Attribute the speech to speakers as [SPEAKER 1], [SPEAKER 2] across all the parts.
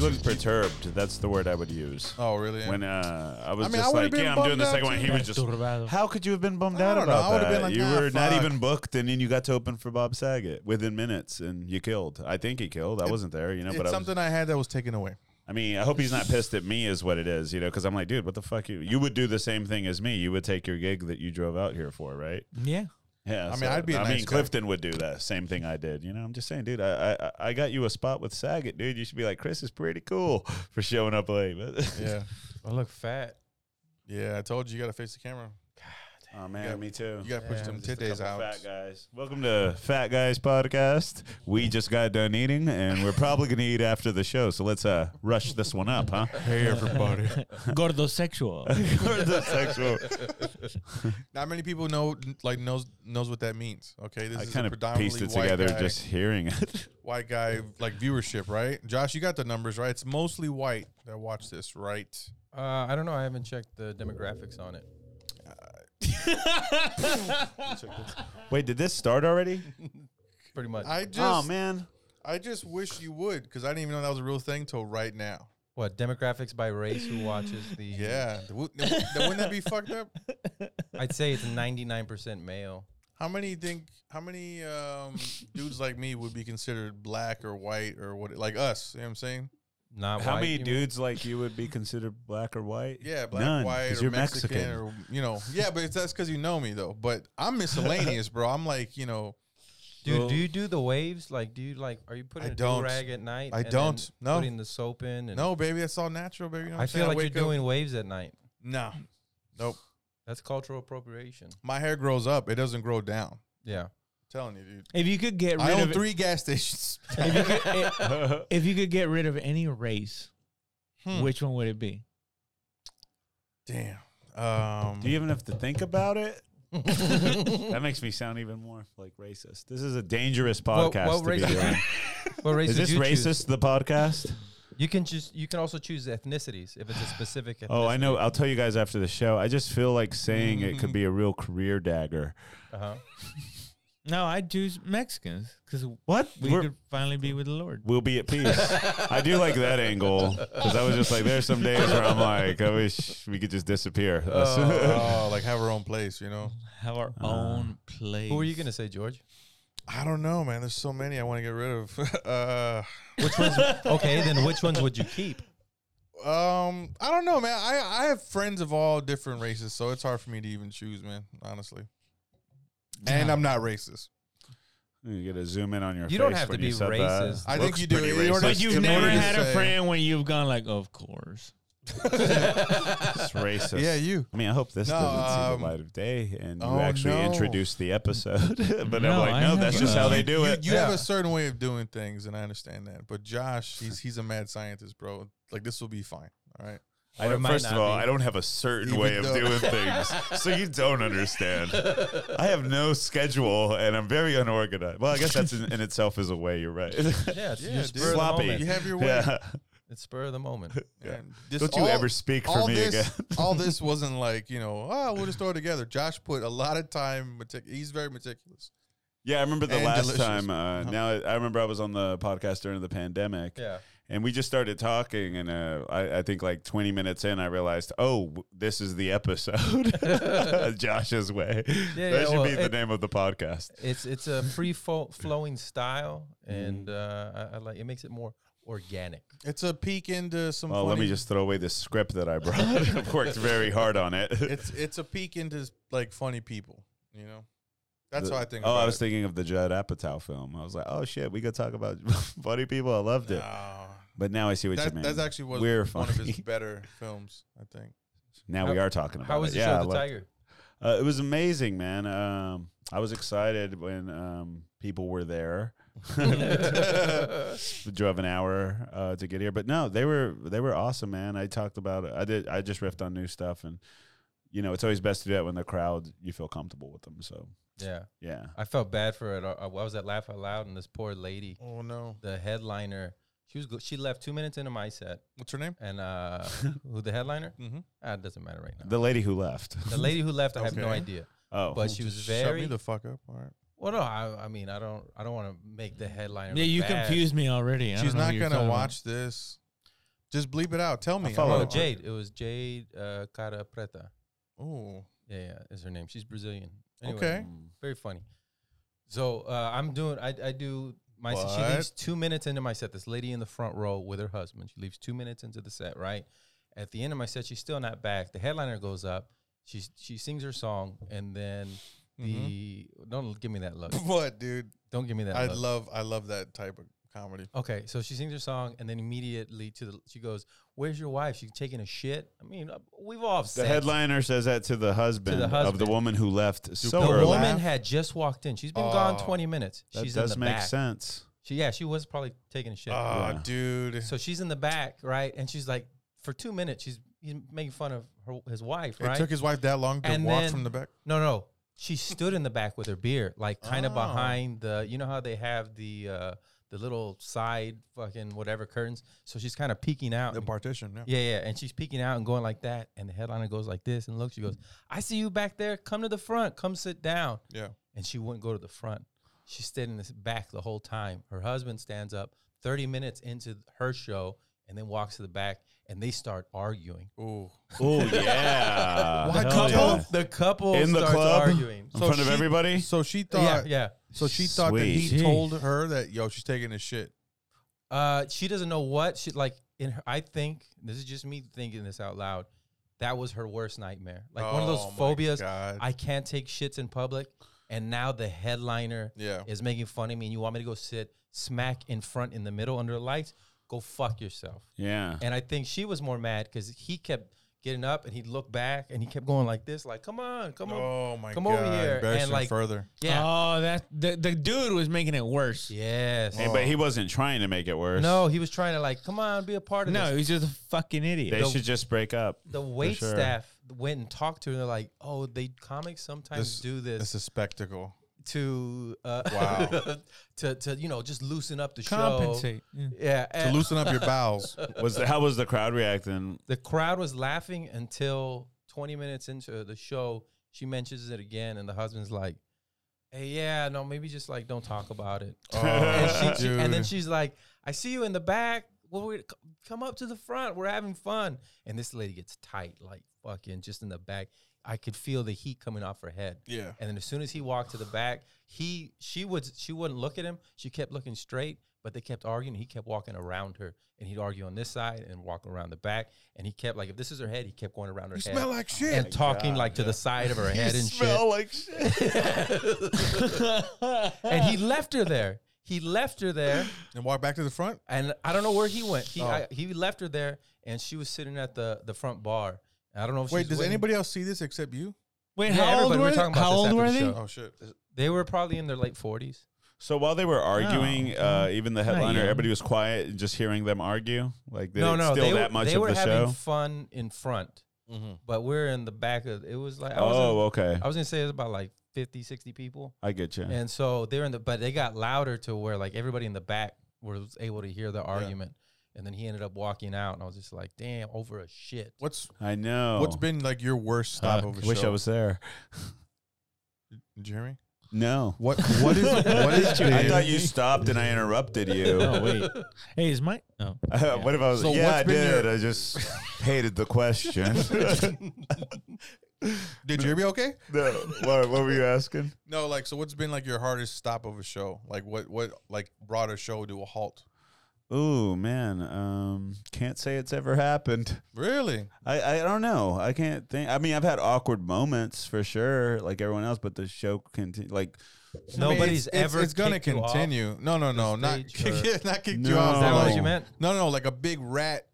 [SPEAKER 1] looked perturbed. That's the word I would use.
[SPEAKER 2] Oh, really?
[SPEAKER 1] When uh, I was
[SPEAKER 2] I mean, I
[SPEAKER 1] just
[SPEAKER 2] would've
[SPEAKER 1] like,
[SPEAKER 2] been
[SPEAKER 1] yeah, I'm doing
[SPEAKER 2] bummed
[SPEAKER 1] the
[SPEAKER 2] out
[SPEAKER 1] second one.
[SPEAKER 2] too.
[SPEAKER 1] He was just,
[SPEAKER 3] Perturbado.
[SPEAKER 1] how could you have been bummed
[SPEAKER 2] I
[SPEAKER 1] out
[SPEAKER 2] don't know. I
[SPEAKER 1] about
[SPEAKER 2] would've
[SPEAKER 1] that?
[SPEAKER 2] been like,
[SPEAKER 1] you
[SPEAKER 2] nah,
[SPEAKER 1] were not
[SPEAKER 2] fuck.
[SPEAKER 1] even booked, and then you got to open for Bob Saget within minutes, and you killed. I think he killed. I wasn't there, you know.
[SPEAKER 2] it's
[SPEAKER 1] But I, was,
[SPEAKER 2] something I had that was taken away.
[SPEAKER 1] I mean, I hope he's not pissed at me, is what it is, you know, because I'm like, dude, what the fuck? You you would do the same thing as me. You would take your gig that you drove out here for, right?
[SPEAKER 3] Yeah.
[SPEAKER 1] Yeah,
[SPEAKER 2] I mean, I'd be a
[SPEAKER 1] I
[SPEAKER 2] nice
[SPEAKER 1] mean,
[SPEAKER 2] guy.
[SPEAKER 1] Clifton would do that same thing I did. You know, I'm just saying, dude. I, I I got you a spot with Saget, dude. You should be like, Chris is pretty cool for showing up late.
[SPEAKER 2] Yeah,
[SPEAKER 3] I look fat.
[SPEAKER 2] yeah. I told you, you got to face the camera.
[SPEAKER 1] oh man,
[SPEAKER 2] Yeah.
[SPEAKER 1] me too.
[SPEAKER 2] You got to push
[SPEAKER 3] Yeah,
[SPEAKER 2] them
[SPEAKER 3] I'm
[SPEAKER 2] tit
[SPEAKER 1] Couple
[SPEAKER 2] days out.
[SPEAKER 1] Fat guys. Welcome to Fat Guys Podcast. We just got done eating, and we're probably gonna eat after the show. So let's uh rush this one up, huh?
[SPEAKER 2] Hey, everybody.
[SPEAKER 3] Gordosexual.
[SPEAKER 1] The sexual-
[SPEAKER 2] Not many people know, like knows knows what that means. Okay, this
[SPEAKER 1] I
[SPEAKER 2] is
[SPEAKER 1] kind
[SPEAKER 2] a
[SPEAKER 1] of pieced
[SPEAKER 2] predominantly
[SPEAKER 1] it
[SPEAKER 2] white
[SPEAKER 1] together
[SPEAKER 2] guy,
[SPEAKER 1] just hearing it.
[SPEAKER 2] white guy like viewership, right? Josh, you got the numbers right. It's mostly white that watch this, right?
[SPEAKER 4] Uh, I don't know. I haven't checked the demographics on it.
[SPEAKER 1] Wait, did this start already?
[SPEAKER 4] Pretty much.
[SPEAKER 2] I just,
[SPEAKER 1] oh man,
[SPEAKER 2] I just wish you would, because I didn't even know that was a real thing till right now.
[SPEAKER 4] what demographics by race? Who watches the?
[SPEAKER 2] Yeah, The wo- the wo- wouldn't that be fucked up?
[SPEAKER 4] I'd say it's ninety nine percent male.
[SPEAKER 2] How many think? How many um, dudes like me would be considered black or white or what? Like us, you know what I'm saying?
[SPEAKER 4] Not
[SPEAKER 1] how
[SPEAKER 4] white,
[SPEAKER 1] many
[SPEAKER 4] you mean?
[SPEAKER 1] dudes like you would be considered black or white?
[SPEAKER 2] Yeah, black,
[SPEAKER 1] None,
[SPEAKER 2] white,
[SPEAKER 1] 'cause
[SPEAKER 2] or
[SPEAKER 1] you're
[SPEAKER 2] Mexican,
[SPEAKER 1] Mexican.
[SPEAKER 2] or you know. Yeah, but it's, that's because you know me though. But I'm miscellaneous, bro. I'm like, you know,
[SPEAKER 4] Dude,
[SPEAKER 1] Well-
[SPEAKER 4] do you do the waves? Like, do you like? Are you putting
[SPEAKER 2] I
[SPEAKER 4] a
[SPEAKER 2] don't.
[SPEAKER 4] rag at night?
[SPEAKER 2] I
[SPEAKER 4] and then
[SPEAKER 2] don't. No.
[SPEAKER 4] Putting the soap in. And
[SPEAKER 2] no, baby, that's all natural, baby. You know what
[SPEAKER 4] I
[SPEAKER 2] I'm saying?
[SPEAKER 4] feel like you're
[SPEAKER 2] wake up-
[SPEAKER 4] doing waves at night.
[SPEAKER 2] No, nope.
[SPEAKER 4] That's cultural appropriation.
[SPEAKER 2] My hair grows up; it doesn't grow down. I'm
[SPEAKER 4] Yeah.
[SPEAKER 2] telling you, dude.
[SPEAKER 3] If you could get
[SPEAKER 2] I
[SPEAKER 3] rid
[SPEAKER 2] own
[SPEAKER 3] of
[SPEAKER 2] three gas stations.
[SPEAKER 3] if, you could, i- if you could get rid of any race,
[SPEAKER 2] Hmm.
[SPEAKER 3] which one would it be?
[SPEAKER 2] Damn. Um,
[SPEAKER 1] Do you even have to think about it?
[SPEAKER 2] Hmm.
[SPEAKER 1] that makes me sound even more like racist. This is a dangerous
[SPEAKER 4] What-
[SPEAKER 1] podcast
[SPEAKER 4] what
[SPEAKER 1] to
[SPEAKER 4] race
[SPEAKER 1] be
[SPEAKER 4] did you-
[SPEAKER 1] doing.
[SPEAKER 4] What race
[SPEAKER 1] Is
[SPEAKER 4] did
[SPEAKER 1] this
[SPEAKER 4] you choose?
[SPEAKER 1] racist? The podcast?
[SPEAKER 4] You can just. You can also choose ethnicities if it's a specific. Ethnicity.
[SPEAKER 1] Oh, I know. I'll tell you guys after the show. I just feel like saying it could be a real career dagger.
[SPEAKER 4] Uh-huh.
[SPEAKER 3] No, I'd choose Mexicans because
[SPEAKER 1] What?
[SPEAKER 3] we
[SPEAKER 1] We're,
[SPEAKER 3] could finally be with the Lord.
[SPEAKER 1] we'll be at peace. I do like that angle because I was just like, there's some days where I'm like, I wish we could just disappear. That's-
[SPEAKER 2] oh, like have her own place, you know?
[SPEAKER 3] Have our own place.
[SPEAKER 4] Who were you gonna say, George?
[SPEAKER 2] I don't know, man. There's so many I want to get rid of. uh,
[SPEAKER 4] Which ones? okay, then which ones would you keep?
[SPEAKER 2] um, I don't know, man. I, I have friends of all different races, so it's hard for me to even choose, man. Honestly, and I'm not racist.
[SPEAKER 1] you got to zoom in on your.
[SPEAKER 4] You don't
[SPEAKER 1] face
[SPEAKER 4] have to
[SPEAKER 1] when you
[SPEAKER 4] be
[SPEAKER 1] said that.
[SPEAKER 4] racist.
[SPEAKER 2] I think
[SPEAKER 1] Looks
[SPEAKER 2] you do.
[SPEAKER 1] pretty
[SPEAKER 2] In order
[SPEAKER 1] racist
[SPEAKER 3] But
[SPEAKER 2] to-
[SPEAKER 1] to
[SPEAKER 3] you've
[SPEAKER 1] me.
[SPEAKER 2] in order
[SPEAKER 3] never
[SPEAKER 2] to
[SPEAKER 3] had a
[SPEAKER 2] say-
[SPEAKER 3] friend when you've gone like, of course.
[SPEAKER 1] It's racist.
[SPEAKER 2] Yeah, you.
[SPEAKER 1] I mean, I hope this
[SPEAKER 2] No,
[SPEAKER 1] doesn't see
[SPEAKER 2] um,
[SPEAKER 1] the light of day and you
[SPEAKER 2] oh,
[SPEAKER 1] actually
[SPEAKER 2] no.
[SPEAKER 1] introduce the episode. but I'm
[SPEAKER 3] No,
[SPEAKER 1] like,
[SPEAKER 3] I
[SPEAKER 1] no, that's
[SPEAKER 3] haven't.
[SPEAKER 1] just how they do
[SPEAKER 2] You,
[SPEAKER 1] it.
[SPEAKER 2] you have
[SPEAKER 4] Yeah.
[SPEAKER 2] a certain way of doing things, and I understand that. But Josh, he's he's a mad scientist, bro. Like this will be fine. All right.
[SPEAKER 1] I
[SPEAKER 4] Or it
[SPEAKER 1] don't,
[SPEAKER 4] might
[SPEAKER 1] first of
[SPEAKER 4] not
[SPEAKER 1] all,
[SPEAKER 4] be.
[SPEAKER 1] I don't have a certain
[SPEAKER 2] Even
[SPEAKER 1] way of
[SPEAKER 2] though-
[SPEAKER 1] doing things, so you don't understand. I have no schedule, and I'm very unorganized. Well, I guess that's in, in itself is a way. You're right.
[SPEAKER 4] Yeah, it's
[SPEAKER 2] Yeah,
[SPEAKER 4] your
[SPEAKER 2] dude.
[SPEAKER 4] spur of the
[SPEAKER 1] Sloppy.
[SPEAKER 4] moment.
[SPEAKER 2] You have your way.
[SPEAKER 1] yeah.
[SPEAKER 4] It's spur of the moment.
[SPEAKER 1] Yeah.
[SPEAKER 2] And this-
[SPEAKER 1] Don't you
[SPEAKER 2] all-
[SPEAKER 1] ever speak for
[SPEAKER 2] all
[SPEAKER 1] me
[SPEAKER 2] this,
[SPEAKER 1] again.
[SPEAKER 2] all this wasn't like you know, oh, we'll just throw it together. Josh put a lot of time. Metic- he's very meticulous.
[SPEAKER 1] Yeah, I remember the
[SPEAKER 2] And
[SPEAKER 1] last
[SPEAKER 2] delicious. Uh-huh.
[SPEAKER 1] time. Uh, Now I I remember I was on the podcast during the pandemic.
[SPEAKER 4] Yeah.
[SPEAKER 1] and we just started talking and uh, I, I think like 20 minutes in i realized oh w- this is the episode josh's way
[SPEAKER 4] Yeah,
[SPEAKER 1] that
[SPEAKER 4] yeah,
[SPEAKER 1] should
[SPEAKER 4] well,
[SPEAKER 1] be the
[SPEAKER 4] it-
[SPEAKER 1] name of the podcast
[SPEAKER 4] It's it's a free fo- flowing style, and uh, I, I like it makes it more organic.
[SPEAKER 2] It's a peek into some.
[SPEAKER 1] well let me
[SPEAKER 2] funny-
[SPEAKER 1] just throw away this script that i brought i've worked very hard on it
[SPEAKER 2] It's it's a peek into like funny people. You know, that's
[SPEAKER 1] The-
[SPEAKER 2] what I think.
[SPEAKER 1] oh i
[SPEAKER 2] about
[SPEAKER 1] was
[SPEAKER 2] it.
[SPEAKER 1] thinking of the judd apatow film i was like oh shit we could talk about funny people i loved it
[SPEAKER 2] No.
[SPEAKER 1] but now i see what you
[SPEAKER 2] That,
[SPEAKER 1] mean
[SPEAKER 2] that's actually was
[SPEAKER 1] We're
[SPEAKER 2] one of his
[SPEAKER 1] funny.
[SPEAKER 2] better films, I think.
[SPEAKER 1] now we
[SPEAKER 4] How-
[SPEAKER 1] are talking about
[SPEAKER 4] How was
[SPEAKER 1] it
[SPEAKER 4] the
[SPEAKER 1] yeah I
[SPEAKER 4] show, The
[SPEAKER 1] loved-
[SPEAKER 4] Tiger?
[SPEAKER 1] Uh, it was amazing, man. Um, I was excited when um, people were there. Drove an hour uh, to get here, but no, they were they were awesome, man. I talked about it. I did. I just riffed on new stuff, and you know, it's always best to do that when the crowd you feel comfortable with them. So
[SPEAKER 4] Yeah,
[SPEAKER 1] yeah,
[SPEAKER 4] I felt bad for it. I, I was at Laugh Out Loud, and this poor lady,
[SPEAKER 2] Oh no,
[SPEAKER 4] the headliner, she was go- she left two minutes into my set,
[SPEAKER 2] what's her name?
[SPEAKER 4] and uh, who the headliner?
[SPEAKER 2] Mm-hmm.
[SPEAKER 4] Ah, it doesn't matter right now.
[SPEAKER 1] the lady who left.
[SPEAKER 4] The lady who left, I have no
[SPEAKER 2] Okay.
[SPEAKER 4] idea,
[SPEAKER 1] Oh,
[SPEAKER 4] but she was very.
[SPEAKER 2] Shut me the fuck up. All right.
[SPEAKER 4] well, no, I, I mean, I don't, I don't want to make the headliner.
[SPEAKER 3] Yeah, you
[SPEAKER 4] bad.
[SPEAKER 3] confused me already. I
[SPEAKER 2] She's
[SPEAKER 3] don't know
[SPEAKER 2] not
[SPEAKER 3] who you're
[SPEAKER 2] gonna
[SPEAKER 3] talking
[SPEAKER 2] watch this. Just bleep it out. Tell me.
[SPEAKER 1] I
[SPEAKER 2] I
[SPEAKER 1] follow
[SPEAKER 4] Oh,
[SPEAKER 1] Follow.
[SPEAKER 4] Jade. It was Jade uh, Cara Preta.
[SPEAKER 2] Oh,
[SPEAKER 4] Yeah, yeah, is her name. She's Brazilian.
[SPEAKER 2] Okay.
[SPEAKER 1] Mm.
[SPEAKER 4] Very funny. So uh, I'm doing. I, I do my. She
[SPEAKER 2] What?
[SPEAKER 4] leaves two minutes into my set. This lady in the front row with her husband. She leaves two minutes into the set. Right at the end of my set, she's still not back. The headliner goes up. She she sings her song and then the don't give me that look.
[SPEAKER 2] what, dude?
[SPEAKER 4] Don't give me that.
[SPEAKER 2] Mm-hmm. I
[SPEAKER 4] look.
[SPEAKER 2] love, I love that type of comedy.
[SPEAKER 4] Okay, so she sings her song, and then immediately to the she goes, "Where's your wife? She's taking a shit." I mean, uh, we've all
[SPEAKER 1] The
[SPEAKER 4] said
[SPEAKER 1] headliner says that to the husband, of the
[SPEAKER 4] husband.
[SPEAKER 1] woman who left so
[SPEAKER 4] The
[SPEAKER 1] early.
[SPEAKER 4] woman
[SPEAKER 2] laugh.
[SPEAKER 4] had just walked in. She's been
[SPEAKER 2] Oh,
[SPEAKER 4] gone twenty minutes.
[SPEAKER 1] that
[SPEAKER 4] she's in
[SPEAKER 1] does
[SPEAKER 4] the
[SPEAKER 1] make
[SPEAKER 4] back.
[SPEAKER 1] sense.
[SPEAKER 4] She yeah, she was probably taking a shit.
[SPEAKER 2] Ah,
[SPEAKER 1] Yeah.
[SPEAKER 2] dude.
[SPEAKER 4] so she's in the back, right? And she's like, for two minutes, she's he's making fun of her, his wife,
[SPEAKER 2] It
[SPEAKER 4] right?
[SPEAKER 2] took his wife that long to
[SPEAKER 4] And
[SPEAKER 2] walk
[SPEAKER 4] then-
[SPEAKER 2] from the back.
[SPEAKER 4] no, no, she stood in the back with her beer, like kind of
[SPEAKER 2] Oh.
[SPEAKER 4] behind the. You know how they have the uh, the little side fucking whatever curtains. So she's kind of peeking out.
[SPEAKER 2] The
[SPEAKER 4] and
[SPEAKER 2] partition. Yeah.
[SPEAKER 4] Yeah, yeah. And she's peeking out and going like that. And the headliner goes like this and looks. She goes, I see you back there. Come to the front. Come sit down.
[SPEAKER 2] Yeah.
[SPEAKER 4] And she wouldn't go to the front. She stayed in the back the whole time. Her husband stands up 30 minutes into her show and then walks to the back and they start arguing.
[SPEAKER 2] Ooh.
[SPEAKER 1] Oh yeah.
[SPEAKER 2] Why
[SPEAKER 1] Hell
[SPEAKER 2] couple?
[SPEAKER 1] yeah.
[SPEAKER 4] The couple
[SPEAKER 1] In the
[SPEAKER 4] starts
[SPEAKER 1] club?
[SPEAKER 4] arguing.
[SPEAKER 1] In
[SPEAKER 2] So
[SPEAKER 1] front of
[SPEAKER 2] she-
[SPEAKER 1] everybody?
[SPEAKER 2] So she
[SPEAKER 4] Yeah,
[SPEAKER 2] thought.
[SPEAKER 4] yeah.
[SPEAKER 2] So she thought that he
[SPEAKER 1] Sweet.
[SPEAKER 2] told her that yo, she's taking a shit.
[SPEAKER 4] Uh, she doesn't know what she like. In her, I think this is just me thinking this out loud. That was her worst nightmare. Like one of
[SPEAKER 2] Oh,
[SPEAKER 4] those
[SPEAKER 2] my
[SPEAKER 4] phobias.
[SPEAKER 2] God.
[SPEAKER 4] I can't take shits in public, and now the headliner
[SPEAKER 2] Yeah.
[SPEAKER 4] is making fun of me, and you want me to go sit smack in front in the middle under the lights? Go fuck yourself.
[SPEAKER 1] Yeah.
[SPEAKER 4] And I think she was more mad because he kept getting up and he'd look back and he kept going like this, like "Come on, come on,
[SPEAKER 2] Oh my
[SPEAKER 4] Come
[SPEAKER 2] god!
[SPEAKER 4] over here
[SPEAKER 2] Embarrassing
[SPEAKER 4] and, like-
[SPEAKER 2] further.
[SPEAKER 4] yeah,
[SPEAKER 3] Oh, that the, the dude was making it worse.
[SPEAKER 4] yes."
[SPEAKER 1] Hey, but he wasn't trying to make it worse.
[SPEAKER 4] Oh. No, he was trying to like, "Come on, be a part of
[SPEAKER 3] No,
[SPEAKER 4] this."
[SPEAKER 3] he was just a fucking
[SPEAKER 1] They
[SPEAKER 3] idiot.
[SPEAKER 1] should just break up.
[SPEAKER 4] The wait
[SPEAKER 1] sure.
[SPEAKER 4] staff went and talked to her. And they're like, "Oh, they comics sometimes
[SPEAKER 2] This-
[SPEAKER 4] do this
[SPEAKER 2] It's a spectacle.
[SPEAKER 4] to uh,
[SPEAKER 2] Wow.
[SPEAKER 4] to to you know just loosen up the
[SPEAKER 3] Compensate. Yeah.
[SPEAKER 4] show." Yeah,
[SPEAKER 2] To
[SPEAKER 4] and-
[SPEAKER 2] loosen up your bowels.
[SPEAKER 1] Was the, how was the crowd reacting?
[SPEAKER 4] the crowd was laughing until 20 minutes into the show she mentions it again and the husband's like hey yeah no maybe just like don't talk about it
[SPEAKER 2] Oh,
[SPEAKER 4] and, she- she- and then
[SPEAKER 2] dude.
[SPEAKER 4] she's like i see you in the back well we come up to the front we're having fun and this lady gets tight like fucking just in the back i could feel the heat coming off her head
[SPEAKER 2] Yeah.
[SPEAKER 4] and then as soon as he walked to the back he she would she wouldn't look at him she kept looking straight but they kept arguing he kept walking around her and he'd argue on this side and walk around the back and he kept like if this is her head he kept going around her
[SPEAKER 2] You
[SPEAKER 4] head
[SPEAKER 2] smell like shit.
[SPEAKER 4] and talking
[SPEAKER 1] God,
[SPEAKER 4] like to the side of her head and
[SPEAKER 1] like shit.
[SPEAKER 4] shit and he left her there he left her there
[SPEAKER 2] and walk back to the front.
[SPEAKER 4] and I don't know where he went. He I, he left her there, and she was sitting at the the front bar. I don't know. if
[SPEAKER 2] Wait,
[SPEAKER 4] she's
[SPEAKER 2] does
[SPEAKER 4] waiting-
[SPEAKER 2] anybody else see this except you?
[SPEAKER 4] Yeah,
[SPEAKER 3] Wait, how old
[SPEAKER 4] everybody- we were
[SPEAKER 3] were they?
[SPEAKER 4] talking about
[SPEAKER 3] How
[SPEAKER 4] this
[SPEAKER 3] old
[SPEAKER 4] after
[SPEAKER 3] were
[SPEAKER 4] the
[SPEAKER 3] they?
[SPEAKER 4] show.
[SPEAKER 2] Oh shit!
[SPEAKER 4] They were probably in their late forties.
[SPEAKER 1] So while they were
[SPEAKER 4] Oh,
[SPEAKER 1] arguing, uh, even the headliner,
[SPEAKER 3] young.
[SPEAKER 1] everybody was quiet and just hearing them argue. Like they
[SPEAKER 4] No, no,
[SPEAKER 1] still
[SPEAKER 4] they
[SPEAKER 1] that
[SPEAKER 4] were,
[SPEAKER 1] much
[SPEAKER 4] they
[SPEAKER 1] of
[SPEAKER 4] were
[SPEAKER 1] the
[SPEAKER 4] having
[SPEAKER 1] show.
[SPEAKER 4] fun in front, but we're in the back of. It was like I was.
[SPEAKER 1] oh,
[SPEAKER 4] in-
[SPEAKER 1] okay.
[SPEAKER 4] I was gonna say it was about like 50, 60 people,
[SPEAKER 1] I get you.
[SPEAKER 4] and so they're in the. But they got louder to where like everybody in the back was able to hear the argument, and then he ended up walking out, and I was just like, damn, over a shit.
[SPEAKER 2] What's
[SPEAKER 1] I know.
[SPEAKER 2] what's been like your worst
[SPEAKER 1] Fuck,
[SPEAKER 2] stop of a
[SPEAKER 1] wish Oh.
[SPEAKER 2] show?
[SPEAKER 1] Uh, I was there.
[SPEAKER 2] Jeremy.
[SPEAKER 1] No.
[SPEAKER 2] What what is what is been,
[SPEAKER 1] I thought you stopped and I interrupted you.
[SPEAKER 3] Oh wait. Hey, is my oh
[SPEAKER 1] Uh, what if I was?
[SPEAKER 2] So
[SPEAKER 1] yeah,
[SPEAKER 2] what's
[SPEAKER 1] I
[SPEAKER 2] been your-
[SPEAKER 1] did. I just hated the question.
[SPEAKER 2] Did Jeremy okay?
[SPEAKER 1] no, what, what were you asking?
[SPEAKER 2] No, like so. What's been like your hardest stop of a show? Like what what like brought a show to a halt?
[SPEAKER 1] Ooh, man. Um, can't say it's ever happened.
[SPEAKER 2] Really?
[SPEAKER 1] I, I don't know. I can't think. I mean, I've had awkward moments for sure, like everyone else, but the show continue. Like,
[SPEAKER 4] Nobody's
[SPEAKER 2] it's,
[SPEAKER 4] ever.
[SPEAKER 2] It's, it's gonna
[SPEAKER 4] kicked you off.
[SPEAKER 2] continue. No, no, no.
[SPEAKER 4] the
[SPEAKER 2] Not
[SPEAKER 4] stage or-
[SPEAKER 2] yeah, not kicked you
[SPEAKER 1] No.
[SPEAKER 2] off.
[SPEAKER 4] Is that
[SPEAKER 2] but,
[SPEAKER 1] Oh.
[SPEAKER 4] what
[SPEAKER 2] like-
[SPEAKER 4] you meant?
[SPEAKER 2] No, no, like a big rat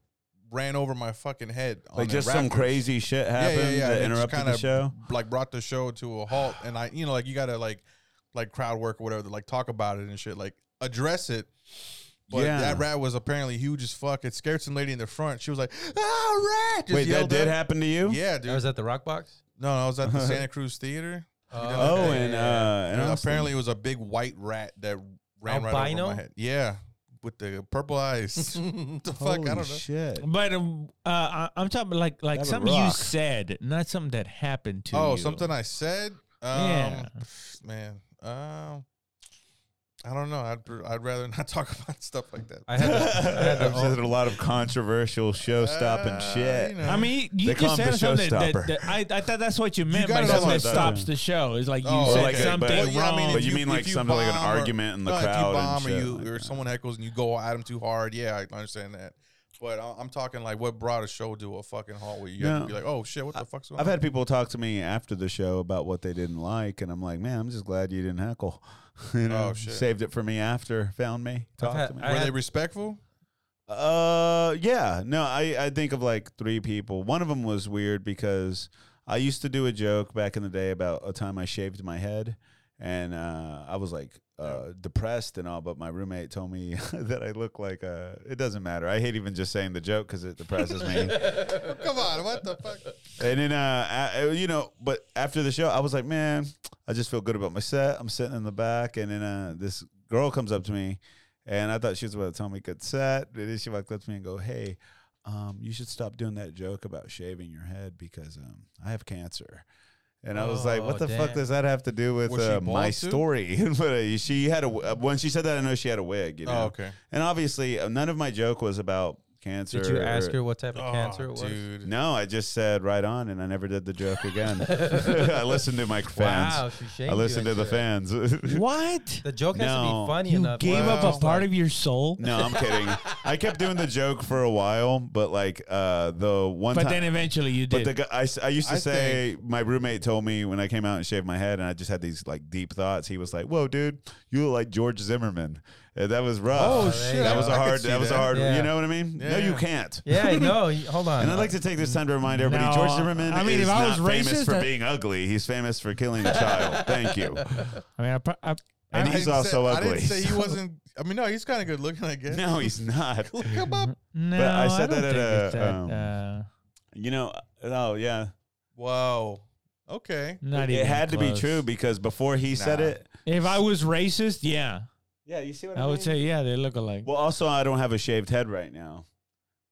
[SPEAKER 2] ran over my fucking head. on
[SPEAKER 1] like
[SPEAKER 2] the
[SPEAKER 1] just some
[SPEAKER 2] rafters.
[SPEAKER 1] crazy shit happened that
[SPEAKER 2] It just
[SPEAKER 1] interrupted the
[SPEAKER 2] kinda
[SPEAKER 1] show.
[SPEAKER 2] Like brought the show to a halt, and I, you know, like you gotta like, like crowd work or whatever, like talk about it and shit, like address it. But
[SPEAKER 1] Yeah.
[SPEAKER 2] that rat was apparently huge as fuck. It scared some lady in the front. She was like, "Ah, rat!" Just
[SPEAKER 1] Wait, that
[SPEAKER 2] yelled
[SPEAKER 1] did
[SPEAKER 2] at-
[SPEAKER 1] happen to you?
[SPEAKER 2] Yeah,
[SPEAKER 4] I was
[SPEAKER 2] dude.
[SPEAKER 4] at the Rock Box.
[SPEAKER 2] No, I was at the Santa Cruz Theater.
[SPEAKER 1] Oh,
[SPEAKER 2] Okay.
[SPEAKER 1] and uh, and
[SPEAKER 2] And
[SPEAKER 1] Austin.
[SPEAKER 2] apparently it was a big white rat that ran right over
[SPEAKER 4] Albino?
[SPEAKER 2] my head. Yeah, with the purple eyes. What the fuck, I
[SPEAKER 1] Holy
[SPEAKER 2] don't know.
[SPEAKER 1] shit.
[SPEAKER 3] But um, uh, I, I'm talking about like like
[SPEAKER 1] That would
[SPEAKER 3] something you
[SPEAKER 1] rock. Oh,
[SPEAKER 3] said, not something that happened to you.
[SPEAKER 2] Oh, something I said. Um,
[SPEAKER 3] Yeah.
[SPEAKER 2] Man, um, I don't know. I'd I'd rather not talk about stuff like that.
[SPEAKER 4] I had, the, I had the
[SPEAKER 1] I've said a lot of controversial show stopping
[SPEAKER 2] Uh,
[SPEAKER 1] shit.
[SPEAKER 2] you know.
[SPEAKER 3] I mean, you
[SPEAKER 1] They call
[SPEAKER 3] just
[SPEAKER 1] him
[SPEAKER 3] said
[SPEAKER 1] the
[SPEAKER 3] something
[SPEAKER 1] showstopper.
[SPEAKER 3] that, that, that- I, I thought that's what you meant
[SPEAKER 2] got
[SPEAKER 3] by
[SPEAKER 2] it
[SPEAKER 3] something
[SPEAKER 2] all
[SPEAKER 3] that
[SPEAKER 1] like that.
[SPEAKER 3] stops the show. It's like you
[SPEAKER 2] Oh,
[SPEAKER 3] said
[SPEAKER 1] like a-
[SPEAKER 3] something
[SPEAKER 1] but-
[SPEAKER 2] Well, yeah, I
[SPEAKER 3] wrong.
[SPEAKER 2] mean,
[SPEAKER 1] But
[SPEAKER 2] if
[SPEAKER 1] you mean, like,
[SPEAKER 2] if
[SPEAKER 1] something like an
[SPEAKER 2] bomb or-
[SPEAKER 1] argument in the
[SPEAKER 2] no, if
[SPEAKER 1] crowd and
[SPEAKER 2] you bomb
[SPEAKER 1] shit
[SPEAKER 2] or you
[SPEAKER 1] like
[SPEAKER 2] or
[SPEAKER 1] that.
[SPEAKER 2] someone echoes and you go at them too hard. Yeah, I understand that. But I- I'm talking like what brought a show to a fucking halt where you
[SPEAKER 1] No.
[SPEAKER 2] have to be like, oh shit, what the fuck's going
[SPEAKER 1] I've
[SPEAKER 2] on?
[SPEAKER 1] had people talk to me after the show about what they didn't like, and I'm like, man, I'm just glad you didn't heckle. you know,
[SPEAKER 2] Oh, shit.
[SPEAKER 1] saved it for me after, found me, talked
[SPEAKER 4] had-
[SPEAKER 1] to me.
[SPEAKER 4] I
[SPEAKER 2] Were
[SPEAKER 4] had-
[SPEAKER 2] they respectful?
[SPEAKER 1] Uh, yeah. No, I, I think of like three people. One of them was weird because I used to do a joke back in the day about a time I shaved my head, and uh, I was like uh, depressed and all. But my roommate told me that I look like a. It doesn't matter. I hate even just saying the joke because it depresses me.
[SPEAKER 2] Come on, what the fuck?
[SPEAKER 1] And then, uh, I, I- you know, but after the show, I was like, man, I just feel good about my set. I'm sitting in the back, and then uh, this girl comes up to me, and I thought she was about to tell me good set. And then she walked up to me and go, hey, um, you should stop doing that joke about shaving your head because um, I have cancer. And I was like,
[SPEAKER 4] Oh,
[SPEAKER 1] "What the
[SPEAKER 4] damn.
[SPEAKER 1] fuck does that have to do with
[SPEAKER 2] Was she
[SPEAKER 1] uh,
[SPEAKER 2] bald
[SPEAKER 1] my
[SPEAKER 2] too?
[SPEAKER 1] story?" but uh, she had a w- when she said that, I know she had a wig. You know?
[SPEAKER 2] Oh, okay.
[SPEAKER 1] And obviously, uh, none of my joke was about cancer.
[SPEAKER 4] Did you ask
[SPEAKER 1] or-
[SPEAKER 4] her what type of cancer it
[SPEAKER 2] Oh,
[SPEAKER 4] was?
[SPEAKER 2] dude.
[SPEAKER 1] no, I just said right on, and I never did the joke again. I listened to my fans.
[SPEAKER 4] Wow, she shamed
[SPEAKER 1] I listened
[SPEAKER 4] you
[SPEAKER 1] to
[SPEAKER 4] and
[SPEAKER 1] the
[SPEAKER 4] shit.
[SPEAKER 1] fans.
[SPEAKER 3] what?
[SPEAKER 4] The joke has to
[SPEAKER 1] No.
[SPEAKER 4] be funny
[SPEAKER 3] You
[SPEAKER 4] enough.
[SPEAKER 3] gave
[SPEAKER 4] where
[SPEAKER 3] up
[SPEAKER 4] it's
[SPEAKER 3] a
[SPEAKER 4] just
[SPEAKER 3] part
[SPEAKER 4] like-
[SPEAKER 3] of your soul,
[SPEAKER 1] no, I'm kidding. I kept doing the joke for a while, but like uh, the one
[SPEAKER 3] but
[SPEAKER 1] time.
[SPEAKER 3] then eventually you
[SPEAKER 1] but
[SPEAKER 3] did.
[SPEAKER 1] the guy, I, s- I used to
[SPEAKER 2] I
[SPEAKER 1] say my roommate told me when I came out and shaved my head and I just had these like deep thoughts. He was like, "Whoa, dude, you look like George Zimmerman." And that was rough.
[SPEAKER 2] Oh,
[SPEAKER 4] shit.
[SPEAKER 1] That was a
[SPEAKER 2] I could
[SPEAKER 1] hard.
[SPEAKER 2] see
[SPEAKER 1] That was a
[SPEAKER 2] that.
[SPEAKER 1] hard.
[SPEAKER 4] Yeah.
[SPEAKER 1] You know what I mean? No,
[SPEAKER 2] Yeah.
[SPEAKER 1] you can't.
[SPEAKER 4] Yeah, I know. He- Hold on.
[SPEAKER 1] And I'd like to take this time to remind everybody
[SPEAKER 3] No,
[SPEAKER 1] George Zimmerman I mean, is if I was not famous
[SPEAKER 3] racist,
[SPEAKER 1] for
[SPEAKER 3] I-
[SPEAKER 1] being ugly. He's famous for killing a child. Thank you.
[SPEAKER 3] I mean, I, pro- I,
[SPEAKER 1] And
[SPEAKER 2] I
[SPEAKER 1] he's
[SPEAKER 2] didn't
[SPEAKER 1] also
[SPEAKER 2] say, I
[SPEAKER 1] ugly.
[SPEAKER 2] didn't say he wasn't. I mean, no, he's kind of good looking, I guess.
[SPEAKER 1] No, he's not.
[SPEAKER 2] Come up.
[SPEAKER 3] no,
[SPEAKER 1] I said
[SPEAKER 3] don't
[SPEAKER 1] that at
[SPEAKER 3] think
[SPEAKER 1] a,
[SPEAKER 3] it's that,
[SPEAKER 1] um,
[SPEAKER 3] uh,
[SPEAKER 1] You know, oh, yeah.
[SPEAKER 2] Wow. Okay.
[SPEAKER 3] not
[SPEAKER 1] it
[SPEAKER 3] even
[SPEAKER 1] had to be
[SPEAKER 3] close.
[SPEAKER 1] true because before he said
[SPEAKER 2] Nah.
[SPEAKER 1] it.
[SPEAKER 3] If I was racist, yeah,
[SPEAKER 1] Yeah, you see what
[SPEAKER 3] I would say yeah, they look alike.
[SPEAKER 1] Well, also, I don't have a shaved head right now.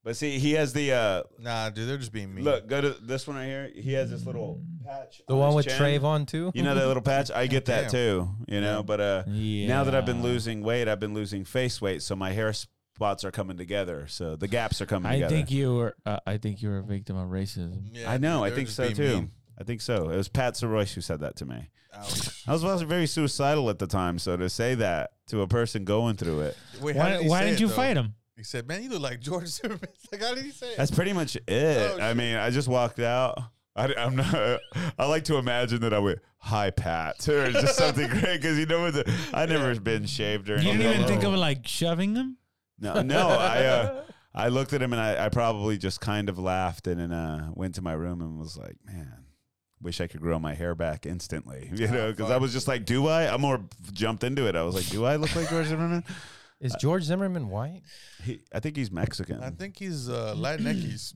[SPEAKER 1] But see, he has the uh,
[SPEAKER 2] Nah, dude, they're just being mean.
[SPEAKER 1] look. Go to this one right here. He has this little patch.
[SPEAKER 4] the
[SPEAKER 1] on
[SPEAKER 4] one
[SPEAKER 1] his
[SPEAKER 4] with
[SPEAKER 1] chin.
[SPEAKER 4] Trayvon too.
[SPEAKER 1] You know that little patch? I get that
[SPEAKER 2] Damn.
[SPEAKER 1] too. You know, but uh,
[SPEAKER 3] yeah.
[SPEAKER 1] Now that I've been losing weight, I've been losing face weight, so my hair spots are coming together. So the gaps are coming
[SPEAKER 3] I
[SPEAKER 1] together.
[SPEAKER 3] think you were. Uh, I think you were a victim of racism.
[SPEAKER 2] Yeah,
[SPEAKER 1] I
[SPEAKER 2] dude,
[SPEAKER 1] know. I
[SPEAKER 2] they're
[SPEAKER 1] think
[SPEAKER 2] just
[SPEAKER 1] so
[SPEAKER 2] being
[SPEAKER 1] too.
[SPEAKER 2] mean.
[SPEAKER 1] I think so. It was Pat Soroyce who said that to me.
[SPEAKER 2] Ouch.
[SPEAKER 1] I was also very suicidal at the time, so to say that to a person going through it,
[SPEAKER 2] Wait, how
[SPEAKER 3] Why?
[SPEAKER 2] did
[SPEAKER 3] Why,
[SPEAKER 2] he say
[SPEAKER 3] didn't
[SPEAKER 2] it,
[SPEAKER 3] you
[SPEAKER 2] though?
[SPEAKER 3] fight him?
[SPEAKER 2] He said, "Man, you look like George Zimmerman." like, how did he say it?
[SPEAKER 1] that's pretty much it.
[SPEAKER 2] Oh,
[SPEAKER 1] I
[SPEAKER 2] shit.
[SPEAKER 1] mean, I just walked out. I, am not. I like to imagine that I went, "Hi, Pat," or just something great because you know what? The, I never been shaved or
[SPEAKER 3] You
[SPEAKER 1] anything.
[SPEAKER 3] didn't even think of
[SPEAKER 1] No.
[SPEAKER 3] like shoving him.
[SPEAKER 1] No, no, I uh, I looked at him and I, I probably just kind of laughed and then uh, went to my room and was like, man, wish I could grow my hair back instantly,
[SPEAKER 2] Ah,
[SPEAKER 1] you know, because I was just like, do I? I'm more jumped into it. I was like, do I look like George Zimmerman?
[SPEAKER 4] Is George Zimmerman white?
[SPEAKER 1] He, I think he's Mexican.
[SPEAKER 2] I think he's uh, Latinx.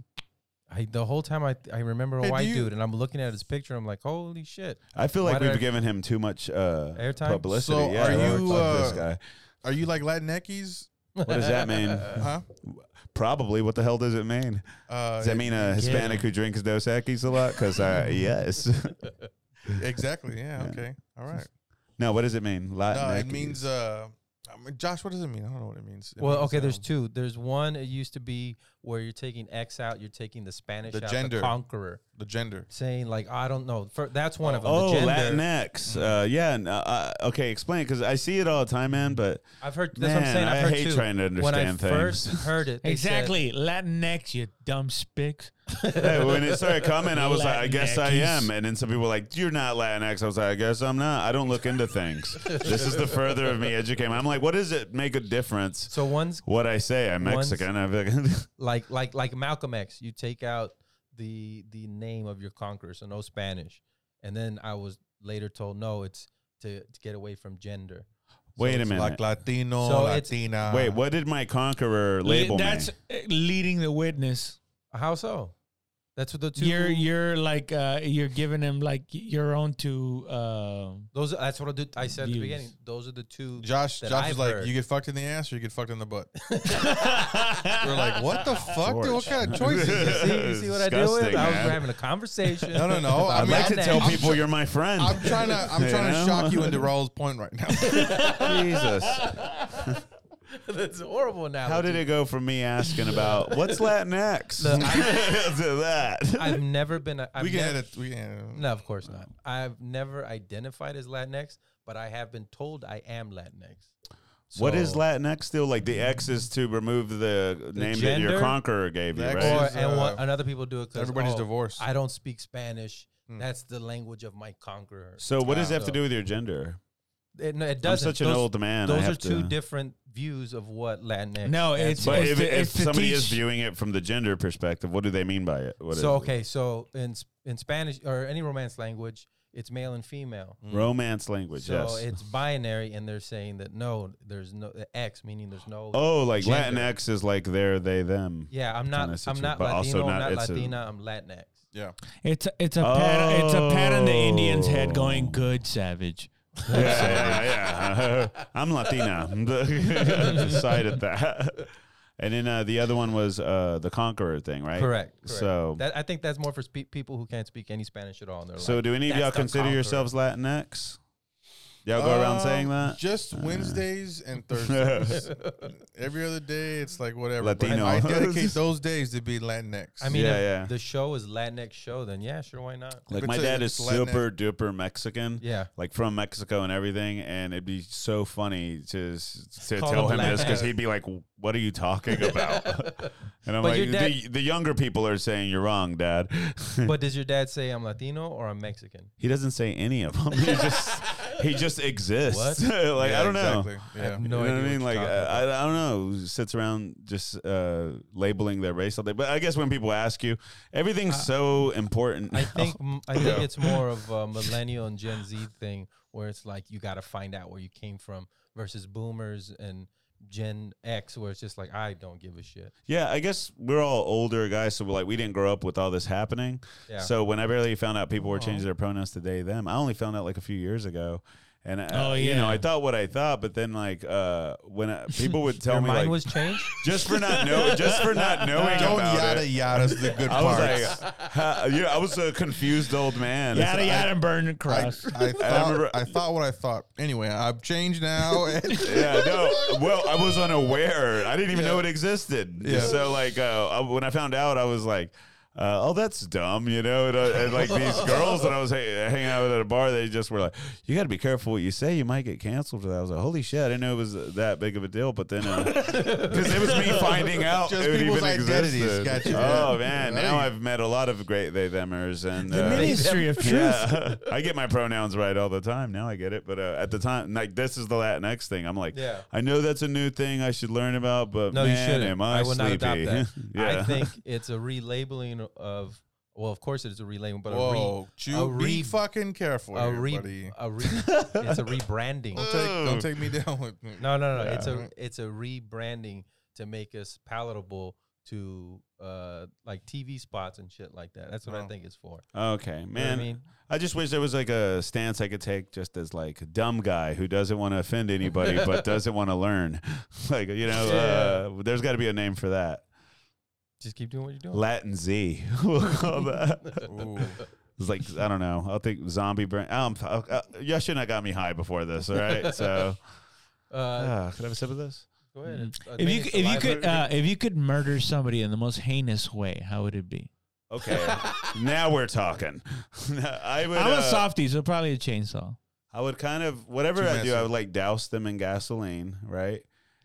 [SPEAKER 4] I, the whole time I, I remember a
[SPEAKER 2] Hey, do
[SPEAKER 4] white
[SPEAKER 2] you-
[SPEAKER 4] dude, and I'm looking at his picture. I'm like, holy shit!
[SPEAKER 1] I feel
[SPEAKER 4] Why
[SPEAKER 1] like
[SPEAKER 4] did
[SPEAKER 1] we've
[SPEAKER 4] I-
[SPEAKER 1] given him too much uh,
[SPEAKER 4] Airtime?
[SPEAKER 1] publicity.
[SPEAKER 2] So
[SPEAKER 1] yeah,
[SPEAKER 2] are
[SPEAKER 1] we're
[SPEAKER 2] you,
[SPEAKER 1] like, "Fuck
[SPEAKER 2] uh,
[SPEAKER 1] this
[SPEAKER 2] Are you like Latinx?
[SPEAKER 1] guy? What does that mean?
[SPEAKER 2] Huh?
[SPEAKER 1] probably. What the hell does it mean?
[SPEAKER 2] Uh,
[SPEAKER 1] Does that mean a Hispanic who drinks Dos Equis a lot? Because uh, yes.
[SPEAKER 2] e-, exactly. Yeah.
[SPEAKER 1] Yeah.
[SPEAKER 2] Okay. All right.
[SPEAKER 1] no, what does it mean? Latin.
[SPEAKER 2] No, it means. Uh, I mean, Josh, what does it mean? I don't know what it means. It
[SPEAKER 4] Well,
[SPEAKER 2] means,
[SPEAKER 4] okay, there's
[SPEAKER 2] um,
[SPEAKER 4] two. There's one. It used to be where you're taking X out, you're taking the Spanish
[SPEAKER 2] The
[SPEAKER 4] out,
[SPEAKER 2] gender.
[SPEAKER 4] the conqueror,
[SPEAKER 2] the gender.
[SPEAKER 4] saying like, I don't know. For, that's one of them.
[SPEAKER 1] Oh,
[SPEAKER 4] the gender.
[SPEAKER 1] Latinx. Uh, yeah. and, uh, uh, okay, explain because I see it all the time, man. But
[SPEAKER 4] I've heard. That's what I'm
[SPEAKER 1] Man,
[SPEAKER 4] saying. I've
[SPEAKER 1] I
[SPEAKER 4] heard
[SPEAKER 1] hate
[SPEAKER 4] two.
[SPEAKER 1] trying to
[SPEAKER 4] when I
[SPEAKER 1] understand
[SPEAKER 4] first
[SPEAKER 1] things.
[SPEAKER 4] heard it, they said-
[SPEAKER 3] Exactly, Latinx, you dumb spicks.
[SPEAKER 1] hey, when it started coming, I was like, I guess I
[SPEAKER 3] Latinx.
[SPEAKER 1] am. And then some people were like, You're not Latinx. I was like, I guess I'm not. I don't look into things. this is the further of me educating. I'm like, What does it make a difference?
[SPEAKER 4] so one's
[SPEAKER 1] What I say, I'm
[SPEAKER 4] Once-
[SPEAKER 1] Mexican. I'm like,
[SPEAKER 4] like like like Malcolm X, you take out the the name of your conqueror, so no Spanish. And then I was later told no, it's to, to get away from gender.
[SPEAKER 1] Wait a
[SPEAKER 4] it's
[SPEAKER 1] minute.
[SPEAKER 2] Like uh, Latino,
[SPEAKER 4] So it's-
[SPEAKER 2] Latina.
[SPEAKER 1] Wait, what did my conqueror
[SPEAKER 3] Le-
[SPEAKER 1] label
[SPEAKER 3] That's
[SPEAKER 1] me?
[SPEAKER 3] uh, leading the witness.
[SPEAKER 4] How so? That's what the 2
[SPEAKER 3] You're you're like uh, you're giving him like your own to uh,
[SPEAKER 4] those. That's what I, did, I said at the
[SPEAKER 3] Views.
[SPEAKER 4] beginning. Those are the two.
[SPEAKER 2] Josh,
[SPEAKER 4] that
[SPEAKER 2] Josh
[SPEAKER 4] I've
[SPEAKER 2] is like,
[SPEAKER 4] heard.
[SPEAKER 2] you get fucked in the ass or you get fucked in the butt. We're like, what the fuck? dude? what
[SPEAKER 1] George.
[SPEAKER 2] kind of choices?
[SPEAKER 4] You see, you see what I deal with?
[SPEAKER 1] Disgusting,
[SPEAKER 4] I was
[SPEAKER 1] man.
[SPEAKER 4] having a conversation.
[SPEAKER 2] No, no, no. I
[SPEAKER 1] I'd
[SPEAKER 4] I'm
[SPEAKER 2] mean,
[SPEAKER 1] like to
[SPEAKER 4] I'm-
[SPEAKER 1] tell
[SPEAKER 4] I'm
[SPEAKER 1] people you're my friend.
[SPEAKER 2] I'm trying to, I'm
[SPEAKER 1] You
[SPEAKER 2] trying to
[SPEAKER 1] know?
[SPEAKER 2] shock you into Raul's point right now.
[SPEAKER 1] Jesus.
[SPEAKER 4] That's horrible now.
[SPEAKER 1] How did it go from me asking about what's Latinx
[SPEAKER 4] Look,
[SPEAKER 1] to that?
[SPEAKER 4] I've never been. A, I've
[SPEAKER 2] we can
[SPEAKER 4] never,
[SPEAKER 2] edit. We can edit.
[SPEAKER 4] No, of course not. I've never identified as Latinx, but I have been told I am Latinx.
[SPEAKER 1] what is
[SPEAKER 4] So-
[SPEAKER 1] Latinx still? Like the X is to remove the, name that
[SPEAKER 4] gender?
[SPEAKER 1] your conqueror gave you,
[SPEAKER 2] The X
[SPEAKER 1] right?
[SPEAKER 2] is-
[SPEAKER 4] Or
[SPEAKER 2] Is,
[SPEAKER 4] and what
[SPEAKER 2] uh,
[SPEAKER 4] and other people do it because
[SPEAKER 1] oh,
[SPEAKER 2] Everybody's divorced.
[SPEAKER 4] I don't speak Spanish. That's the language of my conqueror.
[SPEAKER 1] Hmm. so what does
[SPEAKER 4] Wow.
[SPEAKER 1] that have to do with your gender?
[SPEAKER 4] It, no, it
[SPEAKER 1] I'm
[SPEAKER 4] doesn't.
[SPEAKER 1] such an
[SPEAKER 4] Those-
[SPEAKER 1] old man. I
[SPEAKER 4] Those
[SPEAKER 1] have
[SPEAKER 4] are two
[SPEAKER 1] to-
[SPEAKER 4] different views of what Latinx.
[SPEAKER 3] No,
[SPEAKER 4] stands
[SPEAKER 3] it's-
[SPEAKER 4] for.
[SPEAKER 1] But
[SPEAKER 3] It's
[SPEAKER 1] if,
[SPEAKER 3] to-
[SPEAKER 1] if
[SPEAKER 3] it's to
[SPEAKER 1] somebody is
[SPEAKER 3] teach-
[SPEAKER 1] viewing it from the gender perspective, what do they mean by it? What is
[SPEAKER 4] so
[SPEAKER 1] it?
[SPEAKER 4] okay. So in S- in Spanish or any Romance language, it's male and female.
[SPEAKER 1] Romance language,
[SPEAKER 4] So
[SPEAKER 1] yes.
[SPEAKER 4] it's binary, and they're saying that no, there's no the X, meaning there's no.
[SPEAKER 1] oh, like
[SPEAKER 4] gender.
[SPEAKER 1] Latinx is like their, they, them.
[SPEAKER 4] yeah, I'm
[SPEAKER 1] kinda
[SPEAKER 4] not. I'm
[SPEAKER 1] situ-
[SPEAKER 4] not
[SPEAKER 1] but
[SPEAKER 4] Latino.
[SPEAKER 1] also
[SPEAKER 4] I'm
[SPEAKER 1] not-
[SPEAKER 4] not
[SPEAKER 1] it's a-
[SPEAKER 4] Latina. I'm Latinx.
[SPEAKER 2] Yeah.
[SPEAKER 3] it's a, it's a pat it's a pat on the Indian's head
[SPEAKER 1] Oh.
[SPEAKER 3] going good savage.
[SPEAKER 1] Yeah, yeah, yeah, yeah. I'm Latina. Decided that. And then uh, the other one was uh, the conqueror thing, right?
[SPEAKER 4] Correct. correct.
[SPEAKER 1] So,
[SPEAKER 4] that, I think that's more for spe- people who can't speak any Spanish at all. In their
[SPEAKER 1] so
[SPEAKER 4] life.
[SPEAKER 1] do any of
[SPEAKER 4] That's
[SPEAKER 1] y'all
[SPEAKER 4] the
[SPEAKER 1] consider
[SPEAKER 4] conqueror.
[SPEAKER 1] yourselves Latinx? Y'all go around
[SPEAKER 2] Um,
[SPEAKER 1] saying that. Uh.
[SPEAKER 2] Just Wednesdays and Thursdays. Every other day, it's like whatever. but
[SPEAKER 1] Latino.
[SPEAKER 2] I dedicate those days to be Latinx.
[SPEAKER 4] I mean,
[SPEAKER 1] Yeah,
[SPEAKER 4] if
[SPEAKER 1] yeah.
[SPEAKER 4] the show is Latinx show, then yeah, sure, why not?
[SPEAKER 1] Like
[SPEAKER 2] If
[SPEAKER 1] my
[SPEAKER 2] it's a-
[SPEAKER 1] dad is
[SPEAKER 2] it's Latinx.
[SPEAKER 1] super duper Mexican.
[SPEAKER 4] Yeah.
[SPEAKER 1] Like from Mexico and everything, and it'd be so funny to to
[SPEAKER 4] Call
[SPEAKER 1] tell
[SPEAKER 4] him
[SPEAKER 1] him this
[SPEAKER 4] Latinx.
[SPEAKER 1] because he'd be like, "What are you talking about?" and I'm
[SPEAKER 4] But your
[SPEAKER 1] like,
[SPEAKER 4] dad-
[SPEAKER 1] the, "The younger people are saying you're wrong, Dad."
[SPEAKER 4] But does your dad say I'm Latino or I'm Mexican?
[SPEAKER 1] He doesn't say any of them. He just he just exists.
[SPEAKER 4] What?
[SPEAKER 1] like
[SPEAKER 2] Yeah,
[SPEAKER 1] I don't
[SPEAKER 2] exactly.
[SPEAKER 1] know.
[SPEAKER 4] I have
[SPEAKER 2] Yeah.
[SPEAKER 1] You
[SPEAKER 4] no
[SPEAKER 1] know what
[SPEAKER 4] idea
[SPEAKER 1] I mean?
[SPEAKER 4] you're
[SPEAKER 1] Like
[SPEAKER 4] talking
[SPEAKER 1] I,
[SPEAKER 4] about.
[SPEAKER 1] I don't know. who Sits around just uh, labeling their race all day. But I guess when people ask you, everything's so important.
[SPEAKER 4] Uh, I
[SPEAKER 1] now.
[SPEAKER 4] think m- I think it's more of a millennial and Gen Z thing where it's like you got to find out where you came from versus boomers and Gen X where it's just like I don't give a shit.
[SPEAKER 1] Yeah, I guess we're all older guys, so like we didn't grow up with all this happening.
[SPEAKER 4] Yeah.
[SPEAKER 1] So when I barely found out people were changing their pronouns to they them, I only found out like a few years ago. And I,
[SPEAKER 3] Oh,
[SPEAKER 1] you know,
[SPEAKER 3] yeah.
[SPEAKER 1] I thought what I thought, but then like uh, when I, people would tell
[SPEAKER 4] Your
[SPEAKER 1] me
[SPEAKER 4] mind
[SPEAKER 1] like,
[SPEAKER 4] was changed.
[SPEAKER 1] just for not know, just for not knowing
[SPEAKER 2] Don't
[SPEAKER 1] about
[SPEAKER 2] yada
[SPEAKER 1] it.
[SPEAKER 2] yada's the good
[SPEAKER 1] I
[SPEAKER 2] part.
[SPEAKER 1] was like, ha, you know, I was a confused old man.
[SPEAKER 3] Yada
[SPEAKER 1] I-
[SPEAKER 3] yada and burn the
[SPEAKER 2] I,
[SPEAKER 3] cross.
[SPEAKER 2] I, thought,
[SPEAKER 1] remember-
[SPEAKER 2] I thought what I thought. Anyway, I've changed now. and-
[SPEAKER 1] yeah, no. Well, I was unaware. I didn't even know it existed.
[SPEAKER 2] Yeah.
[SPEAKER 1] So, like, uh, I, when I found out, I was like, uh, "Oh, that's dumb," you know. And, uh, and like these girls that I was ha- hanging out with at a bar, they just were like, "You got to be careful what you say. You might get canceled." For that, I was like, "Holy shit!" I didn't know it was that big of a deal. But then, because it was me finding out
[SPEAKER 2] Just
[SPEAKER 1] it
[SPEAKER 2] people's
[SPEAKER 1] even
[SPEAKER 2] identities.
[SPEAKER 1] existed.
[SPEAKER 2] Gotcha.
[SPEAKER 1] Oh
[SPEAKER 2] Yeah.
[SPEAKER 1] man,
[SPEAKER 2] Yeah.
[SPEAKER 1] now I've met a lot of great they themers and
[SPEAKER 3] the
[SPEAKER 1] uh,
[SPEAKER 3] ministry of truth.
[SPEAKER 1] yeah, I get my pronouns right all the time. Now I get it, but uh, at the time, like this is the Latinx thing. I'm like,
[SPEAKER 4] Yeah.
[SPEAKER 1] I know that's a new thing I should learn about, but
[SPEAKER 4] No,
[SPEAKER 1] man,
[SPEAKER 4] you shouldn't.
[SPEAKER 1] am I,
[SPEAKER 4] will
[SPEAKER 1] sleepy?
[SPEAKER 4] not adopt that.
[SPEAKER 1] yeah,
[SPEAKER 4] I think it's a relabeling of. Well, of course it is a relabeling, but
[SPEAKER 2] Whoa,
[SPEAKER 4] a
[SPEAKER 2] you be
[SPEAKER 4] re-
[SPEAKER 2] fucking careful,
[SPEAKER 4] a re, uh, a
[SPEAKER 2] everybody.
[SPEAKER 4] re, a re it's a rebranding.
[SPEAKER 2] Don't take, don't take me down with me.
[SPEAKER 4] No, no, no. It's
[SPEAKER 2] Yeah.
[SPEAKER 4] a it's a rebranding to make us palatable to uh like TV spots and shit like that. That's what I
[SPEAKER 2] Wow.
[SPEAKER 4] think it's for.
[SPEAKER 1] Okay,
[SPEAKER 4] You know what
[SPEAKER 1] man. I, just wish there was like a stance I could take, just as like a dumb guy who doesn't want to offend anybody but doesn't want to learn. like you know, uh, there's got to be a name for that.
[SPEAKER 4] Just keep doing what you're doing.
[SPEAKER 1] Latin Z, we'll call that.
[SPEAKER 2] Ooh.
[SPEAKER 1] It's like I don't know. I'll think zombie brain. Um, uh, y'all shouldn't have got me high before this, all right? So,
[SPEAKER 4] Uh,
[SPEAKER 1] uh, could I have a sip of this?
[SPEAKER 4] go ahead.
[SPEAKER 3] Mm.
[SPEAKER 4] It's- uh,
[SPEAKER 3] if
[SPEAKER 4] man,
[SPEAKER 3] you
[SPEAKER 4] it's
[SPEAKER 3] c- if you
[SPEAKER 4] saliva.
[SPEAKER 3] could uh, if you could murder somebody in the most heinous way, how would it be?
[SPEAKER 1] Okay, now we're talking. I would.
[SPEAKER 3] I'm
[SPEAKER 1] uh,
[SPEAKER 3] a softie, so probably a chainsaw.
[SPEAKER 1] I would kind of whatever
[SPEAKER 2] Too
[SPEAKER 1] I do. I
[SPEAKER 2] messy.
[SPEAKER 1] would like douse them in gasoline, right?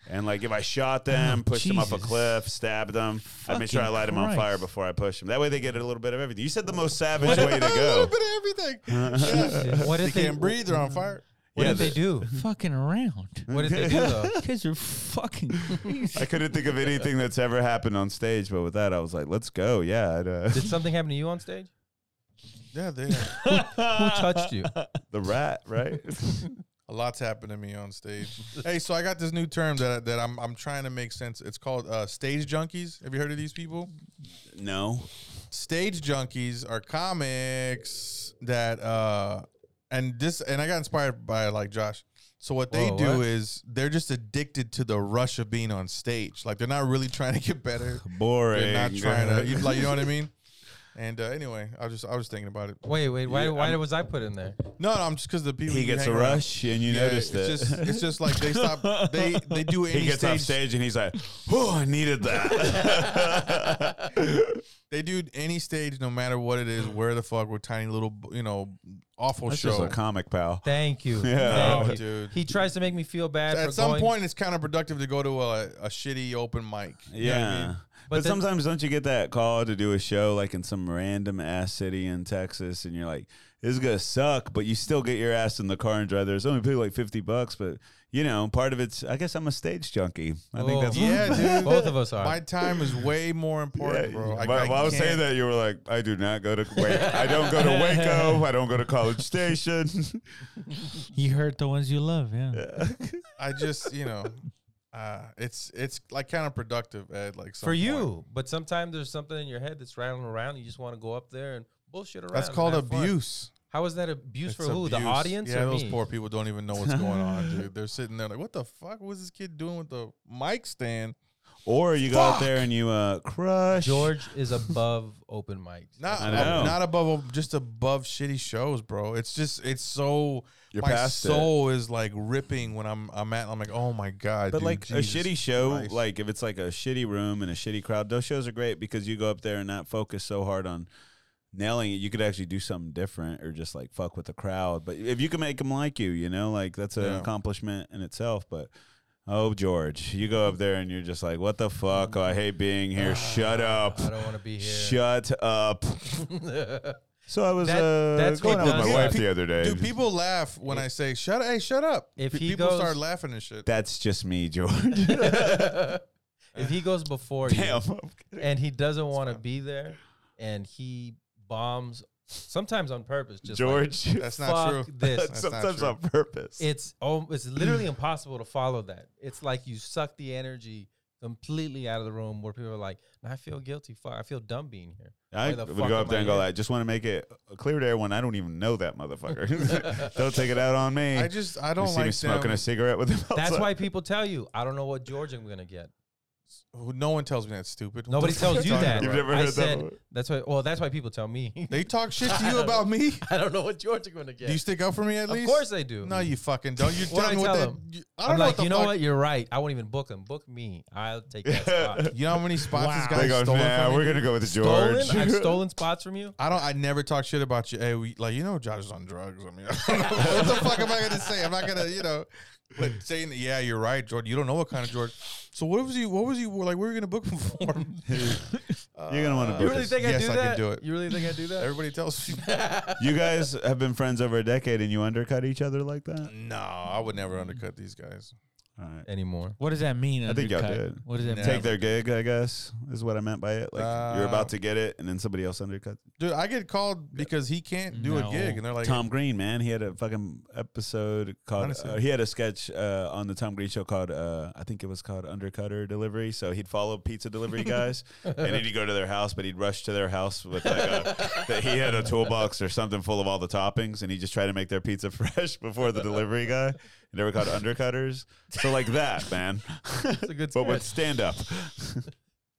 [SPEAKER 1] And like if I shot them,
[SPEAKER 2] Ah,
[SPEAKER 3] Oh,
[SPEAKER 1] pushed them up a
[SPEAKER 3] Jesus.
[SPEAKER 1] cliff, stabbed them, I make sure I
[SPEAKER 3] Fucking
[SPEAKER 1] light them on
[SPEAKER 3] Christ.
[SPEAKER 1] fire before I push them. That way they get a little bit of everything. You said the most savage
[SPEAKER 2] What if-
[SPEAKER 1] way to
[SPEAKER 2] A little
[SPEAKER 1] go.
[SPEAKER 2] bit of everything. Yeah.
[SPEAKER 4] what
[SPEAKER 2] They Mm.
[SPEAKER 4] if they,
[SPEAKER 2] can't breathe. They're on fire.
[SPEAKER 4] What
[SPEAKER 1] Yeah,
[SPEAKER 4] did they
[SPEAKER 1] the-
[SPEAKER 4] do?
[SPEAKER 3] fucking around.
[SPEAKER 4] What did they do though?
[SPEAKER 3] You guys are fucking.
[SPEAKER 1] I couldn't think of anything that's ever happened on stage, but with that, I was like, "Let's go!" Yeah, I'd, uh,
[SPEAKER 4] Did something happen to you on stage?
[SPEAKER 2] Yeah, they.
[SPEAKER 4] Who touched you?
[SPEAKER 1] the rat, right?
[SPEAKER 2] A lot's happened to me on stage. hey, so I got this new term that that I'm I'm trying to make sense. It's called uh, stage junkies. Have you heard of these people?
[SPEAKER 1] no.
[SPEAKER 2] stage junkies are comics that uh and this and I got inspired by like Josh. So what they
[SPEAKER 4] Whoa,
[SPEAKER 2] do
[SPEAKER 4] what?
[SPEAKER 2] is they're just addicted to the rush of being on stage. Like they're not really trying to get better.
[SPEAKER 1] Boring.
[SPEAKER 2] They're not trying to you, like you know what I mean? And uh, anyway, I was just I was thinking about it.
[SPEAKER 4] Wait, wait, why,
[SPEAKER 1] Yeah,
[SPEAKER 4] why
[SPEAKER 1] I'm-
[SPEAKER 4] was I put in there?
[SPEAKER 2] No, no, I'm just because the people
[SPEAKER 1] he
[SPEAKER 2] you
[SPEAKER 1] gets a
[SPEAKER 2] hang around-
[SPEAKER 1] rush, and you
[SPEAKER 2] Yeah,
[SPEAKER 1] notice that.
[SPEAKER 2] it's just it's just like they stop they they do any
[SPEAKER 1] he gets
[SPEAKER 2] stage,
[SPEAKER 1] off stage and he's like, "Oh, I needed that."
[SPEAKER 2] they do any stage no matter what it is where the fuck with tiny little you know awful
[SPEAKER 1] That's
[SPEAKER 2] show
[SPEAKER 1] just a comic, pal.
[SPEAKER 4] Thank you.
[SPEAKER 1] Yeah.
[SPEAKER 4] Thank
[SPEAKER 2] No,
[SPEAKER 4] you.
[SPEAKER 2] dude.
[SPEAKER 4] He tries to make me feel bad.
[SPEAKER 2] at
[SPEAKER 4] for
[SPEAKER 2] some
[SPEAKER 4] going-
[SPEAKER 2] point, it's counterproductive to go to a, a shitty open mic. You know what I
[SPEAKER 1] Yeah.
[SPEAKER 2] mean?
[SPEAKER 1] But,
[SPEAKER 4] But then-
[SPEAKER 1] sometimes don't you get that call to do a show like in some random ass city in Texas and you're like, this is gonna suck, but you still get your ass in the car and drive there. It's only paid like fifty bucks, but you know, part of it's I guess I'm a stage junkie. I think
[SPEAKER 4] Oh.
[SPEAKER 1] that's
[SPEAKER 2] Yeah, dude.
[SPEAKER 4] Both of us are.
[SPEAKER 2] My time is way more important, bro. I,
[SPEAKER 1] Why-
[SPEAKER 2] I
[SPEAKER 1] why I was
[SPEAKER 2] can't-
[SPEAKER 1] saying that you were like, I do not go to Wake. I don't go to Waco. I don't go to College Station.
[SPEAKER 3] You hurt the ones you love, yeah.
[SPEAKER 2] I just, you know, uh, it's it's like counterproductive, Ed. Like some
[SPEAKER 4] for you.
[SPEAKER 2] point.
[SPEAKER 4] But sometimes there's something in your head that's rattling around. And you just want to go up there and bullshit around.
[SPEAKER 2] that's
[SPEAKER 4] and
[SPEAKER 2] called
[SPEAKER 4] have fun.
[SPEAKER 2] abuse.
[SPEAKER 4] How is that abuse
[SPEAKER 2] It's
[SPEAKER 4] for who? The
[SPEAKER 2] abuse.
[SPEAKER 4] audience
[SPEAKER 2] Yeah,
[SPEAKER 4] or
[SPEAKER 2] those
[SPEAKER 4] me?
[SPEAKER 2] poor people don't even know what's going on, dude. They're sitting there like, what the fuck was this kid doing with the mic stand?
[SPEAKER 1] or you go out there and you uh, crush.
[SPEAKER 4] George is above open mics.
[SPEAKER 2] Not
[SPEAKER 1] I know.
[SPEAKER 2] not above, just above shitty shows, bro. It's just it's so
[SPEAKER 1] You're
[SPEAKER 2] my
[SPEAKER 1] past it.
[SPEAKER 2] soul is like ripping when I'm I'm at I'm like oh my god.
[SPEAKER 1] But
[SPEAKER 2] dude,
[SPEAKER 1] like
[SPEAKER 2] Jesus
[SPEAKER 1] a shitty show,
[SPEAKER 2] Christ.
[SPEAKER 1] like if it's like a shitty room and a shitty crowd, those shows are great because you go up there and not focus so hard on nailing it. You could actually do something different or just like fuck with the crowd. But if you can make them like you, you know, like that's an
[SPEAKER 2] Yeah.
[SPEAKER 1] accomplishment in itself. But oh, George, you go up there and you're just like, what the fuck? Oh, I hate being here. Shut up.
[SPEAKER 4] I don't want to be here.
[SPEAKER 1] Shut up. So I was
[SPEAKER 4] That-
[SPEAKER 1] uh,
[SPEAKER 4] that's
[SPEAKER 1] going
[SPEAKER 4] what
[SPEAKER 1] out with
[SPEAKER 4] does
[SPEAKER 1] my
[SPEAKER 4] it.
[SPEAKER 1] wife the other day.
[SPEAKER 2] Dude, people laugh when I say shut. Hey, shut up.
[SPEAKER 4] If
[SPEAKER 2] Pe-
[SPEAKER 4] he
[SPEAKER 2] people
[SPEAKER 4] goes-
[SPEAKER 2] start laughing and shit.
[SPEAKER 1] that's just me, George.
[SPEAKER 4] if he goes before
[SPEAKER 1] Damn.
[SPEAKER 4] you and he doesn't want to be there and he bombs sometimes on purpose just like,
[SPEAKER 1] George.
[SPEAKER 2] That's not
[SPEAKER 4] fuck
[SPEAKER 2] true.
[SPEAKER 4] this.
[SPEAKER 2] That's not
[SPEAKER 1] Sometimes
[SPEAKER 2] true.
[SPEAKER 1] on purpose.
[SPEAKER 4] it's oh, it's literally impossible to follow that. It's like you suck the energy completely out of the room where people are like, I feel guilty. Fuck, I feel dumb being here.
[SPEAKER 1] I
[SPEAKER 4] Why the
[SPEAKER 1] would
[SPEAKER 4] fuck
[SPEAKER 1] go up
[SPEAKER 4] am
[SPEAKER 1] there
[SPEAKER 4] I
[SPEAKER 1] and go,
[SPEAKER 4] here?
[SPEAKER 1] I just want to make it clear to everyone I don't even know that motherfucker. don't take it out on me.
[SPEAKER 2] I just I don't
[SPEAKER 1] you see me
[SPEAKER 2] like
[SPEAKER 1] smoking
[SPEAKER 2] them.
[SPEAKER 1] a cigarette with him.
[SPEAKER 4] That's
[SPEAKER 1] outside.
[SPEAKER 4] why people tell you, I don't know what George I'm gonna get.
[SPEAKER 2] Who- No one tells me that's stupid. What
[SPEAKER 4] Nobody
[SPEAKER 2] the fuck
[SPEAKER 4] tells you
[SPEAKER 2] talking
[SPEAKER 4] that.
[SPEAKER 1] You've
[SPEAKER 2] about?
[SPEAKER 1] never
[SPEAKER 4] I
[SPEAKER 1] heard that
[SPEAKER 4] said
[SPEAKER 1] before.
[SPEAKER 4] that's why. Well, that's why people tell me.
[SPEAKER 2] They talk shit to you about me.
[SPEAKER 4] I don't know what George I'm gonna get.
[SPEAKER 2] Do you stick up for me at
[SPEAKER 4] of
[SPEAKER 2] least?
[SPEAKER 4] course I do.
[SPEAKER 2] No, you fucking don't. You
[SPEAKER 4] What'd
[SPEAKER 2] tell
[SPEAKER 4] I
[SPEAKER 2] me what
[SPEAKER 4] tell
[SPEAKER 2] that.
[SPEAKER 4] them?
[SPEAKER 2] you- I
[SPEAKER 4] I
[SPEAKER 2] don't
[SPEAKER 4] am
[SPEAKER 2] know
[SPEAKER 4] like,
[SPEAKER 2] what the
[SPEAKER 4] you know
[SPEAKER 2] fuck-
[SPEAKER 4] what? You're right. I won't even book him. Book me. I'll take that spot.
[SPEAKER 2] You know how many spots this
[SPEAKER 3] Wow.
[SPEAKER 2] guy
[SPEAKER 1] They go,
[SPEAKER 2] stolen
[SPEAKER 1] nah,
[SPEAKER 2] from
[SPEAKER 1] we're
[SPEAKER 2] me?
[SPEAKER 1] going to go with George.
[SPEAKER 4] Stolen? I've stolen spots from you.
[SPEAKER 2] I don't. I never talk shit about you. Hey, we, like you know, Josh is on drugs. I mean, I don't know. what the fuck am I gonna say? I'm not gonna, you know. But saying that, yeah, you're right, George. You don't know what kind of George. So what was you? What was you like? We were you gonna book him for? Uh,
[SPEAKER 1] You're going to want to
[SPEAKER 4] You
[SPEAKER 1] book
[SPEAKER 4] really
[SPEAKER 1] us.
[SPEAKER 4] think I
[SPEAKER 2] Yes,
[SPEAKER 4] do
[SPEAKER 2] I can
[SPEAKER 4] that?
[SPEAKER 2] do it.
[SPEAKER 4] You really think I do that?
[SPEAKER 2] Everybody tells me.
[SPEAKER 1] You guys have been friends over a decade and you undercut each other like that?
[SPEAKER 2] no, I would never undercut these guys.
[SPEAKER 1] All right.
[SPEAKER 4] Anymore.
[SPEAKER 3] What does that mean?
[SPEAKER 1] I think y'all
[SPEAKER 3] undercut?
[SPEAKER 1] did.
[SPEAKER 3] What does that
[SPEAKER 2] Yeah.
[SPEAKER 3] mean?
[SPEAKER 1] Take their gig, I guess, is what I meant by it. Like, you're
[SPEAKER 2] Uh,
[SPEAKER 1] about to get it, and then somebody else undercuts.
[SPEAKER 2] Dude, I get called because he can't do a
[SPEAKER 3] No.
[SPEAKER 2] gig, and they're like,
[SPEAKER 1] Tom Green, man, he had a fucking episode called.
[SPEAKER 2] Honestly.
[SPEAKER 1] Uh, he had a sketch uh, on the Tom Green show called, uh, I think it was called Undercutter Delivery. So he'd follow pizza delivery guys, and then he'd go to their house, but he'd rush to their house with like a, that he had a toolbox or something full of all the toppings, and he just tried to make their pizza fresh before the delivery guy. And they were called undercutters. So like that, man.
[SPEAKER 4] It's a good
[SPEAKER 1] but with
[SPEAKER 4] sketch.
[SPEAKER 1] stand up,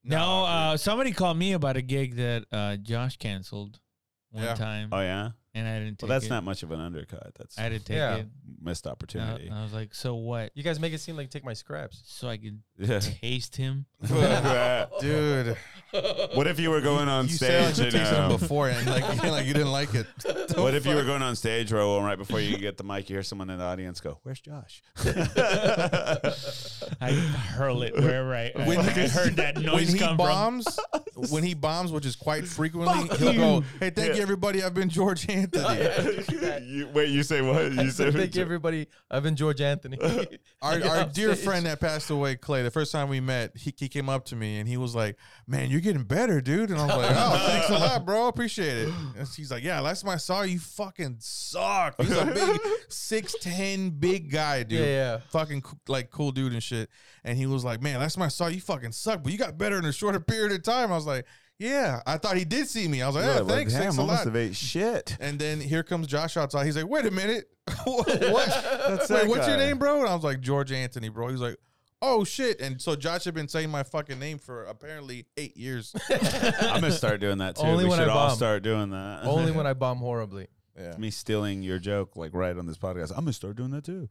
[SPEAKER 3] No, uh, somebody called me about a gig that uh, Josh canceled one
[SPEAKER 2] Yeah.
[SPEAKER 3] time,
[SPEAKER 1] oh yeah.
[SPEAKER 3] and I didn't. Take
[SPEAKER 1] Well, that's
[SPEAKER 3] it.
[SPEAKER 1] not much of an undercut. That's
[SPEAKER 3] I didn't take
[SPEAKER 4] Yeah.
[SPEAKER 3] it.
[SPEAKER 1] missed
[SPEAKER 3] Uh,
[SPEAKER 1] opportunity.
[SPEAKER 3] I was like, so what?
[SPEAKER 4] You guys make it seem like you take my scraps.
[SPEAKER 3] So I could
[SPEAKER 1] Yeah.
[SPEAKER 3] taste him.
[SPEAKER 2] dude,
[SPEAKER 1] What if you were going on
[SPEAKER 2] you said
[SPEAKER 1] stage
[SPEAKER 2] like you
[SPEAKER 1] and,
[SPEAKER 2] took
[SPEAKER 1] um,
[SPEAKER 2] something before, and like, like you didn't like it.
[SPEAKER 1] what if you were going on stage, Raul, and right before you get the mic, you hear someone in the audience go, "Where's Josh?"
[SPEAKER 3] I hurl it wherever I, I,
[SPEAKER 2] When
[SPEAKER 3] I
[SPEAKER 2] he-
[SPEAKER 3] heard that
[SPEAKER 2] when
[SPEAKER 3] noise
[SPEAKER 2] he
[SPEAKER 3] come from.
[SPEAKER 2] bombs, when he bombs, which is quite frequently, he'll go, "Hey, thank you everybody. I've been George Anthony."
[SPEAKER 1] You- wait, you say what? You say
[SPEAKER 4] Thank everybody. I've been George Anthony.
[SPEAKER 2] Our, our
[SPEAKER 4] Off
[SPEAKER 2] dear
[SPEAKER 4] stage.
[SPEAKER 2] friend that passed away, Clay. The first time we met, he, he came up to me and he was like, "Man, you're getting better, dude." And I was like, "Oh, thanks a lot, bro. Appreciate it." And he's like, "Yeah, last time I saw you, you fucking suck." He's a big six ten big guy, dude.
[SPEAKER 4] Yeah, yeah.
[SPEAKER 2] fucking co- like cool dude and shit. And he was like, "Man, last time I saw you, you fucking suck, but you got better in a shorter period of time." I was like, yeah, I thought he did see me. I was like,
[SPEAKER 1] You're
[SPEAKER 2] yeah,
[SPEAKER 1] like,
[SPEAKER 2] thanks,
[SPEAKER 1] damn,
[SPEAKER 2] thanks
[SPEAKER 1] I
[SPEAKER 2] a
[SPEAKER 1] must
[SPEAKER 2] lot.
[SPEAKER 1] have ate shit.
[SPEAKER 2] And then here comes Josh outside. He's like, wait a minute. what? Wait,
[SPEAKER 1] that
[SPEAKER 2] what's
[SPEAKER 1] guy.
[SPEAKER 2] your name, bro? And I was like, George Anthony, bro. He's like, oh shit. And so Josh had been saying my fucking name for apparently eight years.
[SPEAKER 1] I'm gonna start doing that too.
[SPEAKER 4] Only
[SPEAKER 1] we
[SPEAKER 4] when
[SPEAKER 1] should
[SPEAKER 4] I
[SPEAKER 1] all
[SPEAKER 4] bomb.
[SPEAKER 1] start doing that.
[SPEAKER 4] Only when I bomb horribly.
[SPEAKER 2] yeah.
[SPEAKER 1] me stealing your joke like right on this podcast. I'm gonna start doing that too.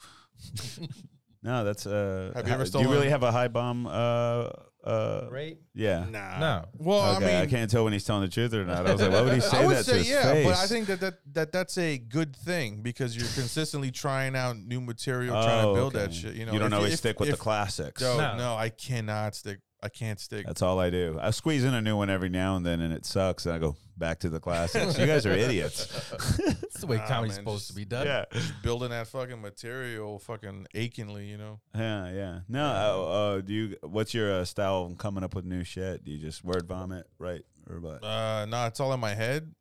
[SPEAKER 1] no, that's uh.
[SPEAKER 2] Have you ever
[SPEAKER 1] ho- Do
[SPEAKER 2] stolen-
[SPEAKER 1] you really have a high bomb? Uh, uh.
[SPEAKER 4] Right?
[SPEAKER 1] Yeah.
[SPEAKER 2] Nah.
[SPEAKER 4] No.
[SPEAKER 2] Well,
[SPEAKER 1] okay, I,
[SPEAKER 2] I mean,
[SPEAKER 1] can't tell when he's telling the truth or not. I was like, why would he say
[SPEAKER 2] I would
[SPEAKER 1] that to
[SPEAKER 2] say
[SPEAKER 1] his
[SPEAKER 2] yeah,
[SPEAKER 1] face?
[SPEAKER 2] but I think that, that that that's a good thing because you're consistently trying out new material, trying to
[SPEAKER 1] Oh,
[SPEAKER 2] build that
[SPEAKER 1] okay.
[SPEAKER 2] shit. You know,
[SPEAKER 1] you don't
[SPEAKER 2] If
[SPEAKER 1] always
[SPEAKER 2] if-
[SPEAKER 1] stick with
[SPEAKER 2] if-
[SPEAKER 1] the classics.
[SPEAKER 2] No,
[SPEAKER 4] No.
[SPEAKER 2] no, I cannot stick. I can't stick.
[SPEAKER 1] That's all I do. I squeeze in a new one every now and then, and it sucks. And I go back to the classics. you guys are idiots.
[SPEAKER 4] That's the way
[SPEAKER 2] Nah,
[SPEAKER 4] comedy's
[SPEAKER 2] man,
[SPEAKER 4] supposed
[SPEAKER 2] just-
[SPEAKER 4] to be done.
[SPEAKER 2] building that fucking material, fucking achingly. You know.
[SPEAKER 1] yeah, yeah. No, uh, uh, do you? What's your uh, style of coming up with new shit? Do you just word vomit, right, or what?
[SPEAKER 2] Uh, no, it's all in my head.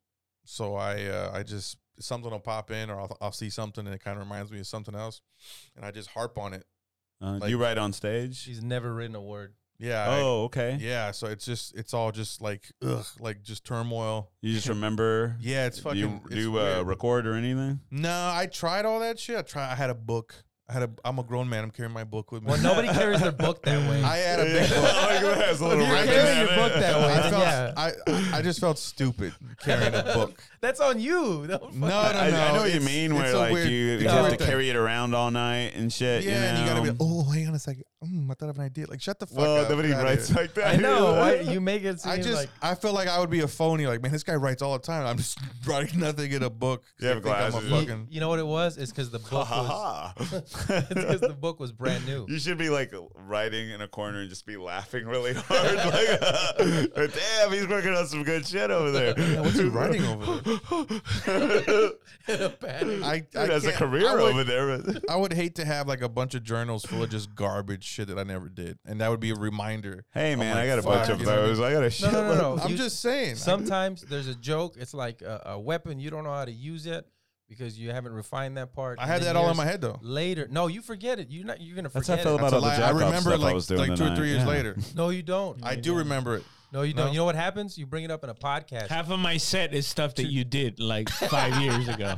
[SPEAKER 2] So I, uh, I just something will pop in, or I'll, I'll see something, and it kind of reminds me of something else, and I just harp on it.
[SPEAKER 1] Uh, do
[SPEAKER 2] like-
[SPEAKER 1] you write on stage?
[SPEAKER 4] She's never written a word.
[SPEAKER 2] Yeah. I-
[SPEAKER 1] Oh, okay.
[SPEAKER 2] yeah. So it's just, it's all just like, ugh, like just turmoil.
[SPEAKER 1] You just remember?
[SPEAKER 2] Yeah, it's
[SPEAKER 1] Do
[SPEAKER 2] fucking.
[SPEAKER 1] you,
[SPEAKER 2] it's
[SPEAKER 1] do you uh,
[SPEAKER 2] weird.
[SPEAKER 1] record or anything?
[SPEAKER 2] no, I tried all that shit. I try. I had a book. I had a. I'm a grown man. I'm carrying my book with me.
[SPEAKER 4] Well, nobody carries their book that way.
[SPEAKER 2] I oh, had a big book.
[SPEAKER 1] that's a little
[SPEAKER 4] If you're
[SPEAKER 1] ribbon
[SPEAKER 4] carrying
[SPEAKER 1] in
[SPEAKER 4] your
[SPEAKER 1] it.
[SPEAKER 4] book that way,
[SPEAKER 2] I,
[SPEAKER 4] then
[SPEAKER 2] felt,
[SPEAKER 4] yeah.
[SPEAKER 2] I, I just felt stupid carrying a book.
[SPEAKER 4] That's on you. Don't fucking-
[SPEAKER 2] No, no, no.
[SPEAKER 1] I, I know what you
[SPEAKER 2] it's-
[SPEAKER 1] mean.
[SPEAKER 2] it's
[SPEAKER 1] Where
[SPEAKER 2] a
[SPEAKER 1] like
[SPEAKER 2] weird-
[SPEAKER 1] you,
[SPEAKER 2] it's
[SPEAKER 1] you
[SPEAKER 2] a
[SPEAKER 1] have
[SPEAKER 2] weird
[SPEAKER 1] to
[SPEAKER 2] thing.
[SPEAKER 1] carry it around all night and shit.
[SPEAKER 2] Yeah, and you
[SPEAKER 1] know?
[SPEAKER 2] gotta be. Oh, hang on a second. Mm, I thought of an idea. Like, shut the fuck
[SPEAKER 1] well,
[SPEAKER 2] up.
[SPEAKER 1] nobody
[SPEAKER 2] Get outta
[SPEAKER 1] writes
[SPEAKER 2] here.
[SPEAKER 1] like that.
[SPEAKER 4] I know. Right? You make it seem
[SPEAKER 2] I just,
[SPEAKER 4] like
[SPEAKER 2] I feel like I would be a phony. Like, man, this guy writes all the time. I'm just writing nothing in a book. 'cause
[SPEAKER 1] You have
[SPEAKER 2] they think
[SPEAKER 1] glasses.
[SPEAKER 2] I'm a
[SPEAKER 4] you,
[SPEAKER 2] fucking.
[SPEAKER 4] you know what it was? It's because the book was
[SPEAKER 1] Ha
[SPEAKER 4] because
[SPEAKER 1] ha.
[SPEAKER 4] the book was brand new.
[SPEAKER 1] You should be like writing in a corner and just be laughing really hard. like, or, damn, he's working on some good shit over there.
[SPEAKER 2] what's he writing over
[SPEAKER 1] there?
[SPEAKER 4] In a panic.
[SPEAKER 2] I, I
[SPEAKER 1] Dude has a
[SPEAKER 2] can't-
[SPEAKER 1] career
[SPEAKER 2] I would,
[SPEAKER 1] over there.
[SPEAKER 2] I would hate to have like a bunch of journals full of just garbage shit that I never did, and that would be a reminder.
[SPEAKER 1] Hey
[SPEAKER 2] I'm
[SPEAKER 1] man,
[SPEAKER 2] like,
[SPEAKER 1] I got a bunch
[SPEAKER 2] fuck,
[SPEAKER 1] of
[SPEAKER 2] you know what I mean?
[SPEAKER 1] those. I got a
[SPEAKER 4] No,
[SPEAKER 1] shit.
[SPEAKER 4] no, no, no.
[SPEAKER 2] I'm
[SPEAKER 4] You-
[SPEAKER 2] just saying.
[SPEAKER 4] Sometimes there's a joke. It's like a, a weapon. You don't know how to use it because you haven't refined that part.
[SPEAKER 2] I
[SPEAKER 4] and
[SPEAKER 2] had
[SPEAKER 4] then
[SPEAKER 2] that all in
[SPEAKER 4] years
[SPEAKER 2] my head though.
[SPEAKER 4] Later, no, you forget it. You're not. You're gonna
[SPEAKER 1] That's how I
[SPEAKER 4] forget
[SPEAKER 1] felt
[SPEAKER 4] it.
[SPEAKER 1] about
[SPEAKER 2] That's a
[SPEAKER 1] all the
[SPEAKER 2] lie.
[SPEAKER 1] jack
[SPEAKER 2] I remember
[SPEAKER 1] stuff
[SPEAKER 2] like
[SPEAKER 1] I was doing
[SPEAKER 2] like two or
[SPEAKER 1] tonight.
[SPEAKER 2] three years
[SPEAKER 1] Yeah.
[SPEAKER 2] later.
[SPEAKER 4] No, you don't.
[SPEAKER 2] I do remember it.
[SPEAKER 4] No, you don't.
[SPEAKER 2] No?
[SPEAKER 4] You know what happens? You bring it up in a podcast.
[SPEAKER 3] Half of my set is stuff that you did like five years ago.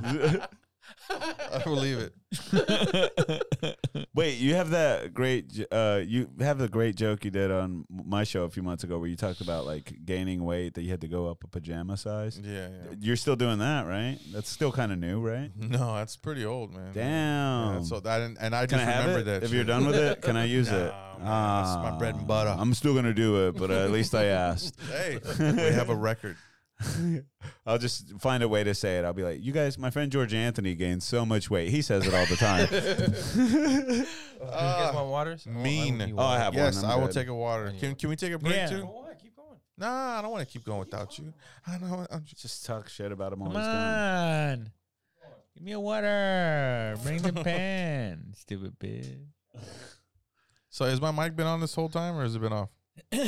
[SPEAKER 2] I believe it.
[SPEAKER 1] Wait, you have that great. j- Uh, you have the great joke you did on my show a few months ago where you talked about like gaining weight that you had to go up a pajama size.
[SPEAKER 2] Yeah. yeah.
[SPEAKER 1] You're still doing that, right? That's still kind of new, right?
[SPEAKER 2] No, that's pretty old, man.
[SPEAKER 1] Damn.
[SPEAKER 2] Yeah, so that and I
[SPEAKER 1] Can
[SPEAKER 2] just
[SPEAKER 1] I have
[SPEAKER 2] remember
[SPEAKER 1] it?
[SPEAKER 2] that.
[SPEAKER 1] if you're
[SPEAKER 2] shit.
[SPEAKER 1] done with it, can I use it? Ah,
[SPEAKER 2] Nah, man, it's my bread and butter.
[SPEAKER 1] I'm still gonna do it, but uh, at least I asked.
[SPEAKER 2] hey, we have a record.
[SPEAKER 3] Oh,
[SPEAKER 1] I'll just find a way to say it. I'll be like, you guys, my friend George Anthony gained so much weight. He says it all the time.
[SPEAKER 4] you
[SPEAKER 2] Uh,
[SPEAKER 4] guys want waters? I want- I
[SPEAKER 2] mean. Uh,
[SPEAKER 4] need
[SPEAKER 1] oh, I
[SPEAKER 4] water.
[SPEAKER 1] have
[SPEAKER 2] yes,
[SPEAKER 1] one. I'm
[SPEAKER 2] I will
[SPEAKER 1] good.
[SPEAKER 2] take a water. Can Can we take a break
[SPEAKER 3] Yeah.
[SPEAKER 2] too?
[SPEAKER 4] Oh, I keep going.
[SPEAKER 2] Nah, I don't want to keep going without you. I know. I'm just,
[SPEAKER 1] Just talk shit about him all
[SPEAKER 3] Come
[SPEAKER 1] he's gone.
[SPEAKER 3] on. Give me a water. Bring the pen. Stupid bitch.
[SPEAKER 2] so has my mic been on this whole time or has it been off?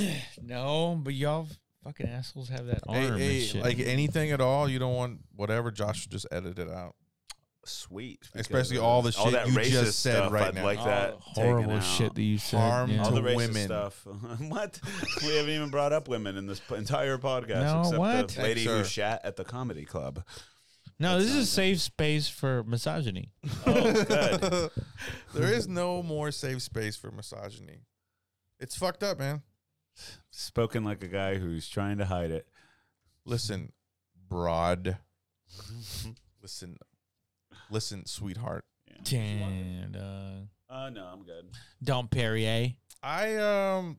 [SPEAKER 3] No, but y'all fucking assholes have that arm
[SPEAKER 2] Hey,
[SPEAKER 3] and
[SPEAKER 2] hey,
[SPEAKER 3] shit.
[SPEAKER 2] like anything at all? You don't want whatever. Josh just edit it out.
[SPEAKER 1] Sweet,
[SPEAKER 2] Especially
[SPEAKER 1] because, uh,
[SPEAKER 2] all the shit
[SPEAKER 1] that
[SPEAKER 2] you
[SPEAKER 1] racist
[SPEAKER 2] just said
[SPEAKER 1] stuff,
[SPEAKER 2] right
[SPEAKER 1] I'd
[SPEAKER 2] now. Oh,
[SPEAKER 1] Like
[SPEAKER 3] All
[SPEAKER 1] that
[SPEAKER 3] the
[SPEAKER 1] taken
[SPEAKER 3] horrible
[SPEAKER 1] out.
[SPEAKER 3] shit that you said.
[SPEAKER 2] Harm
[SPEAKER 3] yeah.
[SPEAKER 1] all the
[SPEAKER 2] to
[SPEAKER 1] racist
[SPEAKER 2] women.
[SPEAKER 1] stuff. what? we haven't even brought up women in this p- entire podcast.
[SPEAKER 3] No,
[SPEAKER 1] except
[SPEAKER 3] what?
[SPEAKER 1] The lady who
[SPEAKER 2] Thanks, sir.
[SPEAKER 1] shat at the comedy club.
[SPEAKER 3] no, this is a safe space for misogyny.
[SPEAKER 1] Oh, good.
[SPEAKER 2] there is no more safe space for misogyny. It's fucked up, man.
[SPEAKER 1] Spoken like a guy who's trying to hide it.
[SPEAKER 2] Listen, broad. listen, listen, sweetheart.
[SPEAKER 3] Damn. dog.
[SPEAKER 1] Uh, no, I'm good.
[SPEAKER 3] Dom Perrier.
[SPEAKER 2] I um,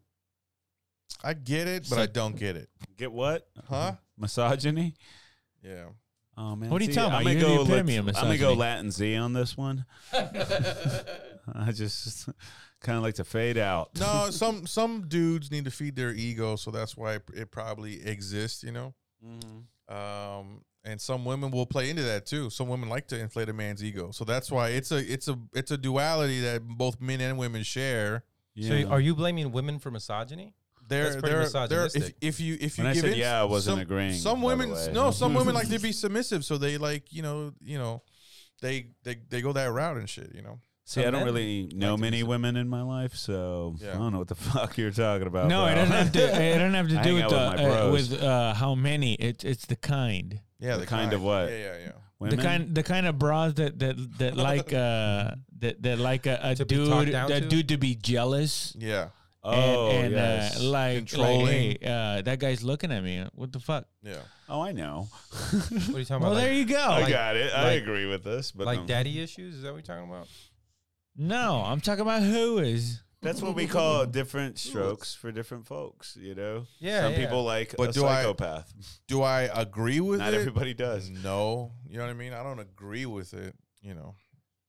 [SPEAKER 2] I get it, but I don't get it.
[SPEAKER 1] Get what?
[SPEAKER 2] Huh?
[SPEAKER 1] Misogyny?
[SPEAKER 2] Yeah.
[SPEAKER 1] Oh man,
[SPEAKER 3] What are you
[SPEAKER 1] See,
[SPEAKER 3] talking
[SPEAKER 1] I'm
[SPEAKER 3] about?
[SPEAKER 1] gonna
[SPEAKER 3] You're the
[SPEAKER 1] go
[SPEAKER 3] epitome
[SPEAKER 1] Lat-
[SPEAKER 3] of
[SPEAKER 1] I'm gonna go
[SPEAKER 3] misogyny.
[SPEAKER 1] Latin Z on this one. I just kind of like to fade out.
[SPEAKER 2] No, some some dudes need to feed their ego, so that's why it, it probably exists. You know.
[SPEAKER 1] Mm-hmm.
[SPEAKER 2] Um. And some women will play into that too. Some women like to inflate a man's ego, so that's why it's a it's a it's a duality that both men and women share.
[SPEAKER 4] So, you- are you blaming women for misogyny?
[SPEAKER 2] They're
[SPEAKER 4] That's pretty
[SPEAKER 2] they're, they're if,
[SPEAKER 4] misogynistic.
[SPEAKER 2] if you if you
[SPEAKER 1] When I
[SPEAKER 2] give
[SPEAKER 1] said
[SPEAKER 2] in,
[SPEAKER 1] yeah, I wasn't
[SPEAKER 2] some,
[SPEAKER 1] agreeing, by
[SPEAKER 2] Some
[SPEAKER 1] the
[SPEAKER 2] women,
[SPEAKER 1] way.
[SPEAKER 2] no, some women like to be submissive, so they like you know you know they they they go that route and shit. You know,
[SPEAKER 1] See,
[SPEAKER 4] Some
[SPEAKER 1] I don't
[SPEAKER 4] men
[SPEAKER 1] really know
[SPEAKER 4] be
[SPEAKER 1] many
[SPEAKER 4] so-
[SPEAKER 1] women in my life, so
[SPEAKER 2] Yeah.
[SPEAKER 1] I don't know what the fuck you're talking about.
[SPEAKER 3] No, it
[SPEAKER 1] Oh, bro.
[SPEAKER 3] doesn't have to. It doesn't have to
[SPEAKER 1] I
[SPEAKER 3] do
[SPEAKER 1] hang out
[SPEAKER 3] with the,
[SPEAKER 1] with my
[SPEAKER 3] uh,
[SPEAKER 1] bros.
[SPEAKER 3] with uh, how many. It's it's the kind,
[SPEAKER 2] Yeah,
[SPEAKER 1] The kind of what?
[SPEAKER 2] Yeah, yeah, yeah.
[SPEAKER 1] Women?
[SPEAKER 3] the kind, the kind of bras that that that like uh that that like a, a
[SPEAKER 4] To be talked
[SPEAKER 3] dude
[SPEAKER 4] down
[SPEAKER 3] that
[SPEAKER 4] to?
[SPEAKER 3] dude to be jealous.
[SPEAKER 2] Yeah,
[SPEAKER 1] Oh,
[SPEAKER 3] and, and
[SPEAKER 1] yes.
[SPEAKER 3] uh, like, like hey,
[SPEAKER 2] Controlling.
[SPEAKER 3] uh, that guy's looking at me. What the fuck?
[SPEAKER 2] yeah.
[SPEAKER 1] oh, I know.
[SPEAKER 4] What are you talking
[SPEAKER 3] Well,
[SPEAKER 4] about?
[SPEAKER 3] there
[SPEAKER 4] like,
[SPEAKER 3] you go.
[SPEAKER 1] I
[SPEAKER 4] Like-
[SPEAKER 1] got it. I
[SPEAKER 4] like-
[SPEAKER 1] agree with this, but
[SPEAKER 4] like
[SPEAKER 1] um,
[SPEAKER 4] daddy issues? Is that what you're talking about?
[SPEAKER 3] no, I'm talking about who is.
[SPEAKER 1] that's what we call different strokes for different folks. You know,
[SPEAKER 4] Yeah,
[SPEAKER 1] some
[SPEAKER 4] yeah.
[SPEAKER 1] people like
[SPEAKER 2] But
[SPEAKER 1] a
[SPEAKER 2] do I-
[SPEAKER 1] psychopath.
[SPEAKER 2] Do I agree with
[SPEAKER 1] Not
[SPEAKER 2] it?
[SPEAKER 1] everybody does.
[SPEAKER 2] No, you know what I mean. I don't agree with it. You know,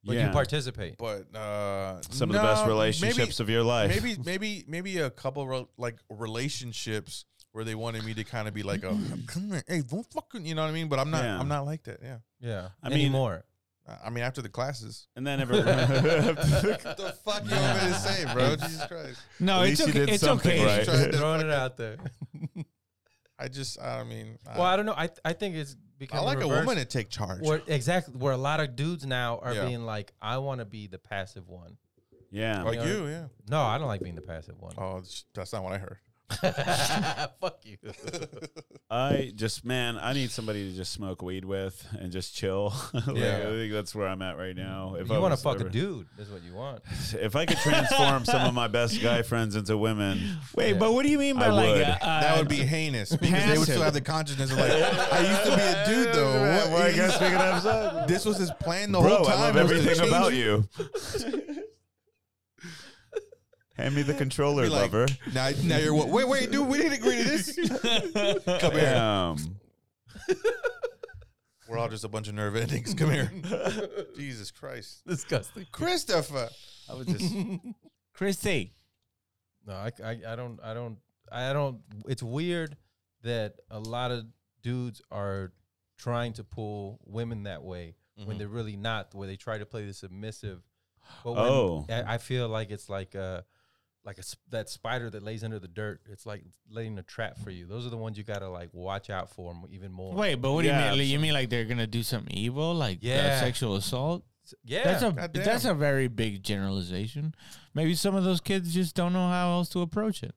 [SPEAKER 4] But
[SPEAKER 1] Yeah.
[SPEAKER 4] you participate.
[SPEAKER 2] but uh,
[SPEAKER 1] some of the best
[SPEAKER 2] no,
[SPEAKER 1] relationships of your life.
[SPEAKER 2] Maybe, maybe, maybe, maybe a couple rel- like relationships where they wanted me to kind of be like, a, come here, hey, don't fucking, you know what I mean. But I'm not,
[SPEAKER 1] Yeah.
[SPEAKER 2] I'm not like that. Yeah,
[SPEAKER 4] Yeah.
[SPEAKER 1] I mean-
[SPEAKER 4] Anymore.
[SPEAKER 2] I- I mean, after the classes,
[SPEAKER 1] and then every
[SPEAKER 2] what the fuck you want me to say, bro? Jesus Christ!
[SPEAKER 3] No,
[SPEAKER 1] At least
[SPEAKER 3] it's
[SPEAKER 1] you
[SPEAKER 3] okay.
[SPEAKER 1] did
[SPEAKER 3] It's
[SPEAKER 1] something
[SPEAKER 3] okay.
[SPEAKER 1] right.
[SPEAKER 2] Tried to-
[SPEAKER 4] Throwing it out there.
[SPEAKER 2] I just, I mean, I,
[SPEAKER 4] well, I don't know. I, I think it's because
[SPEAKER 2] I like a woman to take charge.
[SPEAKER 4] Where, exactly. Where a lot of dudes now are
[SPEAKER 2] Yeah.
[SPEAKER 4] being like, I want to be the passive one.
[SPEAKER 1] yeah,
[SPEAKER 2] like
[SPEAKER 4] you know-
[SPEAKER 2] you, yeah.
[SPEAKER 4] No, I don't like being the passive one.
[SPEAKER 2] Oh, sh- that's not what I heard.
[SPEAKER 4] Fuck you.
[SPEAKER 1] I just man, I need somebody to just smoke weed with and just chill. Like,
[SPEAKER 2] Yeah.
[SPEAKER 1] I think that's where I'm at right now. If I
[SPEAKER 4] you want to
[SPEAKER 1] was
[SPEAKER 4] fuck
[SPEAKER 1] ever-
[SPEAKER 4] a dude. That's what you want.
[SPEAKER 1] If I could transform some of my best guy friends into women,
[SPEAKER 3] Wait, but what do you mean by
[SPEAKER 1] I
[SPEAKER 3] like
[SPEAKER 1] would.
[SPEAKER 3] uh, uh,
[SPEAKER 2] That would be heinous because they would still
[SPEAKER 3] passive.
[SPEAKER 2] have the consciousness of like, I used to be a dude though. What
[SPEAKER 1] Well, I
[SPEAKER 2] is-
[SPEAKER 1] guess we could have sex.
[SPEAKER 2] This was his plan the
[SPEAKER 1] Bro,
[SPEAKER 2] whole time.
[SPEAKER 1] I love
[SPEAKER 2] was to
[SPEAKER 1] everything
[SPEAKER 2] change
[SPEAKER 1] about
[SPEAKER 2] it.
[SPEAKER 1] you. Hand me the controller,
[SPEAKER 2] Be like,
[SPEAKER 1] lover.
[SPEAKER 2] now, now you're what? Wait, wait, dude, we didn't agree to this. Come here.
[SPEAKER 1] Um,
[SPEAKER 2] We're all just a bunch of nerve endings. Come here. Jesus Christ,
[SPEAKER 4] Disgusting.
[SPEAKER 2] Christopher.
[SPEAKER 1] I would just
[SPEAKER 3] Christy.
[SPEAKER 4] No, I, I, I don't, I don't, I don't. It's weird that a lot of dudes are trying to pull women that way
[SPEAKER 1] Mm-hmm.
[SPEAKER 4] when they're really not. Where they try to play the submissive. But when-
[SPEAKER 1] Oh.
[SPEAKER 4] I, I feel like it's like a, like a s- that spider that lays under the dirt. It's like laying a trap for you. Those are the ones you gotta like watch out for m- even more.
[SPEAKER 3] Wait, but what
[SPEAKER 1] Yeah,
[SPEAKER 3] do you mean? Like, You mean like they're gonna do something evil, like uh,
[SPEAKER 4] Yeah.
[SPEAKER 3] sexual assault?
[SPEAKER 4] yeah,
[SPEAKER 3] That's a
[SPEAKER 2] goddamn.
[SPEAKER 3] that's a very big generalization. Maybe some of those kids just don't know how else to approach it.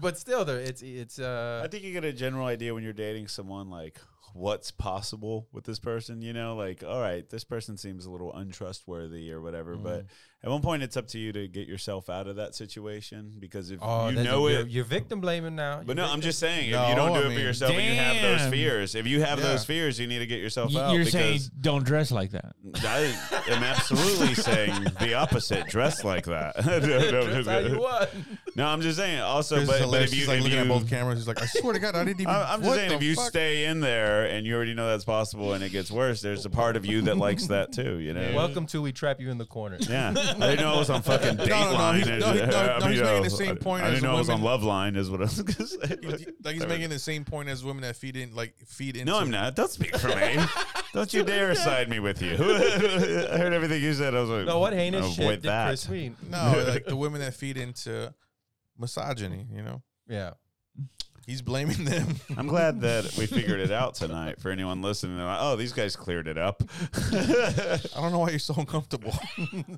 [SPEAKER 4] but still, there it's it's uh
[SPEAKER 1] I think you get a general idea when you're dating someone, like what's possible with this person. You know, like all right, this person seems a little untrustworthy or
[SPEAKER 2] Mm.
[SPEAKER 1] whatever. But at one point, it's up to you to get yourself out of that situation because if
[SPEAKER 4] oh
[SPEAKER 1] you
[SPEAKER 4] that's-
[SPEAKER 1] know
[SPEAKER 4] you're,
[SPEAKER 1] it.
[SPEAKER 4] you're victim blaming now.
[SPEAKER 1] but
[SPEAKER 4] You're
[SPEAKER 1] no, I'm
[SPEAKER 4] victim-
[SPEAKER 1] just saying, if
[SPEAKER 2] No,
[SPEAKER 1] you don't do
[SPEAKER 2] I
[SPEAKER 1] it
[SPEAKER 2] mean-
[SPEAKER 1] for yourself and you have those
[SPEAKER 3] Damn.
[SPEAKER 1] fears, if you have
[SPEAKER 2] Yeah.
[SPEAKER 1] those fears, you need to get yourself
[SPEAKER 3] Y-
[SPEAKER 1] out.
[SPEAKER 3] You're saying
[SPEAKER 1] because
[SPEAKER 3] don't dress like that.
[SPEAKER 1] I am absolutely saying the opposite. Dress like that. no, no,
[SPEAKER 4] That's how you
[SPEAKER 1] no,
[SPEAKER 4] want.
[SPEAKER 1] no, I'm just saying. Also,
[SPEAKER 2] Chris is
[SPEAKER 1] but, but
[SPEAKER 2] hilarious.
[SPEAKER 1] if you
[SPEAKER 2] He's like
[SPEAKER 1] if
[SPEAKER 2] looking at
[SPEAKER 1] you-
[SPEAKER 2] both cameras. He's like, I swear to God, I didn't even.
[SPEAKER 1] I- I'm just
[SPEAKER 2] what
[SPEAKER 1] saying,
[SPEAKER 2] the
[SPEAKER 1] if you
[SPEAKER 2] fuck?
[SPEAKER 1] stay in there and you already know that's possible, and it gets worse, there's a part of you that likes that too. You know.
[SPEAKER 4] Welcome to We Trap You in the Corner.
[SPEAKER 1] Yeah, I didn't know I was on fucking
[SPEAKER 2] No, no, no,
[SPEAKER 1] Dateline.
[SPEAKER 2] he's- no, he- no,
[SPEAKER 1] I
[SPEAKER 2] no,
[SPEAKER 1] mean,
[SPEAKER 2] he's making
[SPEAKER 1] uh,
[SPEAKER 2] the same
[SPEAKER 1] I-
[SPEAKER 2] point
[SPEAKER 1] I
[SPEAKER 2] as
[SPEAKER 1] didn't
[SPEAKER 2] the
[SPEAKER 1] know I was on
[SPEAKER 2] women.
[SPEAKER 1] Love Line, is what I was gonna say.
[SPEAKER 2] Like he's making the same point as women that feed in, like feed into.
[SPEAKER 1] No, I'm not. Don't speak for me. Don't you dare side me with you. I heard everything you said. I was like,
[SPEAKER 4] No, what heinous
[SPEAKER 1] avoid
[SPEAKER 4] shit did
[SPEAKER 1] that.
[SPEAKER 4] Chris mean?
[SPEAKER 2] No, like the women that feed into misogyny. You know,
[SPEAKER 4] Yeah.
[SPEAKER 2] he's blaming them.
[SPEAKER 1] I'm glad that we figured it out tonight for anyone listening. They're like, oh, these guys cleared it up.
[SPEAKER 2] I don't know why you're so uncomfortable.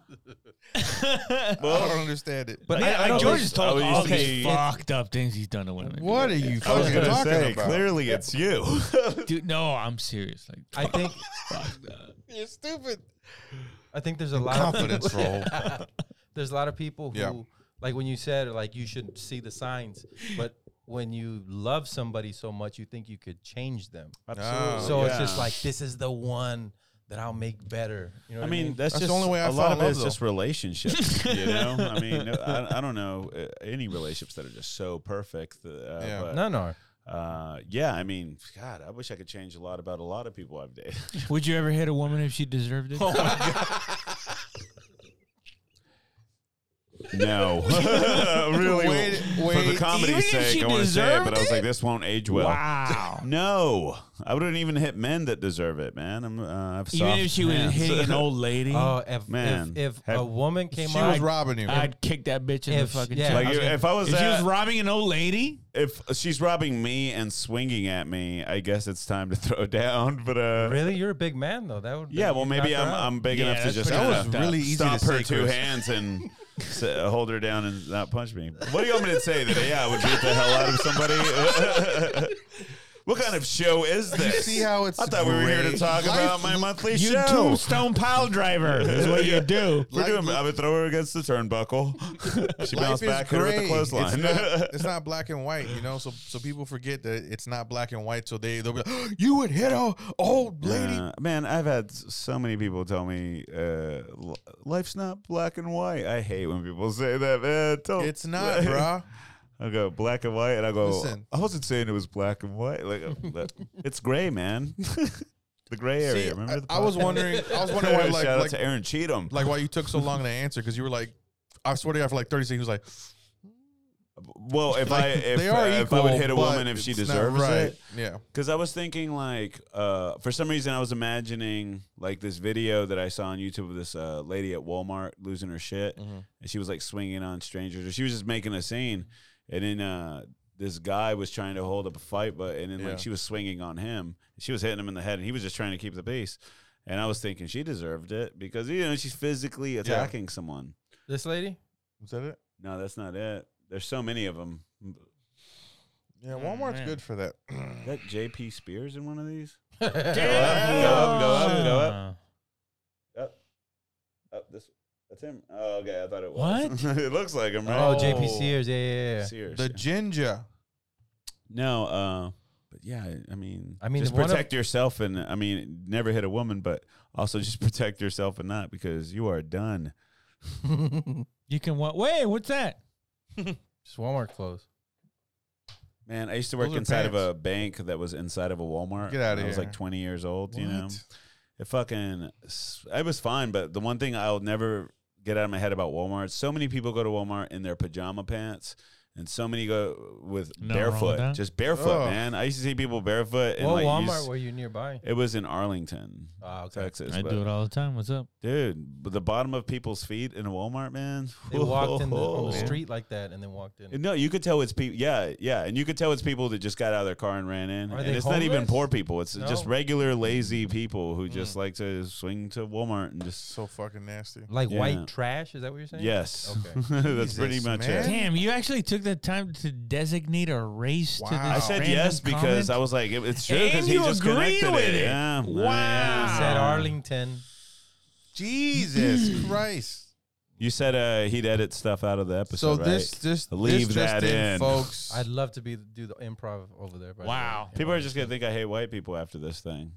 [SPEAKER 2] I don't understand it.
[SPEAKER 4] But
[SPEAKER 1] Man,
[SPEAKER 4] I, I don't
[SPEAKER 1] George
[SPEAKER 3] George
[SPEAKER 1] is
[SPEAKER 3] is
[SPEAKER 1] told-
[SPEAKER 3] talking all
[SPEAKER 1] oh, he's
[SPEAKER 3] these fucked up things he's done to women.
[SPEAKER 2] what are you
[SPEAKER 1] I was
[SPEAKER 2] fucking
[SPEAKER 1] gonna
[SPEAKER 2] talking
[SPEAKER 1] say,
[SPEAKER 2] about? Oh,
[SPEAKER 1] clearly it's you.
[SPEAKER 3] dude? No, I'm serious. Like,
[SPEAKER 4] I think
[SPEAKER 2] You're stupid.
[SPEAKER 4] I think there's a lot
[SPEAKER 2] Confidence
[SPEAKER 4] of
[SPEAKER 2] roll.
[SPEAKER 4] there's a lot of people who
[SPEAKER 2] Yeah.
[SPEAKER 4] like when you said like you should see the signs, but when you love somebody so much you think you could change them.
[SPEAKER 2] Absolutely.
[SPEAKER 4] So it's
[SPEAKER 1] Yeah.
[SPEAKER 4] just like this is the one that I'll make better. You know
[SPEAKER 1] I
[SPEAKER 4] what
[SPEAKER 1] mean, that's,
[SPEAKER 2] That's the
[SPEAKER 1] just
[SPEAKER 2] only way I
[SPEAKER 1] a
[SPEAKER 2] fall
[SPEAKER 1] lot
[SPEAKER 2] in
[SPEAKER 1] of
[SPEAKER 2] love,
[SPEAKER 1] it is
[SPEAKER 2] though.
[SPEAKER 1] just relationships, you know. I mean, I, I don't know uh, any relationships that are just so perfect. Uh,
[SPEAKER 2] Yeah.
[SPEAKER 1] But,
[SPEAKER 4] None are.
[SPEAKER 1] uh, yeah. I mean, God, I wish I could change a lot about a lot of people I've dated.
[SPEAKER 3] would you ever hit a woman if she deserved it?
[SPEAKER 1] no, really.
[SPEAKER 2] Wait,
[SPEAKER 1] For the
[SPEAKER 2] wait.
[SPEAKER 1] comedy's
[SPEAKER 3] Even if
[SPEAKER 1] sake,
[SPEAKER 3] she
[SPEAKER 1] I want to say it,
[SPEAKER 3] deserved
[SPEAKER 1] but I was like, this won't age well.
[SPEAKER 3] wow.
[SPEAKER 1] No, I wouldn't even hit men that deserve it, man. I'm, uh, I've
[SPEAKER 3] Even
[SPEAKER 1] soft
[SPEAKER 3] if she was
[SPEAKER 1] hands.
[SPEAKER 3] hitting an old lady,
[SPEAKER 4] Oh, if,
[SPEAKER 1] Man,
[SPEAKER 4] if, if
[SPEAKER 1] have-
[SPEAKER 4] a woman
[SPEAKER 2] She
[SPEAKER 4] came out,
[SPEAKER 2] was robbing you.
[SPEAKER 3] I'd kick that bitch in
[SPEAKER 4] If-
[SPEAKER 3] the fucking
[SPEAKER 4] yeah.
[SPEAKER 3] chin.
[SPEAKER 1] like
[SPEAKER 4] I was
[SPEAKER 1] if,
[SPEAKER 4] gonna-
[SPEAKER 1] if I was,
[SPEAKER 3] if she
[SPEAKER 1] that,
[SPEAKER 3] was robbing an old lady,
[SPEAKER 1] if she's robbing me and swinging at me, I guess it's time to throw down. But uh,
[SPEAKER 4] really, you're a big man though. That would
[SPEAKER 1] yeah, well,
[SPEAKER 4] you'd
[SPEAKER 1] maybe
[SPEAKER 4] knock her
[SPEAKER 1] I'm
[SPEAKER 4] out.
[SPEAKER 1] I'm big
[SPEAKER 3] Yeah,
[SPEAKER 1] enough to
[SPEAKER 3] that's
[SPEAKER 1] just
[SPEAKER 3] pretty
[SPEAKER 1] kinda
[SPEAKER 2] That was really easy
[SPEAKER 1] stop
[SPEAKER 2] to
[SPEAKER 1] her
[SPEAKER 2] say,
[SPEAKER 1] two
[SPEAKER 2] Chris.
[SPEAKER 1] hands and s- hold her down and not punch me. What do you want me to say? That yeah, I would beat the hell out of somebody. what kind of show is
[SPEAKER 2] you
[SPEAKER 1] this?
[SPEAKER 2] see how it's
[SPEAKER 1] I thought we were here to
[SPEAKER 2] great?
[SPEAKER 1] talk
[SPEAKER 2] Life-
[SPEAKER 1] about my monthly
[SPEAKER 3] you
[SPEAKER 1] show.
[SPEAKER 3] tombstone pile driver is what you do.
[SPEAKER 1] We're
[SPEAKER 2] Life-
[SPEAKER 1] doing. I would throw her against the turnbuckle. she
[SPEAKER 2] Life
[SPEAKER 1] bounced
[SPEAKER 2] is
[SPEAKER 1] back here with the
[SPEAKER 2] gray.
[SPEAKER 1] clothesline.
[SPEAKER 2] It's not, it's not black and white, you know. So so people forget that it's not black and white. So they they'll be like, you would hit a old lady.
[SPEAKER 1] Uh, man, I've had s- so many people tell me uh, l- life's not black and white. I hate when people say that, man. Don't-
[SPEAKER 2] It's not, bruh.
[SPEAKER 1] I go black and white, and I go.
[SPEAKER 2] Listen.
[SPEAKER 1] I wasn't saying it was black and white. Like uh, that- it's gray, man. the gray area.
[SPEAKER 2] See,
[SPEAKER 1] Remember
[SPEAKER 2] I,
[SPEAKER 1] the
[SPEAKER 2] I was
[SPEAKER 1] podcast?
[SPEAKER 2] wondering. I was wondering why, like,
[SPEAKER 1] Shout out
[SPEAKER 2] like,
[SPEAKER 1] to Aaron Cheatham.
[SPEAKER 2] like why you took so long to answer because you were like, I swear to God, for like thirty seconds, you was like,
[SPEAKER 1] well, if
[SPEAKER 2] like,
[SPEAKER 1] I if,
[SPEAKER 2] they are
[SPEAKER 1] uh, if I
[SPEAKER 2] equal,
[SPEAKER 1] would hit a
[SPEAKER 2] but
[SPEAKER 1] woman if she
[SPEAKER 2] it's not
[SPEAKER 1] deserves
[SPEAKER 2] right.
[SPEAKER 1] it,
[SPEAKER 2] Yeah,
[SPEAKER 1] Because I was thinking, like, uh, for some reason, I was imagining like this video that I saw on YouTube of this uh, lady at Walmart losing her shit, and she was like swinging on strangers, or she was just making a scene, and then uh, this guy was trying to hold up a fight, but and then
[SPEAKER 2] Yeah.
[SPEAKER 1] like she was swinging on him, she was hitting him in the head, and he was just trying to keep the peace. And I was thinking she deserved it because you know she's physically attacking someone.
[SPEAKER 4] this lady.
[SPEAKER 2] was that it?
[SPEAKER 1] No, that's not it. There's so many of them.
[SPEAKER 2] Yeah, Walmart's
[SPEAKER 3] man.
[SPEAKER 2] good for that.
[SPEAKER 1] Is that J.P. Spears in one of these?
[SPEAKER 3] Damn.
[SPEAKER 1] Go up, go up, go up.
[SPEAKER 4] Uh,
[SPEAKER 1] Oh, this that's him. Oh, okay. I thought it was. What? it looks like him,
[SPEAKER 4] Oh,
[SPEAKER 1] right?
[SPEAKER 4] JP
[SPEAKER 2] Oh.
[SPEAKER 4] Sears, yeah, yeah, yeah.
[SPEAKER 1] Sears.
[SPEAKER 2] The ginger.
[SPEAKER 1] no, uh, but yeah, I- I mean,
[SPEAKER 4] I mean,
[SPEAKER 1] just
[SPEAKER 4] one of-
[SPEAKER 1] protect yourself, and I mean, never hit a woman, but also just protect yourself and not because you are done.
[SPEAKER 3] You can what? Wait, what's that?
[SPEAKER 4] Just Walmart clothes.
[SPEAKER 1] Man, I used to work
[SPEAKER 2] Those are
[SPEAKER 1] inside of a bank that was inside of a Walmart.
[SPEAKER 2] Get outta
[SPEAKER 1] when I was
[SPEAKER 2] here.
[SPEAKER 1] like 20 years old, you know?
[SPEAKER 2] What?
[SPEAKER 1] It fucking, s- it was fine, but the one thing I'll never get out of my head about Walmart, so many people go to Walmart in their pajama pants. And so many go with
[SPEAKER 3] Nothing wrong with
[SPEAKER 1] barefoot,
[SPEAKER 3] that.
[SPEAKER 1] just barefoot,
[SPEAKER 2] Ugh.
[SPEAKER 1] man. I used to see people barefoot. And like,
[SPEAKER 4] What
[SPEAKER 1] you
[SPEAKER 4] Walmart
[SPEAKER 1] s-
[SPEAKER 4] were you nearby?
[SPEAKER 1] It was in Arlington,
[SPEAKER 4] Ah, okay.
[SPEAKER 1] Texas.
[SPEAKER 3] I
[SPEAKER 1] but-
[SPEAKER 3] do it all the time. What's up?
[SPEAKER 1] Dude, but the bottom of people's feet in a Walmart, man.
[SPEAKER 4] They walked in the, on
[SPEAKER 1] Whoa.
[SPEAKER 4] the street like that and then walked in.
[SPEAKER 1] No, you could tell it's people. Yeah, yeah, and you could tell it's people that just got out of their car and ran in.
[SPEAKER 4] Are
[SPEAKER 1] and
[SPEAKER 4] they
[SPEAKER 1] it's not even
[SPEAKER 4] homeless?
[SPEAKER 1] poor people. It's just
[SPEAKER 4] No. Mm.
[SPEAKER 1] regular lazy people who just like to swing to Walmart and just.
[SPEAKER 2] So fucking nasty.
[SPEAKER 4] Like
[SPEAKER 1] Yeah.
[SPEAKER 4] white trash? Is that what you're saying?
[SPEAKER 1] Yes,
[SPEAKER 4] Okay.
[SPEAKER 1] that's pretty
[SPEAKER 2] Jesus,
[SPEAKER 1] much
[SPEAKER 2] man.
[SPEAKER 1] it.
[SPEAKER 3] Damn, you actually took the time to designate a race to this.
[SPEAKER 2] Wow.
[SPEAKER 1] I said
[SPEAKER 3] random
[SPEAKER 1] yes because
[SPEAKER 3] comment?
[SPEAKER 1] I was like, it- it's true because
[SPEAKER 3] And
[SPEAKER 1] he
[SPEAKER 3] you
[SPEAKER 1] just
[SPEAKER 3] agreed
[SPEAKER 1] connected
[SPEAKER 3] with
[SPEAKER 1] it.
[SPEAKER 3] it.
[SPEAKER 1] Yeah.
[SPEAKER 3] Wow.
[SPEAKER 1] Yeah.
[SPEAKER 4] Said Arlington.
[SPEAKER 2] Jesus Christ.
[SPEAKER 1] You said uh, he'd edit stuff out of the episode.
[SPEAKER 2] So this
[SPEAKER 1] right?
[SPEAKER 2] this
[SPEAKER 1] Leave
[SPEAKER 2] this
[SPEAKER 1] that
[SPEAKER 2] just in,
[SPEAKER 1] in.
[SPEAKER 2] folks.
[SPEAKER 4] I'd love to be do the improv over there. By the way.
[SPEAKER 3] Wow.
[SPEAKER 4] You
[SPEAKER 1] people
[SPEAKER 4] know,
[SPEAKER 1] are just gonna think I hate white people after this thing.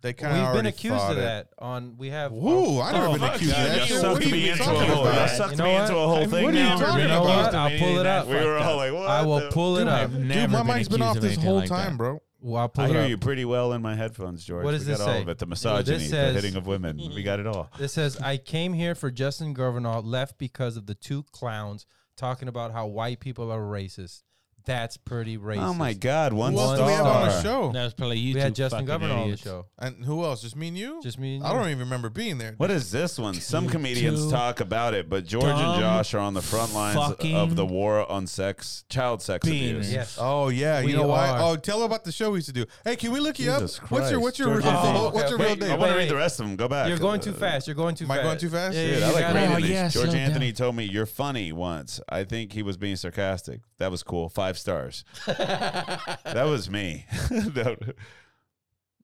[SPEAKER 2] they kind of
[SPEAKER 4] We've been accused of that. On we have.
[SPEAKER 2] Ooh, I never
[SPEAKER 3] Oh,
[SPEAKER 2] been
[SPEAKER 3] fuck
[SPEAKER 2] accused
[SPEAKER 3] yeah,
[SPEAKER 2] of
[SPEAKER 1] God,
[SPEAKER 2] that.
[SPEAKER 1] you
[SPEAKER 3] shit.
[SPEAKER 1] sucked
[SPEAKER 3] What are
[SPEAKER 1] me
[SPEAKER 3] you
[SPEAKER 1] into a
[SPEAKER 3] talking
[SPEAKER 1] whole. You
[SPEAKER 3] about?
[SPEAKER 1] sucked
[SPEAKER 4] You know
[SPEAKER 1] me
[SPEAKER 4] what?
[SPEAKER 1] into a whole
[SPEAKER 3] I-
[SPEAKER 1] thing.
[SPEAKER 3] what are you
[SPEAKER 1] now.
[SPEAKER 3] talking
[SPEAKER 4] You know
[SPEAKER 3] about?
[SPEAKER 4] what? I'll pull it up.
[SPEAKER 1] We were all like, "What?"
[SPEAKER 4] I will
[SPEAKER 1] the-
[SPEAKER 4] pull it
[SPEAKER 3] Dude,
[SPEAKER 4] up.
[SPEAKER 3] I've never
[SPEAKER 2] Dude, my
[SPEAKER 3] been
[SPEAKER 2] mic's been
[SPEAKER 3] accused
[SPEAKER 2] off
[SPEAKER 3] of
[SPEAKER 2] this
[SPEAKER 3] anything
[SPEAKER 2] whole
[SPEAKER 3] like
[SPEAKER 2] time,
[SPEAKER 3] that.
[SPEAKER 2] bro.
[SPEAKER 4] Well, I'll pull
[SPEAKER 1] I
[SPEAKER 4] it
[SPEAKER 1] hear
[SPEAKER 4] up.
[SPEAKER 1] you pretty well in my headphones, George.
[SPEAKER 4] What does
[SPEAKER 1] we
[SPEAKER 4] this
[SPEAKER 1] got all
[SPEAKER 4] say?
[SPEAKER 1] of it. The
[SPEAKER 4] Well, this
[SPEAKER 1] misogyny,
[SPEAKER 4] says-
[SPEAKER 1] the hitting of women. We got it all.
[SPEAKER 4] This says, I came here for Justin Governor, left because of the two clowns talking about how white people are racist. That's pretty racist.
[SPEAKER 1] Oh my God! One
[SPEAKER 2] Who
[SPEAKER 1] star.
[SPEAKER 2] else do we have on the
[SPEAKER 3] That
[SPEAKER 2] show?
[SPEAKER 3] was probably you.
[SPEAKER 4] We had
[SPEAKER 3] two
[SPEAKER 4] Justin
[SPEAKER 3] fucking
[SPEAKER 4] Governor on the
[SPEAKER 3] idiots.
[SPEAKER 4] show.
[SPEAKER 2] And who else? Just me and you?
[SPEAKER 4] Just me and
[SPEAKER 2] I
[SPEAKER 4] you.
[SPEAKER 2] don't even remember being there.
[SPEAKER 1] What is this one? Some comedians
[SPEAKER 3] two
[SPEAKER 1] talk about it, but George
[SPEAKER 3] dumb
[SPEAKER 1] and Josh are on the front lines
[SPEAKER 3] fucking
[SPEAKER 1] of the war on sex, child sex
[SPEAKER 3] beans.
[SPEAKER 1] abuse.
[SPEAKER 4] Yes.
[SPEAKER 2] Oh yeah,
[SPEAKER 4] We
[SPEAKER 2] you know why?
[SPEAKER 4] are.
[SPEAKER 2] Oh, tell her about the show we used to do. Hey, can we look you up?
[SPEAKER 1] Jesus
[SPEAKER 2] What's your
[SPEAKER 1] Christ,
[SPEAKER 2] what's your
[SPEAKER 1] George
[SPEAKER 2] real,
[SPEAKER 1] is
[SPEAKER 4] Oh,
[SPEAKER 2] what's
[SPEAKER 4] okay,
[SPEAKER 2] your
[SPEAKER 4] wait,
[SPEAKER 2] real
[SPEAKER 1] I
[SPEAKER 2] name?
[SPEAKER 1] want to
[SPEAKER 4] wait,
[SPEAKER 1] read the
[SPEAKER 4] wait.
[SPEAKER 1] rest of them. Go back.
[SPEAKER 4] You're going too
[SPEAKER 1] Uh,
[SPEAKER 4] fast. You're going too
[SPEAKER 2] Am I
[SPEAKER 4] fast.
[SPEAKER 2] going too fast?
[SPEAKER 4] Yeah,
[SPEAKER 1] Dude,
[SPEAKER 4] you
[SPEAKER 1] I like
[SPEAKER 4] gotta-
[SPEAKER 1] reading
[SPEAKER 3] Oh,
[SPEAKER 1] these.
[SPEAKER 3] yeah,
[SPEAKER 1] George
[SPEAKER 3] slow
[SPEAKER 1] Anthony
[SPEAKER 3] down.
[SPEAKER 1] told me you're funny once. I think he was being sarcastic. That was cool. Five stars. that was me. No.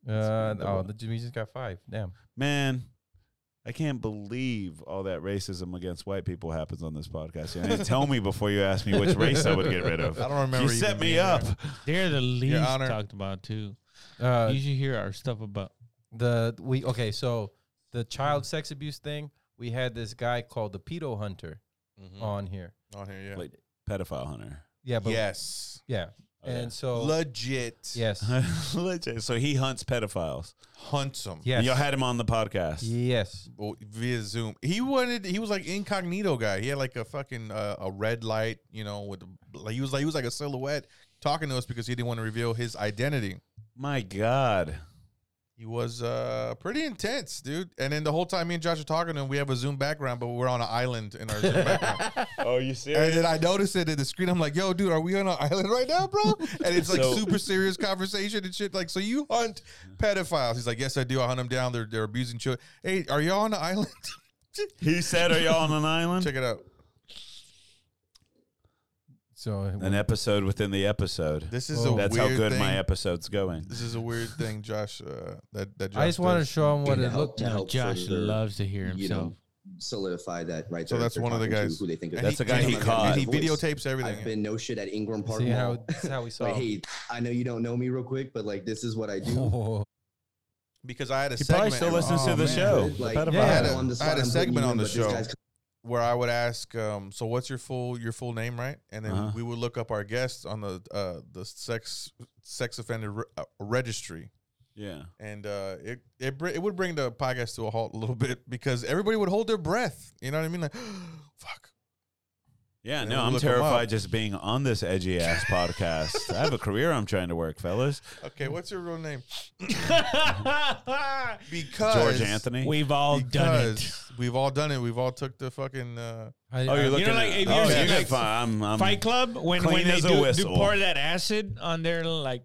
[SPEAKER 4] Uh, oh, the Jimmy just got five. Damn.
[SPEAKER 1] Man, I can't believe all that racism against white people happens on this podcast. You didn't tell me before you asked me which race I would get rid of.
[SPEAKER 2] I don't remember
[SPEAKER 1] You
[SPEAKER 2] even
[SPEAKER 1] set me
[SPEAKER 2] being
[SPEAKER 1] up.
[SPEAKER 2] there.
[SPEAKER 3] They're the least
[SPEAKER 2] Honor.
[SPEAKER 3] talked about too.
[SPEAKER 4] Uh,
[SPEAKER 3] you should hear our stuff about.
[SPEAKER 4] the we okay. So the child sex abuse thing. We had this guy called the pedo hunter
[SPEAKER 2] Mm.
[SPEAKER 4] on here.
[SPEAKER 2] Mm-hmm. on here, yeah.
[SPEAKER 1] Like, Pedophile hunter.
[SPEAKER 4] Oh. Yeah, but
[SPEAKER 2] yes.
[SPEAKER 4] yeah.
[SPEAKER 1] Okay.
[SPEAKER 4] And so
[SPEAKER 2] Legit.
[SPEAKER 4] yes,
[SPEAKER 1] Legit. so he hunts pedophiles.
[SPEAKER 2] Hunts him.
[SPEAKER 1] And
[SPEAKER 4] yes,
[SPEAKER 1] Y'all had him on the podcast.
[SPEAKER 4] yes.
[SPEAKER 2] Oh, Via Zoom, he wanted. He was like incognito guy. He had like a fucking uh, a red light, you know. With the- like he was like he was like a silhouette talking to us because he didn't want to reveal his identity.
[SPEAKER 1] My God.
[SPEAKER 2] He was uh, pretty intense, dude. And then the whole time me and Josh are talking, and we have a Zoom background, but we're on an island in our Zoom background.
[SPEAKER 1] Oh, you
[SPEAKER 2] And then I noticed it in the screen. I'm like, "Yo, dude, are we on an island right now, bro?" And it's like
[SPEAKER 1] So-
[SPEAKER 2] super serious conversation and shit. Like, so you hunt pedophiles? He's like, "Yes, I do. I hunt them down. They're they're abusing children." Hey, are y'all on the island?
[SPEAKER 1] He said, "Are y'all on an island?"
[SPEAKER 2] Check it out.
[SPEAKER 4] So
[SPEAKER 1] An episode within the episode.
[SPEAKER 2] This is
[SPEAKER 4] Whoa.
[SPEAKER 2] a
[SPEAKER 1] That's how
[SPEAKER 2] weird
[SPEAKER 1] good
[SPEAKER 2] thing.
[SPEAKER 1] my episode's going.
[SPEAKER 2] this is a weird thing, Josh. Uh, that that Josh
[SPEAKER 4] I just want to
[SPEAKER 2] does.
[SPEAKER 4] show him what
[SPEAKER 5] Yeah,
[SPEAKER 4] it
[SPEAKER 5] how-
[SPEAKER 4] looked
[SPEAKER 5] to
[SPEAKER 4] like.
[SPEAKER 5] how-
[SPEAKER 3] No,
[SPEAKER 5] help
[SPEAKER 3] Josh
[SPEAKER 5] further,
[SPEAKER 3] loves to hear
[SPEAKER 5] you
[SPEAKER 3] himself.
[SPEAKER 5] know, solidify that right
[SPEAKER 2] So
[SPEAKER 5] there.
[SPEAKER 2] that's
[SPEAKER 5] They're
[SPEAKER 2] one of the
[SPEAKER 5] talking to
[SPEAKER 2] guys.
[SPEAKER 5] Who they think
[SPEAKER 2] And
[SPEAKER 5] they're
[SPEAKER 2] he-
[SPEAKER 1] That's the guy
[SPEAKER 2] and
[SPEAKER 1] he caught.
[SPEAKER 2] And he
[SPEAKER 5] Voice.
[SPEAKER 2] videotapes everything.
[SPEAKER 5] I've been no shit at Ingram Park
[SPEAKER 4] See how
[SPEAKER 5] Mall.
[SPEAKER 4] that's how we saw.
[SPEAKER 5] Like, hey, I know you don't know me real quick, but like this is what I do.
[SPEAKER 4] Oh,
[SPEAKER 2] because I had a
[SPEAKER 1] He probably
[SPEAKER 2] segment
[SPEAKER 1] still
[SPEAKER 2] and-
[SPEAKER 1] listens to
[SPEAKER 4] Oh,
[SPEAKER 1] the
[SPEAKER 4] man.
[SPEAKER 1] show.
[SPEAKER 5] Good, like,
[SPEAKER 1] The pedophile.
[SPEAKER 4] Yeah.
[SPEAKER 5] I had
[SPEAKER 4] Yeah.
[SPEAKER 5] a- on the
[SPEAKER 2] I had a
[SPEAKER 5] spot, I'm putting
[SPEAKER 2] segment
[SPEAKER 5] you
[SPEAKER 2] on
[SPEAKER 5] in,
[SPEAKER 2] the
[SPEAKER 5] but this
[SPEAKER 2] show.
[SPEAKER 5] guy's
[SPEAKER 2] where I would ask, um, "So what's your full your full name, right?" And then
[SPEAKER 1] Uh-huh.
[SPEAKER 2] we would look up our guests on the uh, the sex sex offender re- uh, registry,
[SPEAKER 1] Yeah.
[SPEAKER 2] and uh, it it br- it would bring the podcast to a halt a little bit because everybody would hold their breath. You know what I mean? Like, fuck.
[SPEAKER 1] Yeah,
[SPEAKER 2] Yeah,
[SPEAKER 1] no,
[SPEAKER 2] we
[SPEAKER 1] I'm
[SPEAKER 2] look 'em
[SPEAKER 1] terrified
[SPEAKER 2] up.
[SPEAKER 1] just being on this edgy ass podcast. I have a career I'm trying to work, fellas.
[SPEAKER 2] Okay, what's your real name?
[SPEAKER 3] Yeah.
[SPEAKER 2] Because
[SPEAKER 1] George Anthony.
[SPEAKER 3] We've all done it.
[SPEAKER 2] Because we've all done it. We've all took the fucking. Uh,
[SPEAKER 4] I,
[SPEAKER 1] oh,
[SPEAKER 4] I-
[SPEAKER 1] you're looking.
[SPEAKER 3] like,
[SPEAKER 1] at,
[SPEAKER 3] if
[SPEAKER 1] oh,
[SPEAKER 3] you're
[SPEAKER 1] you're
[SPEAKER 3] saying,
[SPEAKER 1] good,
[SPEAKER 3] like,
[SPEAKER 1] fine. I'm, I'm,
[SPEAKER 3] Fight Club when
[SPEAKER 1] um, Clean
[SPEAKER 3] when they
[SPEAKER 1] as a
[SPEAKER 3] do, do
[SPEAKER 1] whistle.
[SPEAKER 3] pour that acid on there like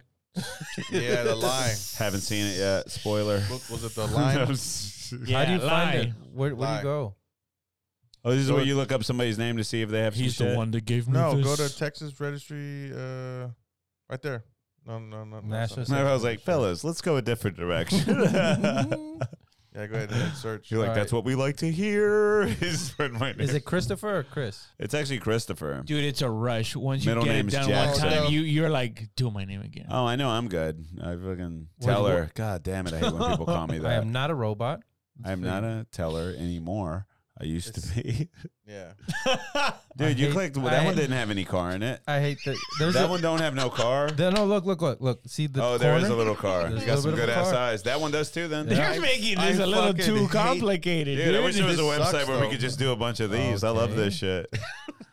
[SPEAKER 2] yeah, the line.
[SPEAKER 1] haven't seen it yet. Spoiler.
[SPEAKER 2] What was it? The line.
[SPEAKER 3] yeah,
[SPEAKER 4] how do you
[SPEAKER 3] lie.
[SPEAKER 4] find it? Where where do
[SPEAKER 2] Lie.
[SPEAKER 4] you go?
[SPEAKER 1] oh, this is where you look up somebody's name to see if they have. some
[SPEAKER 3] He's the
[SPEAKER 1] shit?
[SPEAKER 3] one that gave me
[SPEAKER 2] No, go
[SPEAKER 3] this.
[SPEAKER 2] to Texas Registry. Uh, right there. No, no, no. no,
[SPEAKER 4] National
[SPEAKER 2] sorry.
[SPEAKER 1] And I was like, fellas, let's go a different direction. You're
[SPEAKER 2] Yeah, go ahead and search.
[SPEAKER 1] like, that's what we like to hear. Is when my
[SPEAKER 4] Is
[SPEAKER 1] name-
[SPEAKER 4] it Christopher or Chris?
[SPEAKER 1] It's actually Christopher.
[SPEAKER 3] Dude, it's a rush. Once you
[SPEAKER 1] Middle
[SPEAKER 3] get it
[SPEAKER 1] name's
[SPEAKER 3] done
[SPEAKER 1] Jackson.
[SPEAKER 3] one
[SPEAKER 2] Oh,
[SPEAKER 3] time, you you're like, do my name again.
[SPEAKER 1] Oh, I know. I'm good. I fucking
[SPEAKER 4] What-
[SPEAKER 1] tell her.
[SPEAKER 4] what-
[SPEAKER 1] God damn it! I hate when people call me
[SPEAKER 4] I
[SPEAKER 1] that.
[SPEAKER 4] am not a robot.
[SPEAKER 1] I am not a teller anymore. I used to be.
[SPEAKER 2] Yeah.
[SPEAKER 1] Dude, you
[SPEAKER 4] hate-
[SPEAKER 1] clicked. Well,
[SPEAKER 4] I
[SPEAKER 1] that one
[SPEAKER 4] hate-
[SPEAKER 1] didn't have any car in it.
[SPEAKER 4] I hate that. There's
[SPEAKER 1] That
[SPEAKER 4] a,
[SPEAKER 1] one don't have no car.
[SPEAKER 4] There, no, look, look, look, look. See the
[SPEAKER 1] oh, there is a
[SPEAKER 4] corner?
[SPEAKER 1] little car.
[SPEAKER 4] There's
[SPEAKER 1] You
[SPEAKER 4] a
[SPEAKER 1] got
[SPEAKER 4] little
[SPEAKER 1] some
[SPEAKER 4] bit of
[SPEAKER 1] good
[SPEAKER 4] a
[SPEAKER 1] ass
[SPEAKER 4] car.
[SPEAKER 1] eyes. That one does too. Then,
[SPEAKER 4] Yeah.
[SPEAKER 3] You're making
[SPEAKER 2] I
[SPEAKER 3] this a little
[SPEAKER 2] fucking
[SPEAKER 3] too
[SPEAKER 2] hate-
[SPEAKER 3] complicated.
[SPEAKER 1] dude, I wish there was a
[SPEAKER 2] this
[SPEAKER 1] website
[SPEAKER 2] sucks,
[SPEAKER 1] where we
[SPEAKER 2] though.
[SPEAKER 1] could just do a bunch of these. I love
[SPEAKER 4] Okay.
[SPEAKER 1] this shit.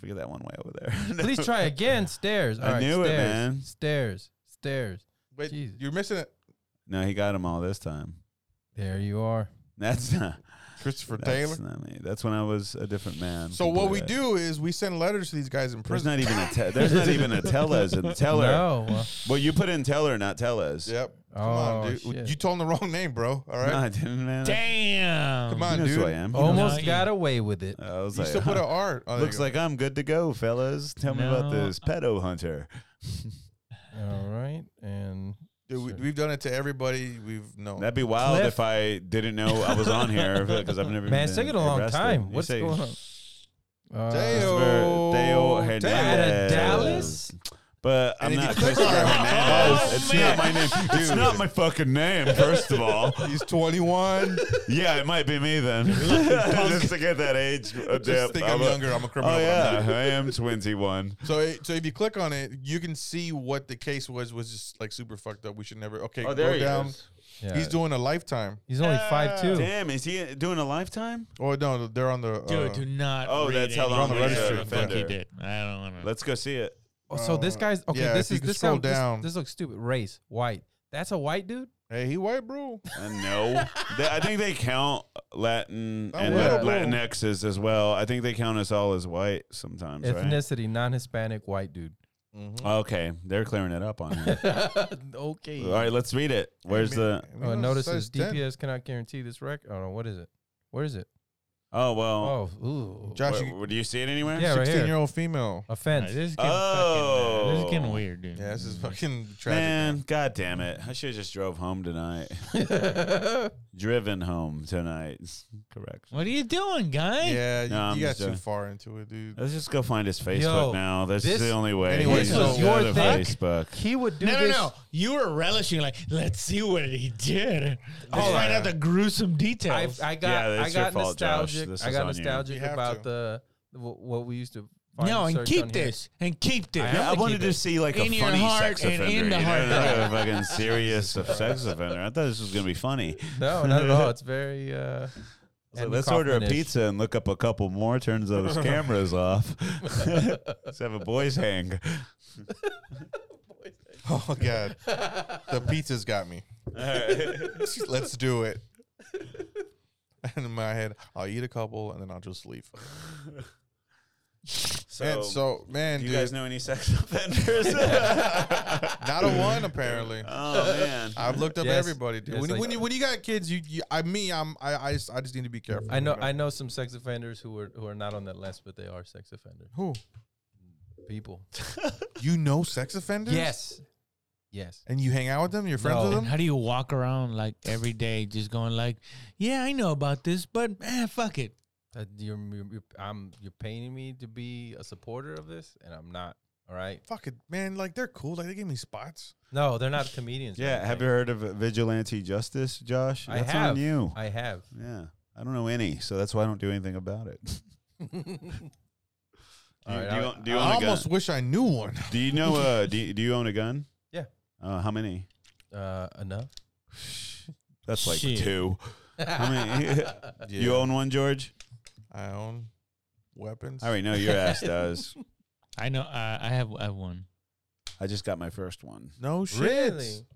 [SPEAKER 1] Figure that one way over there.
[SPEAKER 4] Please try again. Stairs. All
[SPEAKER 1] I
[SPEAKER 4] right,
[SPEAKER 1] knew it,
[SPEAKER 4] stairs,
[SPEAKER 1] man.
[SPEAKER 4] Stairs. Stairs.
[SPEAKER 2] Wait,
[SPEAKER 4] Jesus.
[SPEAKER 2] you're missing it.
[SPEAKER 1] No, he got them all this time.
[SPEAKER 4] There you are.
[SPEAKER 1] That's not
[SPEAKER 2] Christopher
[SPEAKER 1] that's
[SPEAKER 2] Taylor.
[SPEAKER 1] not me. That's when I was a different man.
[SPEAKER 2] So what we
[SPEAKER 1] Completely.
[SPEAKER 2] do is we send letters to these guys in
[SPEAKER 1] There's
[SPEAKER 2] prison.
[SPEAKER 1] not even a te- there's not even a Tellez in Teller.
[SPEAKER 4] No. uh,
[SPEAKER 1] Well, you put in Teller, not Tellez.
[SPEAKER 2] Yep. Come
[SPEAKER 4] Oh,
[SPEAKER 2] on, dude.
[SPEAKER 4] shit.
[SPEAKER 2] You told him the wrong name, bro. All
[SPEAKER 1] No,
[SPEAKER 2] right.
[SPEAKER 1] I didn't, man.
[SPEAKER 3] Damn.
[SPEAKER 2] Come
[SPEAKER 1] He
[SPEAKER 2] on,
[SPEAKER 1] knows who I
[SPEAKER 2] dude.
[SPEAKER 1] am. He knows-
[SPEAKER 4] Almost
[SPEAKER 3] you-
[SPEAKER 4] got away with it.
[SPEAKER 1] I was
[SPEAKER 2] You
[SPEAKER 1] like,
[SPEAKER 2] still put
[SPEAKER 1] huh.
[SPEAKER 2] an art. Oh, there
[SPEAKER 1] Looks
[SPEAKER 2] you go.
[SPEAKER 1] like I'm good to go, fellas. Tell me about
[SPEAKER 3] No.
[SPEAKER 1] this pedo hunter.
[SPEAKER 4] All right. And
[SPEAKER 2] Dude, we, we've done it to everybody we've known.
[SPEAKER 1] That'd be wild
[SPEAKER 4] Cliff.
[SPEAKER 1] if I didn't know I was on here because I've never.
[SPEAKER 4] man,
[SPEAKER 1] been
[SPEAKER 4] it's taking a long
[SPEAKER 1] arrested.
[SPEAKER 4] time.
[SPEAKER 1] You
[SPEAKER 4] What's
[SPEAKER 1] say
[SPEAKER 4] going on? Uh,
[SPEAKER 2] Dale.
[SPEAKER 1] Christopher Theo
[SPEAKER 2] Dale
[SPEAKER 1] Hernandez.
[SPEAKER 4] Dallas?
[SPEAKER 1] But I'm
[SPEAKER 2] And if
[SPEAKER 1] not
[SPEAKER 2] you click
[SPEAKER 1] Christopher
[SPEAKER 2] on it-
[SPEAKER 1] Hernandez.
[SPEAKER 3] Oh,
[SPEAKER 1] it's
[SPEAKER 3] man.
[SPEAKER 1] not my name. It's not my fucking name. First of all,
[SPEAKER 2] He's 21.
[SPEAKER 1] yeah, it might be me then. Just to get that age. uh,
[SPEAKER 2] Just
[SPEAKER 1] dip.
[SPEAKER 2] think I'm
[SPEAKER 1] a-
[SPEAKER 2] younger. I'm a criminal.
[SPEAKER 1] Oh
[SPEAKER 2] but I'm
[SPEAKER 1] yeah,
[SPEAKER 2] not.
[SPEAKER 1] I am 21.
[SPEAKER 2] So, it, so if you click on it, you can see what the case was. Was just like super fucked up. We should never.
[SPEAKER 1] Oh,
[SPEAKER 2] Okay, go down.
[SPEAKER 4] Yeah.
[SPEAKER 2] He's doing a lifetime.
[SPEAKER 4] He's only five two.
[SPEAKER 1] Damn, is he doing a lifetime?
[SPEAKER 2] Oh no, they're on the.
[SPEAKER 3] Dude,
[SPEAKER 2] uh,
[SPEAKER 3] do not.
[SPEAKER 1] oh,
[SPEAKER 3] read
[SPEAKER 1] that's how
[SPEAKER 3] any
[SPEAKER 1] long
[SPEAKER 2] the
[SPEAKER 3] of this.
[SPEAKER 2] registered
[SPEAKER 3] I don't think he
[SPEAKER 1] offender.
[SPEAKER 3] did. I don't want to.
[SPEAKER 1] Let's go see it.
[SPEAKER 4] Oh, so this
[SPEAKER 2] Uh,
[SPEAKER 4] guy's okay.
[SPEAKER 2] yeah, if
[SPEAKER 4] this
[SPEAKER 2] you
[SPEAKER 4] is
[SPEAKER 2] could
[SPEAKER 4] this
[SPEAKER 2] scroll
[SPEAKER 4] sound, this-
[SPEAKER 2] down.
[SPEAKER 4] This, looks stupid. Race white. That's a white dude.
[SPEAKER 2] Hey, he white, bro.
[SPEAKER 1] Uh, no, They- I think they count Latin
[SPEAKER 2] Oh,
[SPEAKER 1] and
[SPEAKER 2] yeah.
[SPEAKER 1] Lat- Latinxes as well. I think they count us all as white sometimes, right?
[SPEAKER 4] Ethnicity, non-Hispanic, white dude.
[SPEAKER 1] Oh, Okay, they're clearing it up on here.
[SPEAKER 4] okay.
[SPEAKER 1] all right, let's read it. Where's the?
[SPEAKER 4] Oh, notice this DPS cannot guarantee this record. Oh no, what is it? Where is it?
[SPEAKER 1] Oh well,
[SPEAKER 4] Oh, ooh.
[SPEAKER 2] Josh,
[SPEAKER 1] wh-
[SPEAKER 2] you-
[SPEAKER 1] wh- do you see it anywhere?
[SPEAKER 4] Yeah, right here.
[SPEAKER 2] 16 year old female.
[SPEAKER 3] Nah,
[SPEAKER 4] Offense.
[SPEAKER 3] this is getting fucking. This is getting
[SPEAKER 1] Oh.
[SPEAKER 3] weird, dude. Mm.
[SPEAKER 2] Yeah, this is fucking tragic.
[SPEAKER 1] Man,
[SPEAKER 2] Man.
[SPEAKER 1] god damn it! I should have just drove home tonight. Driven home tonight. Correct.
[SPEAKER 3] What are you doing, guy?
[SPEAKER 2] Yeah, you,
[SPEAKER 1] No, I'm
[SPEAKER 2] you got
[SPEAKER 1] just
[SPEAKER 2] too
[SPEAKER 1] joking.
[SPEAKER 2] far into it, dude.
[SPEAKER 1] Let's just go find his Facebook
[SPEAKER 4] Yo,
[SPEAKER 1] now. That's
[SPEAKER 4] this-
[SPEAKER 1] the only way.
[SPEAKER 2] anyway,
[SPEAKER 1] He's
[SPEAKER 2] so-
[SPEAKER 1] just
[SPEAKER 2] This was
[SPEAKER 1] go to
[SPEAKER 4] your thing?
[SPEAKER 1] Facebook.
[SPEAKER 4] he would do
[SPEAKER 3] No, no,
[SPEAKER 4] this.
[SPEAKER 3] no. You were relishing, like, let's see what he did. Let's
[SPEAKER 4] Oh,
[SPEAKER 3] find
[SPEAKER 2] yeah.
[SPEAKER 3] out the gruesome
[SPEAKER 4] I,
[SPEAKER 3] details.
[SPEAKER 4] I
[SPEAKER 1] Yeah,
[SPEAKER 4] got, I
[SPEAKER 1] that's your
[SPEAKER 4] got
[SPEAKER 1] fault, Josh.
[SPEAKER 4] nostalgic.
[SPEAKER 1] This
[SPEAKER 4] I
[SPEAKER 1] is
[SPEAKER 4] got
[SPEAKER 1] on you.
[SPEAKER 4] nostalgic
[SPEAKER 2] You have
[SPEAKER 4] about
[SPEAKER 2] to.
[SPEAKER 4] the the wh- what we used to. Find
[SPEAKER 3] no, and
[SPEAKER 4] search on
[SPEAKER 3] keep
[SPEAKER 4] here.
[SPEAKER 3] this. And keep this.
[SPEAKER 4] I
[SPEAKER 1] Yeah,
[SPEAKER 4] have
[SPEAKER 1] I
[SPEAKER 4] to
[SPEAKER 1] wanted
[SPEAKER 4] keep
[SPEAKER 1] to
[SPEAKER 4] it.
[SPEAKER 1] see like
[SPEAKER 3] In
[SPEAKER 1] a
[SPEAKER 3] your
[SPEAKER 1] funny
[SPEAKER 3] heart
[SPEAKER 1] sex
[SPEAKER 3] and
[SPEAKER 1] offender.
[SPEAKER 3] in the
[SPEAKER 1] you
[SPEAKER 3] heart.
[SPEAKER 1] know, not a fucking serious of sex offender. I thought this was gonna be funny.
[SPEAKER 4] No, not at all. It's very. Uh,
[SPEAKER 1] So
[SPEAKER 4] Andy
[SPEAKER 1] let's order a
[SPEAKER 4] Kaufman-ish.
[SPEAKER 1] pizza and look up a couple more. Turns those cameras off. let's have a boys hang.
[SPEAKER 2] Oh god, the pizza's got me. Let's do it. And in my head, I'll eat a couple and then I'll just leave.
[SPEAKER 1] So,
[SPEAKER 2] And so, man,
[SPEAKER 1] do you
[SPEAKER 2] dude,
[SPEAKER 1] guys know any sex offenders?
[SPEAKER 2] not a one apparently.
[SPEAKER 1] oh man.
[SPEAKER 2] I've looked up
[SPEAKER 4] Yes.
[SPEAKER 2] everybody, dude.
[SPEAKER 4] Yes,
[SPEAKER 2] when,
[SPEAKER 4] like-
[SPEAKER 2] when you when you got kids, you, you I me, I'm I I just, I just need to be careful.
[SPEAKER 4] I know,
[SPEAKER 2] you
[SPEAKER 4] I know some sex offenders who are who are not on that list, but they are sex offenders.
[SPEAKER 2] who
[SPEAKER 4] People.
[SPEAKER 2] you know sex offenders.
[SPEAKER 4] Yes. Yes.
[SPEAKER 2] and you hang out with them. You're friends
[SPEAKER 4] No.
[SPEAKER 2] with
[SPEAKER 3] And
[SPEAKER 2] them.
[SPEAKER 3] how do you walk around like every day just going like, yeah, I know about this, but eh, fuck it.
[SPEAKER 4] Uh, you're, you're, you're- I'm, you're paying me to be a supporter of this, and I'm not. All right.
[SPEAKER 2] Fuck it, man. Like they're cool. Like they give me spots.
[SPEAKER 4] No, they're not comedians. or
[SPEAKER 1] Yeah, have you
[SPEAKER 4] anything.
[SPEAKER 1] heard of vigilante justice, Josh?
[SPEAKER 4] I
[SPEAKER 1] That's
[SPEAKER 4] have.
[SPEAKER 1] on you.
[SPEAKER 4] I have.
[SPEAKER 1] yeah. I don't know any, so that's why I don't do anything about it. Do
[SPEAKER 4] All
[SPEAKER 1] you,
[SPEAKER 4] right,
[SPEAKER 1] do you
[SPEAKER 4] I-
[SPEAKER 1] own, do you
[SPEAKER 2] I
[SPEAKER 1] own a gun?
[SPEAKER 2] almost wish I knew one.
[SPEAKER 1] Do you know? Uh, do, you, do you own a gun?
[SPEAKER 4] Yeah.
[SPEAKER 1] Uh, how many?
[SPEAKER 4] Uh, enough.
[SPEAKER 1] That's like
[SPEAKER 3] Shit.
[SPEAKER 1] two. How many? You own one, George?
[SPEAKER 2] I own weapons.
[SPEAKER 1] I already know your ass does.
[SPEAKER 3] I know. Uh, I have. I have one.
[SPEAKER 1] I just got my first one.
[SPEAKER 2] No shit.
[SPEAKER 4] Really?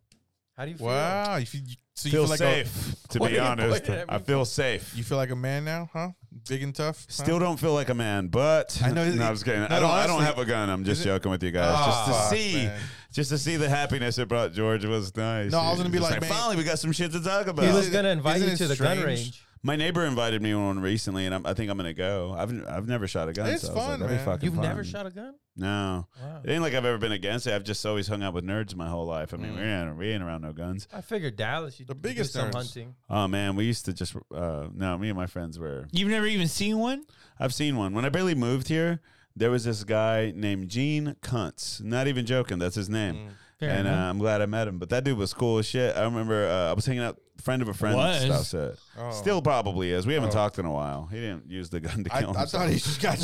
[SPEAKER 4] How do you feel?
[SPEAKER 2] Wow. You feel, you, so you
[SPEAKER 1] feel
[SPEAKER 2] feel like
[SPEAKER 1] safe, to
[SPEAKER 4] Why-
[SPEAKER 1] be
[SPEAKER 4] why
[SPEAKER 1] honest.
[SPEAKER 4] did
[SPEAKER 1] I
[SPEAKER 4] I
[SPEAKER 1] feel safe.
[SPEAKER 2] a you feel like a man now, huh? Big and tough. huh?
[SPEAKER 1] Still don't feel like a man, but
[SPEAKER 2] I know-
[SPEAKER 1] No, I'm just kidding. I
[SPEAKER 2] No,
[SPEAKER 1] don't. I don't
[SPEAKER 2] honestly-
[SPEAKER 1] have a gun. I'm just
[SPEAKER 2] Is it-
[SPEAKER 1] joking with you guys.
[SPEAKER 2] Ah,
[SPEAKER 1] just
[SPEAKER 2] fuck,
[SPEAKER 1] to see,
[SPEAKER 2] man.
[SPEAKER 1] just to see the happiness it brought George was nice.
[SPEAKER 2] No, I was gonna be
[SPEAKER 1] Just
[SPEAKER 2] like, man-
[SPEAKER 1] finally, we got some shit to talk
[SPEAKER 4] He
[SPEAKER 1] about.
[SPEAKER 4] was
[SPEAKER 2] Isn't
[SPEAKER 4] gonna
[SPEAKER 2] it-
[SPEAKER 4] invite
[SPEAKER 2] isn't
[SPEAKER 4] you
[SPEAKER 2] it
[SPEAKER 4] to the gun
[SPEAKER 2] strange?
[SPEAKER 4] range.
[SPEAKER 1] My neighbor invited me on recently, and I'm, I think I'm gonna go. I've I've never shot a gun.
[SPEAKER 2] It's
[SPEAKER 1] so I was like,
[SPEAKER 2] fun,
[SPEAKER 1] that'd be
[SPEAKER 2] man.
[SPEAKER 1] fucking
[SPEAKER 4] You've
[SPEAKER 1] fun.
[SPEAKER 4] never shot a gun?
[SPEAKER 1] No,
[SPEAKER 4] Wow.
[SPEAKER 1] it ain't like I've ever been against it. I've just always hung out with nerds my whole life. I
[SPEAKER 2] Mm.
[SPEAKER 1] mean, we ain't we ain't around no guns.
[SPEAKER 4] I figured Dallas. You
[SPEAKER 2] The
[SPEAKER 4] the
[SPEAKER 2] biggest
[SPEAKER 4] biggest do some
[SPEAKER 2] nerds.
[SPEAKER 4] hunting.
[SPEAKER 1] Oh man, we used to just uh, no. Me and my friends were
[SPEAKER 3] You've never even seen one.
[SPEAKER 1] I've seen one. When I barely moved here, there was this guy named Gene Kuntz. Not even joking, that's his name.
[SPEAKER 2] Mm.
[SPEAKER 3] Fair
[SPEAKER 1] and uh,
[SPEAKER 3] enough.
[SPEAKER 1] I'm glad I met him. But that dude was cool as shit. I remember uh, I was hanging out, friend of a friend
[SPEAKER 3] Was.
[SPEAKER 1] and stuff. So
[SPEAKER 2] Oh.
[SPEAKER 1] Still probably is. We haven't talked in a while. He didn't use the gun to
[SPEAKER 2] I,
[SPEAKER 1] kill
[SPEAKER 2] I
[SPEAKER 1] himself.
[SPEAKER 2] thought he just got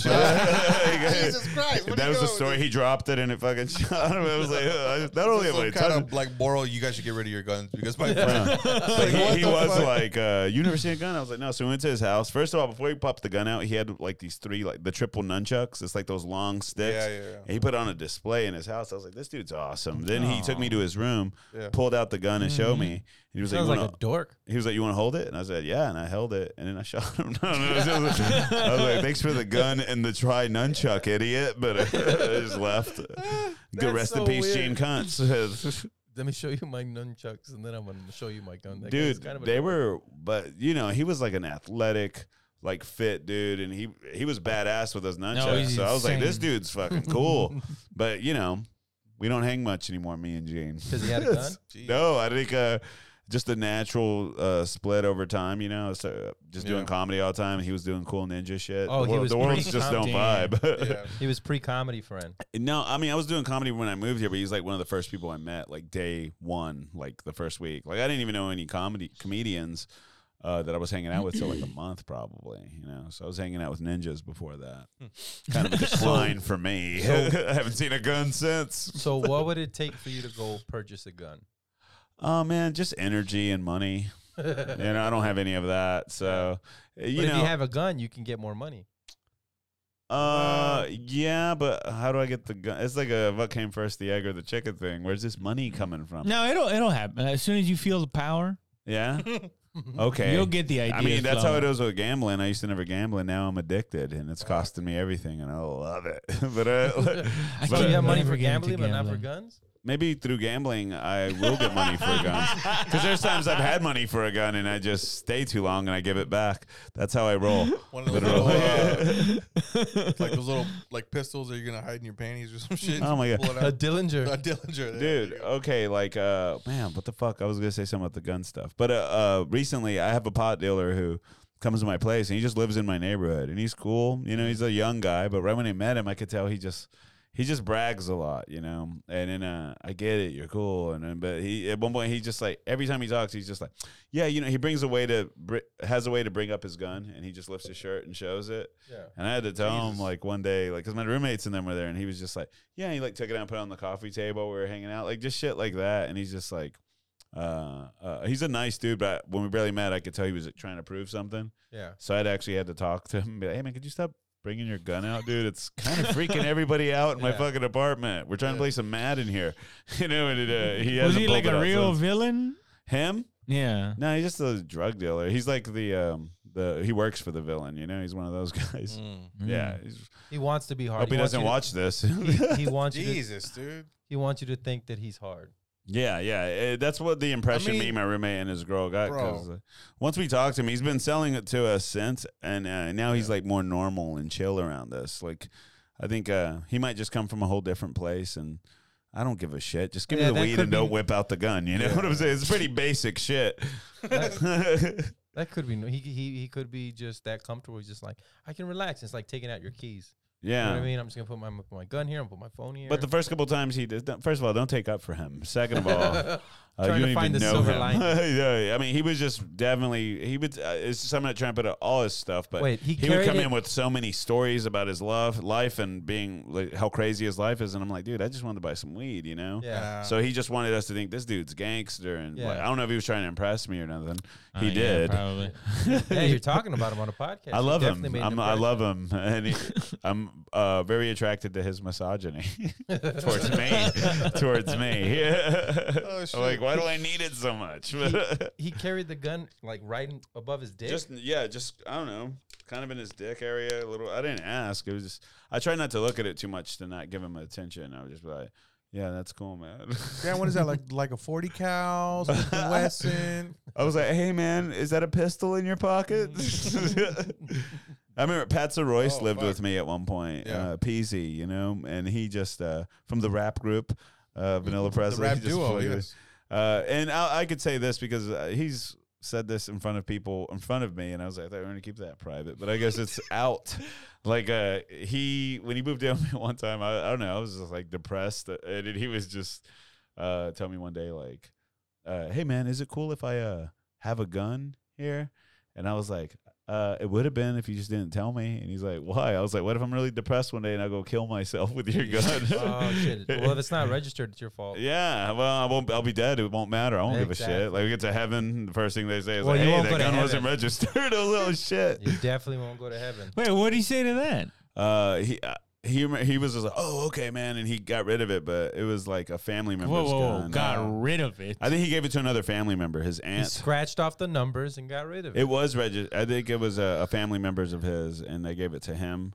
[SPEAKER 2] shot. Jesus Christ! what are
[SPEAKER 1] that
[SPEAKER 2] you
[SPEAKER 1] was the
[SPEAKER 2] doing?
[SPEAKER 1] story. He dropped it and it fucking shot him. I was like, uh, that
[SPEAKER 2] This
[SPEAKER 1] only have
[SPEAKER 2] is some
[SPEAKER 1] a
[SPEAKER 2] kind
[SPEAKER 1] ton
[SPEAKER 2] of like moral. You guys should get rid of your guns because my friend.
[SPEAKER 1] But he,
[SPEAKER 2] what
[SPEAKER 1] he
[SPEAKER 2] the
[SPEAKER 1] was
[SPEAKER 2] fuck?
[SPEAKER 1] like, uh, "You never seen a gun?" I was like, "No." So we went to his house. First of all, before he popped the gun out, he had like these three, like the triple nunchucks. It's like those long sticks.
[SPEAKER 2] Yeah, yeah, yeah.
[SPEAKER 1] And he put on a display in his house. I was like, "This dude's awesome." Then he took me to his room,
[SPEAKER 2] Yeah.
[SPEAKER 1] pulled out the gun and showed me. And he was like,
[SPEAKER 4] Mm-hmm. Sounds
[SPEAKER 1] you
[SPEAKER 4] like
[SPEAKER 1] wanna,
[SPEAKER 4] a dork.
[SPEAKER 1] "He was like, you want to hold it?" And I said, "Yeah." And I held it, and then I shot him. No, no, it was- it was- I was like, "Thanks for the gun and the try nunchuck, idiot." But I just left. Good
[SPEAKER 4] That's
[SPEAKER 1] rest in
[SPEAKER 4] so
[SPEAKER 1] peace,
[SPEAKER 4] weird.
[SPEAKER 1] Gene Kuntz.
[SPEAKER 4] Let me show you my nunchucks, and then I'm gonna show you my gun. That guy's
[SPEAKER 1] dude
[SPEAKER 4] kind of a
[SPEAKER 1] they
[SPEAKER 4] dork.
[SPEAKER 1] were but you know he was like an athletic like fit dude and he he was badass with those nunchucks
[SPEAKER 3] he's
[SPEAKER 1] so i was like this
[SPEAKER 3] insane.
[SPEAKER 1] dude's fucking cool but you know we don't hang much anymore me and gene
[SPEAKER 4] Does he have a gun?
[SPEAKER 1] no i think uh just a natural uh, split over time, you know. So just doing
[SPEAKER 2] Yeah.
[SPEAKER 1] comedy all the time. He was doing cool ninja shit.
[SPEAKER 4] Oh,
[SPEAKER 1] the,
[SPEAKER 4] he
[SPEAKER 1] world-
[SPEAKER 4] was
[SPEAKER 1] the worlds
[SPEAKER 4] pretty
[SPEAKER 1] just don't
[SPEAKER 3] comedy.
[SPEAKER 1] vibe.
[SPEAKER 2] Yeah.
[SPEAKER 4] He was pre-comedy friend.
[SPEAKER 1] No, I mean I was doing comedy when I moved here, but he's like one of the first people I met, like day one, like the first week. Like I didn't even know any comedy comedians uh, that I was hanging out with till like a month probably, you know. So I was hanging out with ninjas before that. kind of a decline for me. I haven't seen a gun since.
[SPEAKER 4] So what would it take for you to go purchase a gun?
[SPEAKER 1] Oh man, just energy and money. you know, I don't have any of that. So uh, you
[SPEAKER 4] but
[SPEAKER 1] know,
[SPEAKER 4] if you have a gun, you can get more money.
[SPEAKER 1] uh, yeah, but how do I get the gun? It's like a what came first, the egg or the chicken thing. Where's this money coming from?
[SPEAKER 3] No, it'll it'll happen as soon as you feel the power.
[SPEAKER 1] Yeah. Okay.
[SPEAKER 3] You'll get the idea.
[SPEAKER 1] I mean, that's how it is with gambling. I used to never gamble, and now I'm addicted, and it's costing me everything, and I love it. but uh,
[SPEAKER 3] I
[SPEAKER 1] but,
[SPEAKER 4] So you
[SPEAKER 1] uh,
[SPEAKER 4] have money
[SPEAKER 3] Never
[SPEAKER 4] for
[SPEAKER 3] get into
[SPEAKER 4] gambling, but not for
[SPEAKER 3] gambling.
[SPEAKER 4] guns.
[SPEAKER 1] maybe through gambling, I will get money for a gun. Because there's times I've had money for a gun, and I just stay too long, and I give it back. That's how I roll.
[SPEAKER 2] One of those little,
[SPEAKER 1] Literally.
[SPEAKER 2] uh, like those little like pistols that you're gonna hide in your panties or some shit.
[SPEAKER 1] Oh, my God.
[SPEAKER 2] Pull it
[SPEAKER 4] A
[SPEAKER 2] out.
[SPEAKER 4] Dillinger.
[SPEAKER 2] A Dillinger, there
[SPEAKER 1] dude
[SPEAKER 2] you go.
[SPEAKER 1] okay like uh man what the fuck i was gonna say something about the gun stuff but uh, uh recently i have a pot dealer who comes to my place and he just lives in my neighborhood and he's cool you know he's a young guy but right when i met him i could tell he just he just brags a lot you know and then uh i get it you're cool and then but he at one point he just like every time he talks he's just like yeah you know he brings a way to br- has a way to bring up his gun and he just lifts his shirt and shows it
[SPEAKER 4] Yeah.
[SPEAKER 1] and I had to tell him like one day, like, cause my roommates and them were there, and he was just like, yeah, he like took it out, and put it on the coffee table, we were hanging out, like just shit like that, and he's just like, uh, uh he's a nice dude, but when we barely met, I could tell he was like, trying to prove something,
[SPEAKER 4] Yeah.
[SPEAKER 1] so I'd actually had to talk to him, and be like, hey man, could you stop Bringing your gun out, dude. It's kind of freaking everybody out in my
[SPEAKER 4] Yeah.
[SPEAKER 1] fucking apartment. We're trying to
[SPEAKER 4] Yeah.
[SPEAKER 1] play some Mad in here, you know. And it, uh, he
[SPEAKER 3] Was
[SPEAKER 1] hasn't
[SPEAKER 3] he like
[SPEAKER 1] pulled it
[SPEAKER 3] a
[SPEAKER 1] out
[SPEAKER 3] real
[SPEAKER 1] since.
[SPEAKER 3] villain?
[SPEAKER 1] him?
[SPEAKER 3] Yeah.
[SPEAKER 1] No, he's just a drug dealer. He's like the um the he works for the villain. You know, he's one of those guys.
[SPEAKER 3] Mm.
[SPEAKER 1] Yeah, he's,
[SPEAKER 4] He wants to be hard.
[SPEAKER 1] hope he
[SPEAKER 4] wants
[SPEAKER 1] doesn't
[SPEAKER 4] you to-
[SPEAKER 1] watch this.
[SPEAKER 4] He wants you. To,
[SPEAKER 2] Jesus, dude.
[SPEAKER 4] he wants you to think that he's hard.
[SPEAKER 1] Yeah, yeah. eh, that's what the impression me,
[SPEAKER 2] mean-
[SPEAKER 1] my roommate, and his girl got.
[SPEAKER 2] Bro.
[SPEAKER 1] 'cause, uh, once we talked to him, he's been selling it to us since, and uh, now he's like more normal and chill around us. Like, I think uh, he might just come from a whole different place, and I don't give a shit. Just give
[SPEAKER 4] Yeah,
[SPEAKER 1] me the
[SPEAKER 4] that
[SPEAKER 1] weed
[SPEAKER 4] could
[SPEAKER 1] and don't
[SPEAKER 4] be-
[SPEAKER 1] whip out the gun. You know what I'm saying? It's pretty basic shit.
[SPEAKER 4] That could be. no- He he he could be just that comfortable. He's just like I can relax. It's like taking out your keys. You know
[SPEAKER 1] yeah.
[SPEAKER 4] what I mean, I'm just gonna put my my gun here. I'm gonna put my phone here.
[SPEAKER 1] But the first couple times he did, don't- first of all, don't take up for him. Second of all, uh,
[SPEAKER 4] Trying
[SPEAKER 1] you
[SPEAKER 4] to
[SPEAKER 1] don't
[SPEAKER 4] find
[SPEAKER 1] even
[SPEAKER 4] the
[SPEAKER 1] know
[SPEAKER 4] silver
[SPEAKER 1] him.
[SPEAKER 4] lining.
[SPEAKER 1] yeah, I mean, he was just definitely he would. Uh, it's just, I'm not trying to put out all his stuff, but
[SPEAKER 4] Wait, he
[SPEAKER 1] would
[SPEAKER 4] carried
[SPEAKER 1] come
[SPEAKER 4] it-
[SPEAKER 1] in with so many stories about his love, life, and being like, how crazy his life is, and I'm like, dude, I just wanted to buy some weed, you know.
[SPEAKER 4] yeah.
[SPEAKER 1] So he just wanted us to think this dude's gangster, and like,
[SPEAKER 4] Yeah.
[SPEAKER 1] I don't know if he was trying to impress me or nothing.
[SPEAKER 3] Uh,
[SPEAKER 1] He
[SPEAKER 3] yeah,
[SPEAKER 1] did.
[SPEAKER 3] probably.
[SPEAKER 4] yeah, you're talking about him on a podcast.
[SPEAKER 1] I
[SPEAKER 4] He
[SPEAKER 1] love him.
[SPEAKER 4] definitely made an
[SPEAKER 1] I'm, I
[SPEAKER 4] impression.
[SPEAKER 1] love him, and he, I'm uh, very attracted to his misogyny towards me. towards me. Yeah.
[SPEAKER 2] Oh,
[SPEAKER 1] I'm like,
[SPEAKER 2] shit.
[SPEAKER 1] why do I need it so much?
[SPEAKER 4] He carried the gun like right in, above his dick.
[SPEAKER 1] just yeah, just I don't know, kind of in his dick area a little. I didn't ask. It was just I try not to look at it too much to not give him attention. I was just like, yeah, that's cool, man.
[SPEAKER 2] Damn, what is that? Like like a 40 cal, Smith & Wesson.
[SPEAKER 1] I was like, hey man, is that a pistol in your pocket? I remember Patsa Royce
[SPEAKER 2] Mm. Oh,
[SPEAKER 1] lived
[SPEAKER 2] fuck.
[SPEAKER 1] with me at one point,
[SPEAKER 2] Yeah.
[SPEAKER 1] uh, Peasy, you know, and he just uh, from the rap group uh, Vanilla
[SPEAKER 2] Mm-hmm. The
[SPEAKER 1] Presley.
[SPEAKER 2] rap
[SPEAKER 1] he just
[SPEAKER 2] duo,
[SPEAKER 1] fucking-
[SPEAKER 2] yes.
[SPEAKER 1] Uh, and I, I could say this because uh, he's said this in front of people in front of me, and I was like, I thought we were going to keep that private, but I guess it's out. Like uh, he, when he moved in with me one time, I, I don't know, I was just like depressed, uh, and he was just uh, telling me one day like, uh, "Hey man, is it cool if I uh, have a gun here?" And I was like. Uh, it would have been if you just didn't tell me. And he's like, "Why?" I was like, "What if I'm really depressed one day and I go kill myself with your gun?"
[SPEAKER 4] oh shit! Well, if it's not registered, it's your fault.
[SPEAKER 1] Yeah, well, I won't. I'll be dead. It won't matter. I won't give a
[SPEAKER 4] Exactly.
[SPEAKER 1] shit. Like we get to heaven, the first thing they say is
[SPEAKER 4] Well,
[SPEAKER 1] like, "Hey,
[SPEAKER 4] you won't
[SPEAKER 1] that
[SPEAKER 4] go to
[SPEAKER 1] gun wasn't
[SPEAKER 4] heaven.
[SPEAKER 1] registered." oh little shit.
[SPEAKER 4] You definitely won't go to heaven.
[SPEAKER 3] Wait, what do you say to that?
[SPEAKER 1] Uh, he. Uh, he, rem- he was just like, oh, okay, man. And he got rid of it, but it was like a family
[SPEAKER 3] Whoa,
[SPEAKER 1] member's
[SPEAKER 3] whoa, whoa,
[SPEAKER 1] gun. Uh,
[SPEAKER 3] got rid of it.
[SPEAKER 1] I think he gave it to another family member, his
[SPEAKER 4] He
[SPEAKER 1] aunt.
[SPEAKER 4] scratched off the numbers and got rid of it.
[SPEAKER 1] It was registered. I think it was uh, a, a family member's of his, and they gave it to him,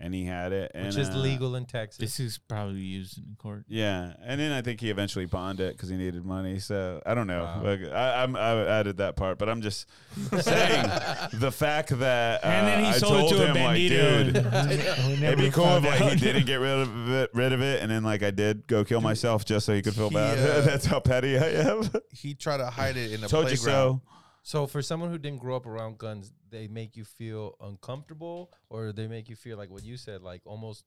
[SPEAKER 1] and he had it. And,
[SPEAKER 4] Mm-hmm. which is
[SPEAKER 1] uh,
[SPEAKER 4] legal in Texas.
[SPEAKER 3] This is probably used in court.
[SPEAKER 1] Yeah, and then I think he eventually pawned it because he needed money. So I don't know.
[SPEAKER 4] Wow.
[SPEAKER 1] Like, I, I'm, I added that part, but I'm just saying the fact that uh,
[SPEAKER 3] And then he
[SPEAKER 1] I
[SPEAKER 3] sold it
[SPEAKER 1] told
[SPEAKER 3] to a
[SPEAKER 1] him like,
[SPEAKER 3] bandito.
[SPEAKER 1] dude,
[SPEAKER 3] and- we
[SPEAKER 1] it'd be
[SPEAKER 3] never
[SPEAKER 1] cool if
[SPEAKER 3] found
[SPEAKER 1] like, he
[SPEAKER 3] out.
[SPEAKER 1] didn't get rid of it, rid of it, and then like I did go kill myself just so he could feel
[SPEAKER 2] He,
[SPEAKER 1] bad.
[SPEAKER 2] uh,
[SPEAKER 1] That's how petty I am.
[SPEAKER 2] He tried to hide it in a
[SPEAKER 1] Told
[SPEAKER 2] playground.
[SPEAKER 1] you so.
[SPEAKER 4] So for someone who didn't grow up around guns, they make you feel uncomfortable, or they make you feel like what you said, like almost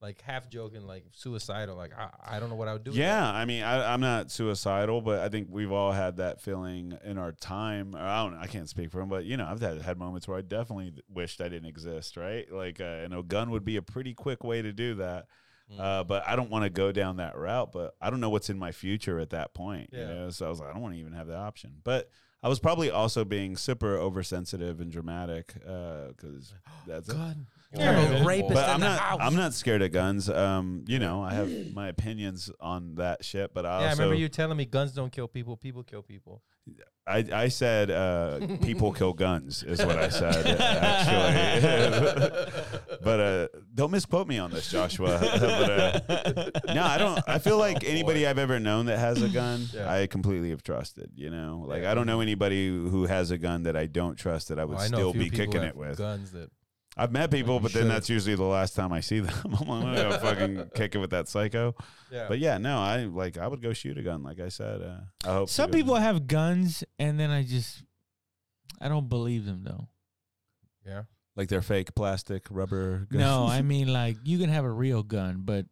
[SPEAKER 4] like half joking, like suicidal, like I, I don't know what I would do. with
[SPEAKER 1] Yeah, I mean, I, I'm not suicidal, but I think we've all had that feeling in our time. Or I don't, I can't speak for him, but you know, I've had, had moments where I definitely wished I didn't exist, right? Like, uh, and a gun would be a pretty quick way to do that.
[SPEAKER 4] Mm.
[SPEAKER 1] Uh, but I don't want to go down that route. But I don't know what's in my future at that point. You
[SPEAKER 4] Yeah.
[SPEAKER 1] know? So I was like, I don't want to even have that option. But I was probably also being super oversensitive and dramatic because that's
[SPEAKER 4] that.
[SPEAKER 1] it.
[SPEAKER 4] gun.
[SPEAKER 3] Yeah,
[SPEAKER 4] You're
[SPEAKER 3] but-
[SPEAKER 4] a rapist
[SPEAKER 1] But
[SPEAKER 4] in
[SPEAKER 1] I'm
[SPEAKER 4] the
[SPEAKER 1] not.
[SPEAKER 4] house.
[SPEAKER 1] I'm not scared of guns. Um, you know, I have my opinions on that shit. But I
[SPEAKER 4] yeah, I
[SPEAKER 1] also,
[SPEAKER 4] remember you telling me guns don't kill people, people kill people.
[SPEAKER 1] I, I said uh, people kill guns is what I said actually. but uh, don't misquote me on this, Joshua. but, uh, no, I don't. I feel like anybody I've ever known that has a gun,
[SPEAKER 4] Yeah.
[SPEAKER 1] I completely have trusted. You know, like
[SPEAKER 4] Yeah.
[SPEAKER 1] I don't know anybody who has a gun that I don't trust that I would
[SPEAKER 4] Well, I know a
[SPEAKER 1] still
[SPEAKER 4] few
[SPEAKER 1] be
[SPEAKER 4] people
[SPEAKER 1] kicking
[SPEAKER 4] have
[SPEAKER 1] it with.
[SPEAKER 4] guns that
[SPEAKER 1] I've met people,
[SPEAKER 4] you
[SPEAKER 1] but then
[SPEAKER 4] should.
[SPEAKER 1] that's usually the last time I see them. I'm like, I'm gonna fucking kick it with that psycho.
[SPEAKER 4] yeah.
[SPEAKER 1] But yeah, no, I like I would go shoot a gun, like I said. Uh, I hope to
[SPEAKER 3] Some
[SPEAKER 1] go-
[SPEAKER 3] people have guns, and then I just, I don't believe them though.
[SPEAKER 4] yeah.
[SPEAKER 1] like they're fake plastic rubber. Guns.
[SPEAKER 3] No, I mean like you can have a real gun, but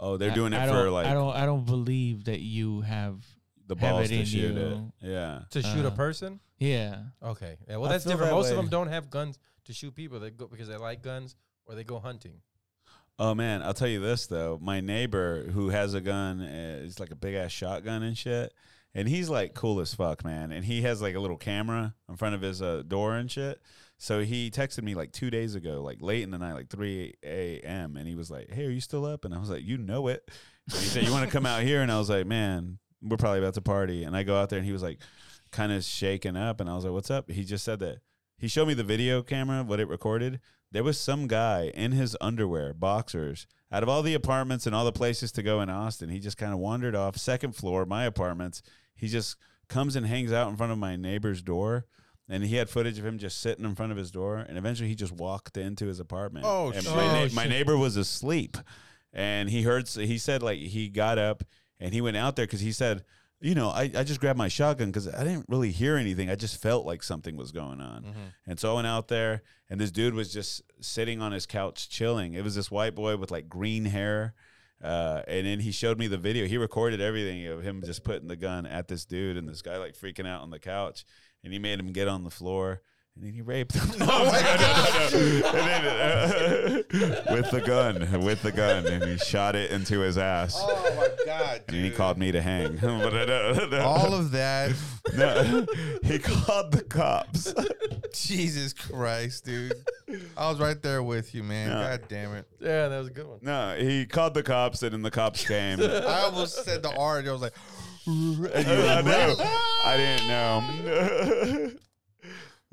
[SPEAKER 1] oh, they're
[SPEAKER 3] I-
[SPEAKER 1] doing it
[SPEAKER 3] I
[SPEAKER 1] for
[SPEAKER 3] don't- I
[SPEAKER 1] like
[SPEAKER 3] don't, I don't believe that you have.
[SPEAKER 1] the
[SPEAKER 3] have
[SPEAKER 1] balls
[SPEAKER 3] it
[SPEAKER 1] to
[SPEAKER 3] in
[SPEAKER 1] shoot
[SPEAKER 3] you.
[SPEAKER 1] it. Yeah,
[SPEAKER 4] To shoot a
[SPEAKER 1] Uh-huh.
[SPEAKER 3] Uh,
[SPEAKER 4] person?
[SPEAKER 3] Yeah,
[SPEAKER 4] Okay. Yeah, well
[SPEAKER 1] I
[SPEAKER 4] that's
[SPEAKER 1] feel
[SPEAKER 4] different.
[SPEAKER 1] that
[SPEAKER 4] Most of
[SPEAKER 1] way.
[SPEAKER 4] them don't have guns to shoot people. They go because they like guns or they go hunting.
[SPEAKER 1] Oh man, I'll tell you this though. My neighbor who has a gun, uh, it's like a big ass shotgun and shit, and he's like cool as fuck, man. And he has like a little camera in front of his uh, door and shit. So he texted me like two days ago, like late in the night, like 3 a.m. And he was like, Hey, are you still up? And I was like, You know it. And he said, You want to come out here? And I was like, Man, we're probably about to party. And I go out there and he was like, kind of shaken up. And I was like, What's up? He just said that he showed me the video camera, what it recorded. There was some guy in his underwear, boxers, out of all the apartments and all the places to go in Austin. He just kind of wandered off, second floor, my apartments. He just comes and hangs out in front of my neighbor's door. And he had footage of him just sitting in front of his door. And eventually he just walked into his apartment.
[SPEAKER 2] Oh,
[SPEAKER 1] and
[SPEAKER 2] shit.
[SPEAKER 1] my,
[SPEAKER 3] Oh,
[SPEAKER 1] my
[SPEAKER 3] shit.
[SPEAKER 1] neighbor was asleep. And he heard, he said, like, he got up and he went out there because he said, you know, I, I just grabbed my shotgun because I didn't really hear anything. I just felt like something was going on. And so I went out there, and this dude was just sitting on his couch chilling. It was this white boy with like green hair. Uh, and then he showed me the video. He recorded everything of him just putting the gun at this dude, and this guy like freaking out on the couch. And he made him get on the floor. And then he raped him. No, no, no, no, no. And then, uh, with the gun, with the gun, and he shot it into his ass.
[SPEAKER 2] Oh my god,
[SPEAKER 1] And then he called me to hang. But I don't-
[SPEAKER 2] All of that,
[SPEAKER 1] no, he called the cops.
[SPEAKER 2] Jesus Christ, dude! I was right there with you, man.
[SPEAKER 1] Yeah.
[SPEAKER 2] God damn it!
[SPEAKER 4] Yeah, that was a good one.
[SPEAKER 1] No, he called the cops, and then the cops came. I,
[SPEAKER 2] I almost said the R. And I was like,
[SPEAKER 1] know. I didn't know.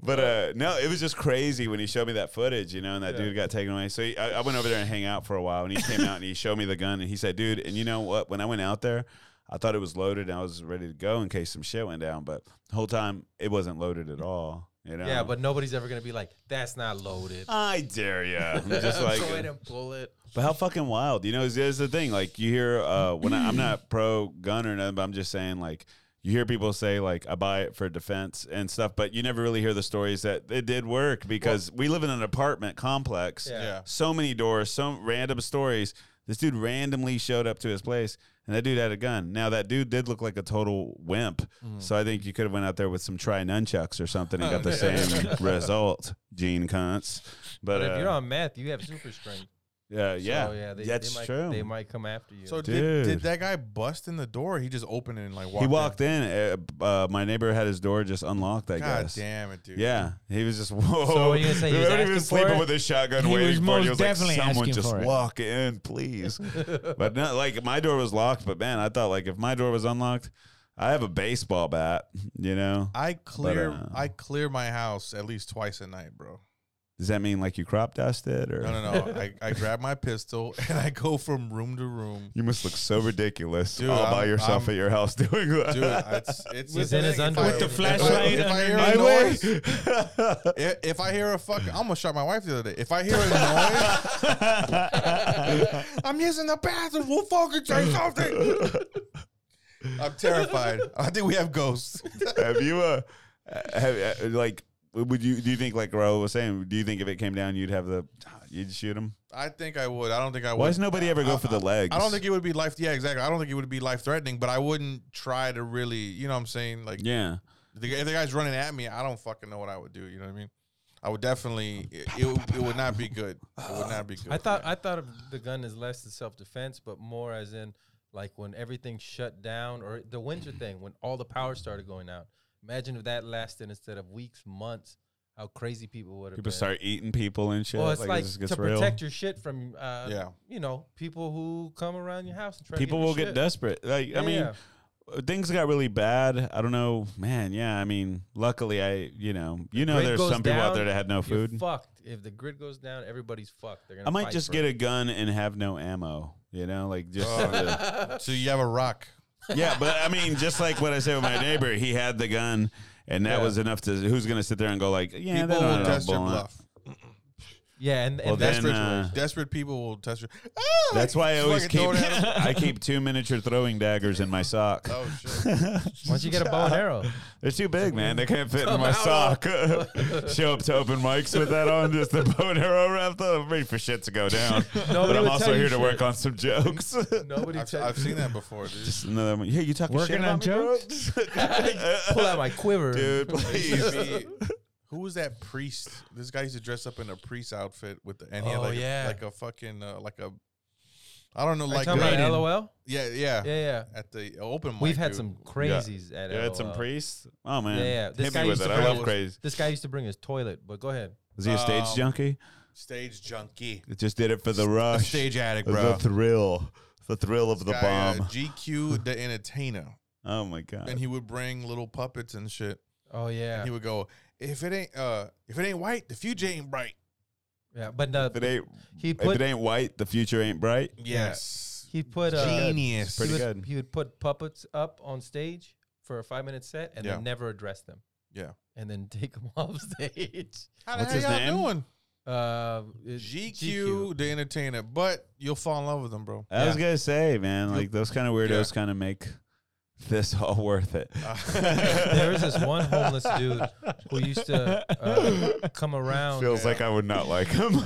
[SPEAKER 1] But uh, no, it was just crazy when he showed me that footage, you know, and that dude got taken away. So he, I, I went over there and hang out for a while, and he came out and he showed me the gun, and he said, "Dude, and you know what? When I went out there, I thought it was loaded, and I was ready to go in case some shit went down. But the whole time, it wasn't loaded at all. You know?
[SPEAKER 4] Yeah, but nobody's ever gonna be like, "That's not loaded."
[SPEAKER 1] I dare you. just like
[SPEAKER 4] Go ahead and pull it.
[SPEAKER 1] But how fucking wild, you know? Is is the thing like you hear uh, when I, I'm not pro gun or nothing, but I'm just saying like you hear people say like I buy it for defense and stuff, but you never really hear the stories that it did work because we live in an apartment complex,
[SPEAKER 4] Yeah.
[SPEAKER 2] yeah,
[SPEAKER 1] so many doors, some random stories. This dude randomly showed up to his place, and that dude had a gun. Now that dude did look like a total wimp,
[SPEAKER 4] Mm.
[SPEAKER 1] so I think you could have went out there with some try nunchucks or something and got the same result, Gene Kuntz. But,
[SPEAKER 4] But if
[SPEAKER 1] uh,
[SPEAKER 4] you're on meth, you have super strength.
[SPEAKER 1] yeah, yeah,
[SPEAKER 4] so, yeah. They,
[SPEAKER 1] that's
[SPEAKER 4] they might,
[SPEAKER 1] true.
[SPEAKER 4] They might come after you.
[SPEAKER 2] So
[SPEAKER 1] Dude.
[SPEAKER 2] did, did that guy bust in the door? Or he just opened it and like walked.
[SPEAKER 1] He
[SPEAKER 2] in?
[SPEAKER 1] walked in. Uh, uh, my neighbor had his door just unlocked. I
[SPEAKER 2] God
[SPEAKER 1] guess.
[SPEAKER 2] damn it, dude.
[SPEAKER 1] Yeah, he was just whoa.
[SPEAKER 4] what are you gonna say? He was
[SPEAKER 1] Everybody
[SPEAKER 4] asking for
[SPEAKER 1] sleeping
[SPEAKER 4] it?
[SPEAKER 1] with his shotgun,
[SPEAKER 3] He
[SPEAKER 1] waiting
[SPEAKER 3] was
[SPEAKER 1] for it. He
[SPEAKER 3] most
[SPEAKER 1] was like,
[SPEAKER 3] definitely
[SPEAKER 1] "Someone
[SPEAKER 3] asking
[SPEAKER 1] just
[SPEAKER 3] for it."
[SPEAKER 1] walk in, please." but no, like my door was locked. But man, I thought like if my door was unlocked, I have a baseball bat. You know,
[SPEAKER 2] I clear
[SPEAKER 1] uh,
[SPEAKER 2] I clear my house at least twice a night, bro.
[SPEAKER 1] does that mean like you crop dusted or?
[SPEAKER 2] No, no, no. I, I grab my pistol and I go from room to room.
[SPEAKER 1] You must look so ridiculous
[SPEAKER 2] Dude,
[SPEAKER 1] all by
[SPEAKER 2] I'm-
[SPEAKER 1] yourself
[SPEAKER 2] I'm-
[SPEAKER 1] at your house doing that.
[SPEAKER 2] Dude, it's it's
[SPEAKER 4] He's
[SPEAKER 2] the
[SPEAKER 4] in his
[SPEAKER 2] thing, if I-
[SPEAKER 4] underwear. With the
[SPEAKER 2] if I-
[SPEAKER 3] flashlight
[SPEAKER 2] If I hear a
[SPEAKER 3] underneath.
[SPEAKER 2] noise, if, if I hear a fucking, I almost shot my wife the other day. If I hear a noise, I'm using the bathroom. We'll fucking say something. I'm terrified. I think we have ghosts.
[SPEAKER 1] have you uh have uh, like would you do you think like Raul was saying do you think if it came down you'd have the you'd shoot him
[SPEAKER 2] I think I would. I don't think I would.
[SPEAKER 1] why does nobody ever go
[SPEAKER 2] I-
[SPEAKER 1] for the legs
[SPEAKER 2] I don't think it would be life. Yeah, exactly. I don't think it would be life threatening, but I wouldn't try to really. You know what I'm saying? Like,
[SPEAKER 1] yeah
[SPEAKER 2] the, if the guy's running at me, I don't fucking know what I would do. You know what I mean? I would definitely.
[SPEAKER 1] Um,
[SPEAKER 2] It, it, would- it would not be good. It would not be good.
[SPEAKER 4] I thought I thought of the gun as less than self defense, but more as in like when everything shut down or the winter thing when all the power started going out. Imagine if that lasted instead of weeks, months. How crazy people would have
[SPEAKER 1] people
[SPEAKER 4] been.
[SPEAKER 1] start eating people and shit
[SPEAKER 4] uh, well, it's like,
[SPEAKER 1] this
[SPEAKER 4] to
[SPEAKER 1] gets real.
[SPEAKER 4] protect your shit from, uh,
[SPEAKER 2] Yeah.
[SPEAKER 4] you know, people who come around your house and try.
[SPEAKER 1] people
[SPEAKER 4] to
[SPEAKER 1] will
[SPEAKER 4] get your
[SPEAKER 1] get
[SPEAKER 4] shit.
[SPEAKER 1] desperate like I mean
[SPEAKER 4] Yeah.
[SPEAKER 1] things got really bad I don't know man yeah I mean luckily I you know you know
[SPEAKER 4] Grid
[SPEAKER 1] there's
[SPEAKER 4] goes
[SPEAKER 1] some people out
[SPEAKER 4] down,
[SPEAKER 1] there that had no
[SPEAKER 4] you're
[SPEAKER 1] food
[SPEAKER 4] Fucked. If the grid goes down, everybody's fucked. They're gonna.
[SPEAKER 1] I might
[SPEAKER 4] fight
[SPEAKER 1] just
[SPEAKER 4] for
[SPEAKER 1] get
[SPEAKER 4] it.
[SPEAKER 1] a gun and have no ammo you know like just
[SPEAKER 2] Oh,
[SPEAKER 1] the-
[SPEAKER 2] So you have a rock.
[SPEAKER 1] Yeah, but I mean, just like what I said with my neighbor, he had the gun, and that
[SPEAKER 4] Yeah.
[SPEAKER 1] was enough to. Who's gonna sit there and go like, yeah, uh,
[SPEAKER 2] people will
[SPEAKER 1] that's
[SPEAKER 2] test
[SPEAKER 1] will
[SPEAKER 2] your bluff.
[SPEAKER 4] Yeah, and, and
[SPEAKER 1] Well,
[SPEAKER 4] that's
[SPEAKER 1] then,
[SPEAKER 4] for-
[SPEAKER 1] uh,
[SPEAKER 2] Desperate people will test your. Ah!
[SPEAKER 1] That's why I
[SPEAKER 2] Fucking
[SPEAKER 1] always keep
[SPEAKER 2] throw it at 'em.
[SPEAKER 1] I keep two miniature throwing daggers in my sock.
[SPEAKER 2] oh shit!
[SPEAKER 4] once you get a bow and arrow,
[SPEAKER 1] They're too big, man. They can't fit in my
[SPEAKER 4] out.
[SPEAKER 1] sock. Show up to open mics with that on, just the bow and arrow wrapped up. I'm ready for shit to go down. but I'm
[SPEAKER 4] would
[SPEAKER 1] also
[SPEAKER 4] tell you
[SPEAKER 1] here to
[SPEAKER 4] shit.
[SPEAKER 1] work on some jokes.
[SPEAKER 4] nobody.
[SPEAKER 2] I've,
[SPEAKER 4] tell-
[SPEAKER 2] I've seen that before, dude.
[SPEAKER 1] Just another one. Yeah, you talking
[SPEAKER 3] Working
[SPEAKER 1] shit
[SPEAKER 3] on
[SPEAKER 1] about me, bro?
[SPEAKER 4] pull out my quiver,
[SPEAKER 1] dude.
[SPEAKER 2] There used to
[SPEAKER 1] Please.
[SPEAKER 2] be- Who was that priest? This guy used to dress up in a priest outfit with, the, and he
[SPEAKER 4] Oh,
[SPEAKER 2] had like,
[SPEAKER 4] yeah.
[SPEAKER 2] a, like a fucking uh, like a I don't know,
[SPEAKER 4] Like
[SPEAKER 2] like
[SPEAKER 4] talking
[SPEAKER 2] uh,
[SPEAKER 4] about
[SPEAKER 3] Raiden.
[SPEAKER 4] LOL?
[SPEAKER 2] yeah, yeah,
[SPEAKER 4] Yeah, yeah.
[SPEAKER 2] At the open mic,
[SPEAKER 4] We've had
[SPEAKER 2] dude.
[SPEAKER 4] some crazies at
[SPEAKER 1] You had some
[SPEAKER 4] LOL.
[SPEAKER 1] priests. Oh man,
[SPEAKER 4] Yeah, yeah. This
[SPEAKER 1] hit
[SPEAKER 4] guy
[SPEAKER 1] me with
[SPEAKER 4] used
[SPEAKER 1] it.
[SPEAKER 4] to
[SPEAKER 1] I
[SPEAKER 4] bring-
[SPEAKER 1] love crazy.
[SPEAKER 4] This guy used to bring his toilet, but go ahead.
[SPEAKER 1] Is he a stage
[SPEAKER 2] Um,
[SPEAKER 1] junkie?
[SPEAKER 2] stage junkie,
[SPEAKER 1] It just did it for the
[SPEAKER 2] a
[SPEAKER 1] rush,
[SPEAKER 2] stage addict,
[SPEAKER 1] the
[SPEAKER 2] bro.
[SPEAKER 1] thrill, the thrill of the
[SPEAKER 2] Guy, uh,
[SPEAKER 1] bomb.
[SPEAKER 2] GQ the entertainer,
[SPEAKER 1] oh my god.
[SPEAKER 2] and he would bring little puppets and shit.
[SPEAKER 4] Oh yeah,
[SPEAKER 2] He would go, if it ain't uh, if it ain't white, the future ain't bright.
[SPEAKER 4] yeah. But uh,
[SPEAKER 1] if it ain't
[SPEAKER 4] he
[SPEAKER 1] if it
[SPEAKER 4] put
[SPEAKER 1] ain't white, the future ain't bright.
[SPEAKER 2] Yes,
[SPEAKER 4] he put uh,
[SPEAKER 2] genius.
[SPEAKER 1] Pretty
[SPEAKER 4] he
[SPEAKER 1] good.
[SPEAKER 4] would, He would put puppets up on stage for a five minute set and
[SPEAKER 2] Yeah.
[SPEAKER 4] then never address them.
[SPEAKER 2] Yeah.
[SPEAKER 4] And then take them off stage.
[SPEAKER 2] How
[SPEAKER 1] What's
[SPEAKER 2] the
[SPEAKER 1] his
[SPEAKER 2] hell y'all
[SPEAKER 1] name?
[SPEAKER 2] doing?
[SPEAKER 4] Uh, it's
[SPEAKER 2] GQ,
[SPEAKER 4] GQ.
[SPEAKER 2] the entertainer, but you'll fall in love with him, bro.
[SPEAKER 1] I was gonna say, man, like those kind of weirdos
[SPEAKER 2] Yeah.
[SPEAKER 1] kind of make this all worth it.
[SPEAKER 4] Uh, There is this one homeless dude who used to uh, come around.
[SPEAKER 1] Feels like I would not like him.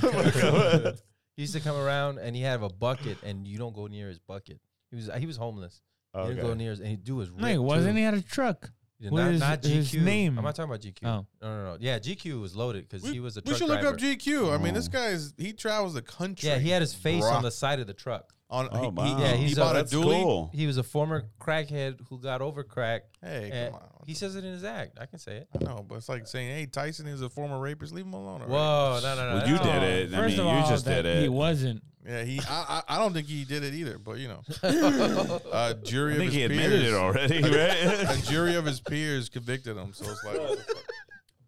[SPEAKER 4] he used to come around and he had a bucket, and you don't go near his bucket. He was he was homeless. You didn't go
[SPEAKER 1] okay.
[SPEAKER 4] near his, and he do his.
[SPEAKER 3] Wait, wasn't he at a truck?
[SPEAKER 4] Yeah,
[SPEAKER 3] What
[SPEAKER 4] not,
[SPEAKER 3] is
[SPEAKER 4] not GQ.
[SPEAKER 3] his name?
[SPEAKER 4] I'm not talking about GQ.
[SPEAKER 3] Oh.
[SPEAKER 4] No, no, no. Yeah, GQ was loaded because
[SPEAKER 2] We-
[SPEAKER 4] he was a
[SPEAKER 2] We
[SPEAKER 4] truck
[SPEAKER 2] should
[SPEAKER 4] driver.
[SPEAKER 2] look up GQ. I mean, this
[SPEAKER 1] Oh.
[SPEAKER 2] guy's he travels the country.
[SPEAKER 4] yeah, he had his face
[SPEAKER 2] Bruh.
[SPEAKER 4] on the side of the truck.
[SPEAKER 2] on.
[SPEAKER 1] Oh,
[SPEAKER 2] he- he,
[SPEAKER 1] wow.
[SPEAKER 4] Yeah,
[SPEAKER 2] he
[SPEAKER 4] he's a-
[SPEAKER 2] bought a
[SPEAKER 1] That's
[SPEAKER 2] dually.
[SPEAKER 1] cool.
[SPEAKER 4] He was a former crackhead who got over crack.
[SPEAKER 2] Hey,
[SPEAKER 4] and
[SPEAKER 2] come on.
[SPEAKER 4] He says it in his act. I can say it.
[SPEAKER 2] I know, but it's like saying, "Hey, Tyson is a former rapist. Leave him alone." already.
[SPEAKER 4] Whoa, no, no, no.
[SPEAKER 1] Well, you
[SPEAKER 4] no.
[SPEAKER 1] did it. I mean,
[SPEAKER 3] First of
[SPEAKER 1] you
[SPEAKER 3] all,
[SPEAKER 1] just
[SPEAKER 3] that
[SPEAKER 1] did it.
[SPEAKER 3] he wasn't.
[SPEAKER 2] Yeah, he. I, I, I don't think he did it either, but you know, uh, jury
[SPEAKER 1] I
[SPEAKER 2] of
[SPEAKER 1] think
[SPEAKER 2] his
[SPEAKER 1] he
[SPEAKER 2] peers,
[SPEAKER 1] admitted it already,
[SPEAKER 2] A
[SPEAKER 1] right?
[SPEAKER 2] jury of his peers convicted him, so it's like, what the fuck?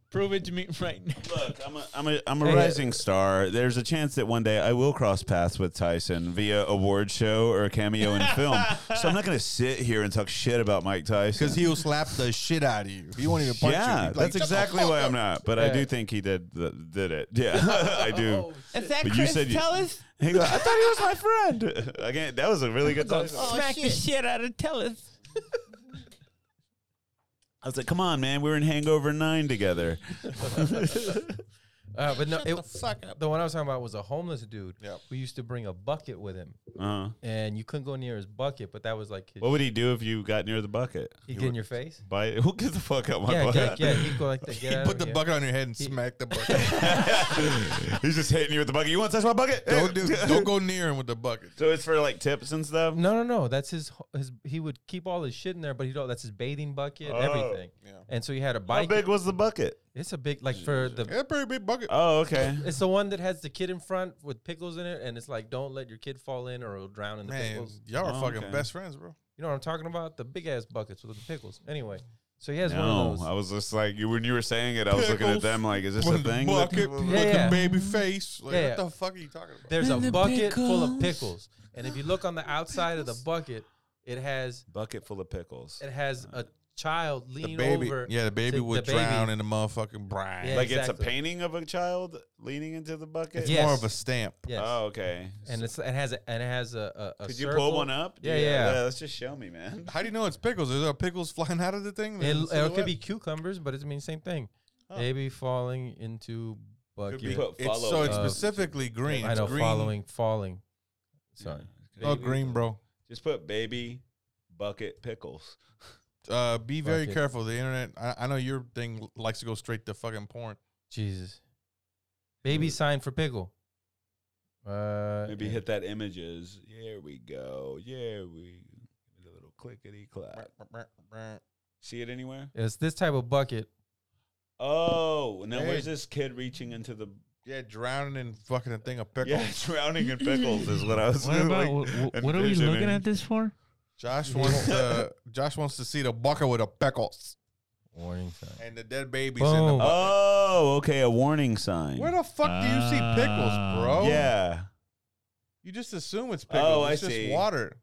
[SPEAKER 3] Prove it to me right now.
[SPEAKER 1] Look, I'm a, I'm a, I'm a
[SPEAKER 4] Hey, uh,
[SPEAKER 1] rising star. There's a chance that one day I will cross paths with Tyson via award show or a cameo in film. So I'm not going to sit here and talk shit about Mike Tyson.
[SPEAKER 2] Because he'll slap the shit out of you. He won't even punch you.
[SPEAKER 1] yeah,
[SPEAKER 2] He's like,
[SPEAKER 1] that's
[SPEAKER 2] "Shut the
[SPEAKER 1] exactly
[SPEAKER 2] fuck
[SPEAKER 1] why
[SPEAKER 2] up."
[SPEAKER 1] I'm not. But I
[SPEAKER 4] Yeah. Oh.
[SPEAKER 1] do think he did the, did it. Yeah, I do.
[SPEAKER 3] Is that
[SPEAKER 1] But you Chris said you-
[SPEAKER 3] Tellus?
[SPEAKER 1] He goes, I thought he was my friend. Again, that was a really good. Tyson.
[SPEAKER 3] Smack the shit out of Tellus.
[SPEAKER 1] I was like, come on, man, we were in Hangover Nine together.
[SPEAKER 4] Uh, but no, it,
[SPEAKER 2] the fuck up.
[SPEAKER 4] the one I was talking about was a homeless dude
[SPEAKER 2] Yep.
[SPEAKER 4] who used to bring a bucket with him,
[SPEAKER 1] Uh,
[SPEAKER 4] and you couldn't go near his bucket. But that was like his,
[SPEAKER 1] what would he do if you got near the bucket?
[SPEAKER 4] he'd get in your face.
[SPEAKER 1] Bite? Who gives the fuck out my
[SPEAKER 4] Yeah, yeah,
[SPEAKER 1] bucket?
[SPEAKER 4] yeah. He'd go like that. Get
[SPEAKER 2] He
[SPEAKER 4] out
[SPEAKER 2] put
[SPEAKER 4] of
[SPEAKER 2] the
[SPEAKER 4] here.
[SPEAKER 2] bucket on your head and smack the bucket.
[SPEAKER 1] He's just hitting you with the bucket. You want to touch my bucket?
[SPEAKER 2] don't do. Don't go near him with the bucket.
[SPEAKER 1] So it's for like tips and stuff.
[SPEAKER 4] No, no, no. That's his. His. He would keep all his shit in there, but he don't. That's his bathing bucket,
[SPEAKER 1] Oh.
[SPEAKER 4] everything.
[SPEAKER 2] Yeah.
[SPEAKER 4] And so he had a
[SPEAKER 1] How
[SPEAKER 4] bike.
[SPEAKER 1] big was the bucket?
[SPEAKER 4] It's a big like for the.
[SPEAKER 2] Yeah, pretty big bucket.
[SPEAKER 1] Oh, okay.
[SPEAKER 4] It's the one that has the kid in front with pickles in it, and it's like, don't let your kid fall in or it'll drown in the
[SPEAKER 2] Man,
[SPEAKER 4] pickles.
[SPEAKER 2] y'all are
[SPEAKER 1] Oh,
[SPEAKER 2] fucking
[SPEAKER 1] okay.
[SPEAKER 2] best friends, bro.
[SPEAKER 4] You know what I'm talking about? The big ass buckets with the pickles. Anyway, so he has one
[SPEAKER 1] No,
[SPEAKER 4] of those.
[SPEAKER 1] I was just like you when you were saying it, I was looking at
[SPEAKER 2] Pickles.
[SPEAKER 1] them like, is this a
[SPEAKER 2] With the
[SPEAKER 1] thing? that
[SPEAKER 2] bucket
[SPEAKER 1] people-
[SPEAKER 2] with
[SPEAKER 4] Yeah.
[SPEAKER 2] the baby face. Like,
[SPEAKER 4] Yeah.
[SPEAKER 2] what the fuck are you talking about?
[SPEAKER 4] There's a
[SPEAKER 3] And the
[SPEAKER 4] bucket full of
[SPEAKER 3] pickles.
[SPEAKER 4] pickles, and if you look on the outside of the bucket, it has
[SPEAKER 1] bucket full of pickles.
[SPEAKER 4] it has a child
[SPEAKER 2] The
[SPEAKER 4] leaning
[SPEAKER 2] baby,
[SPEAKER 4] over.
[SPEAKER 2] yeah, the baby
[SPEAKER 4] the
[SPEAKER 2] would
[SPEAKER 4] baby.
[SPEAKER 2] drown in the motherfucking brine.
[SPEAKER 4] Yeah.
[SPEAKER 1] like it's a
[SPEAKER 4] exactly.
[SPEAKER 1] painting of a child leaning into the bucket.
[SPEAKER 2] It's
[SPEAKER 4] Yes.
[SPEAKER 2] more of a stamp.
[SPEAKER 4] Yes.
[SPEAKER 1] Oh, okay.
[SPEAKER 4] and it's it has a and it has a. a, a
[SPEAKER 1] Could you
[SPEAKER 4] circle.
[SPEAKER 1] pull one up?
[SPEAKER 4] Yeah, yeah.
[SPEAKER 1] Let's just show me, man.
[SPEAKER 2] How do you know it's pickles? Is there pickles flying out of the thing?
[SPEAKER 4] It,
[SPEAKER 2] It's
[SPEAKER 4] it
[SPEAKER 2] silhouette. Oh.
[SPEAKER 4] could be cucumbers, but it means same thing.
[SPEAKER 2] Huh.
[SPEAKER 4] Baby falling into bucket.
[SPEAKER 1] be put
[SPEAKER 2] It's, so it's
[SPEAKER 4] Uh,
[SPEAKER 2] specifically green.
[SPEAKER 4] I
[SPEAKER 2] It's
[SPEAKER 4] know,
[SPEAKER 2] green.
[SPEAKER 4] following, falling. Sorry.
[SPEAKER 2] Oh, green, bro.
[SPEAKER 1] Just put baby bucket pickles.
[SPEAKER 2] Uh, be very
[SPEAKER 4] Bucket.
[SPEAKER 2] careful. The internet. I, I know your thing likes to go straight to fucking porn.
[SPEAKER 4] Jesus. Baby sign for pickle. Uh,
[SPEAKER 1] Maybe hit that images. Here we go. Yeah, we a little clickety clack. See it anywhere?
[SPEAKER 4] It's this type of bucket.
[SPEAKER 1] Oh, now
[SPEAKER 2] Hey.
[SPEAKER 1] where's this kid reaching into the
[SPEAKER 2] Yeah, drowning in fucking a thing of pickles.
[SPEAKER 1] Yeah, drowning in pickles is what I was
[SPEAKER 3] What about
[SPEAKER 1] like,
[SPEAKER 3] what, what are we
[SPEAKER 1] envisioning.
[SPEAKER 3] looking at this for?
[SPEAKER 2] Josh wants to. Josh wants to see the bucket with the pickles
[SPEAKER 4] Warning sign.
[SPEAKER 2] and the dead babies in the
[SPEAKER 4] Boom.
[SPEAKER 2] bucket.
[SPEAKER 1] Oh, okay, a warning sign.
[SPEAKER 2] Where the fuck do you see pickles,
[SPEAKER 3] Ah.
[SPEAKER 2] bro?
[SPEAKER 1] Yeah.
[SPEAKER 2] You just assume it's pickles.
[SPEAKER 1] Oh, I
[SPEAKER 2] it's
[SPEAKER 1] see.
[SPEAKER 2] just water.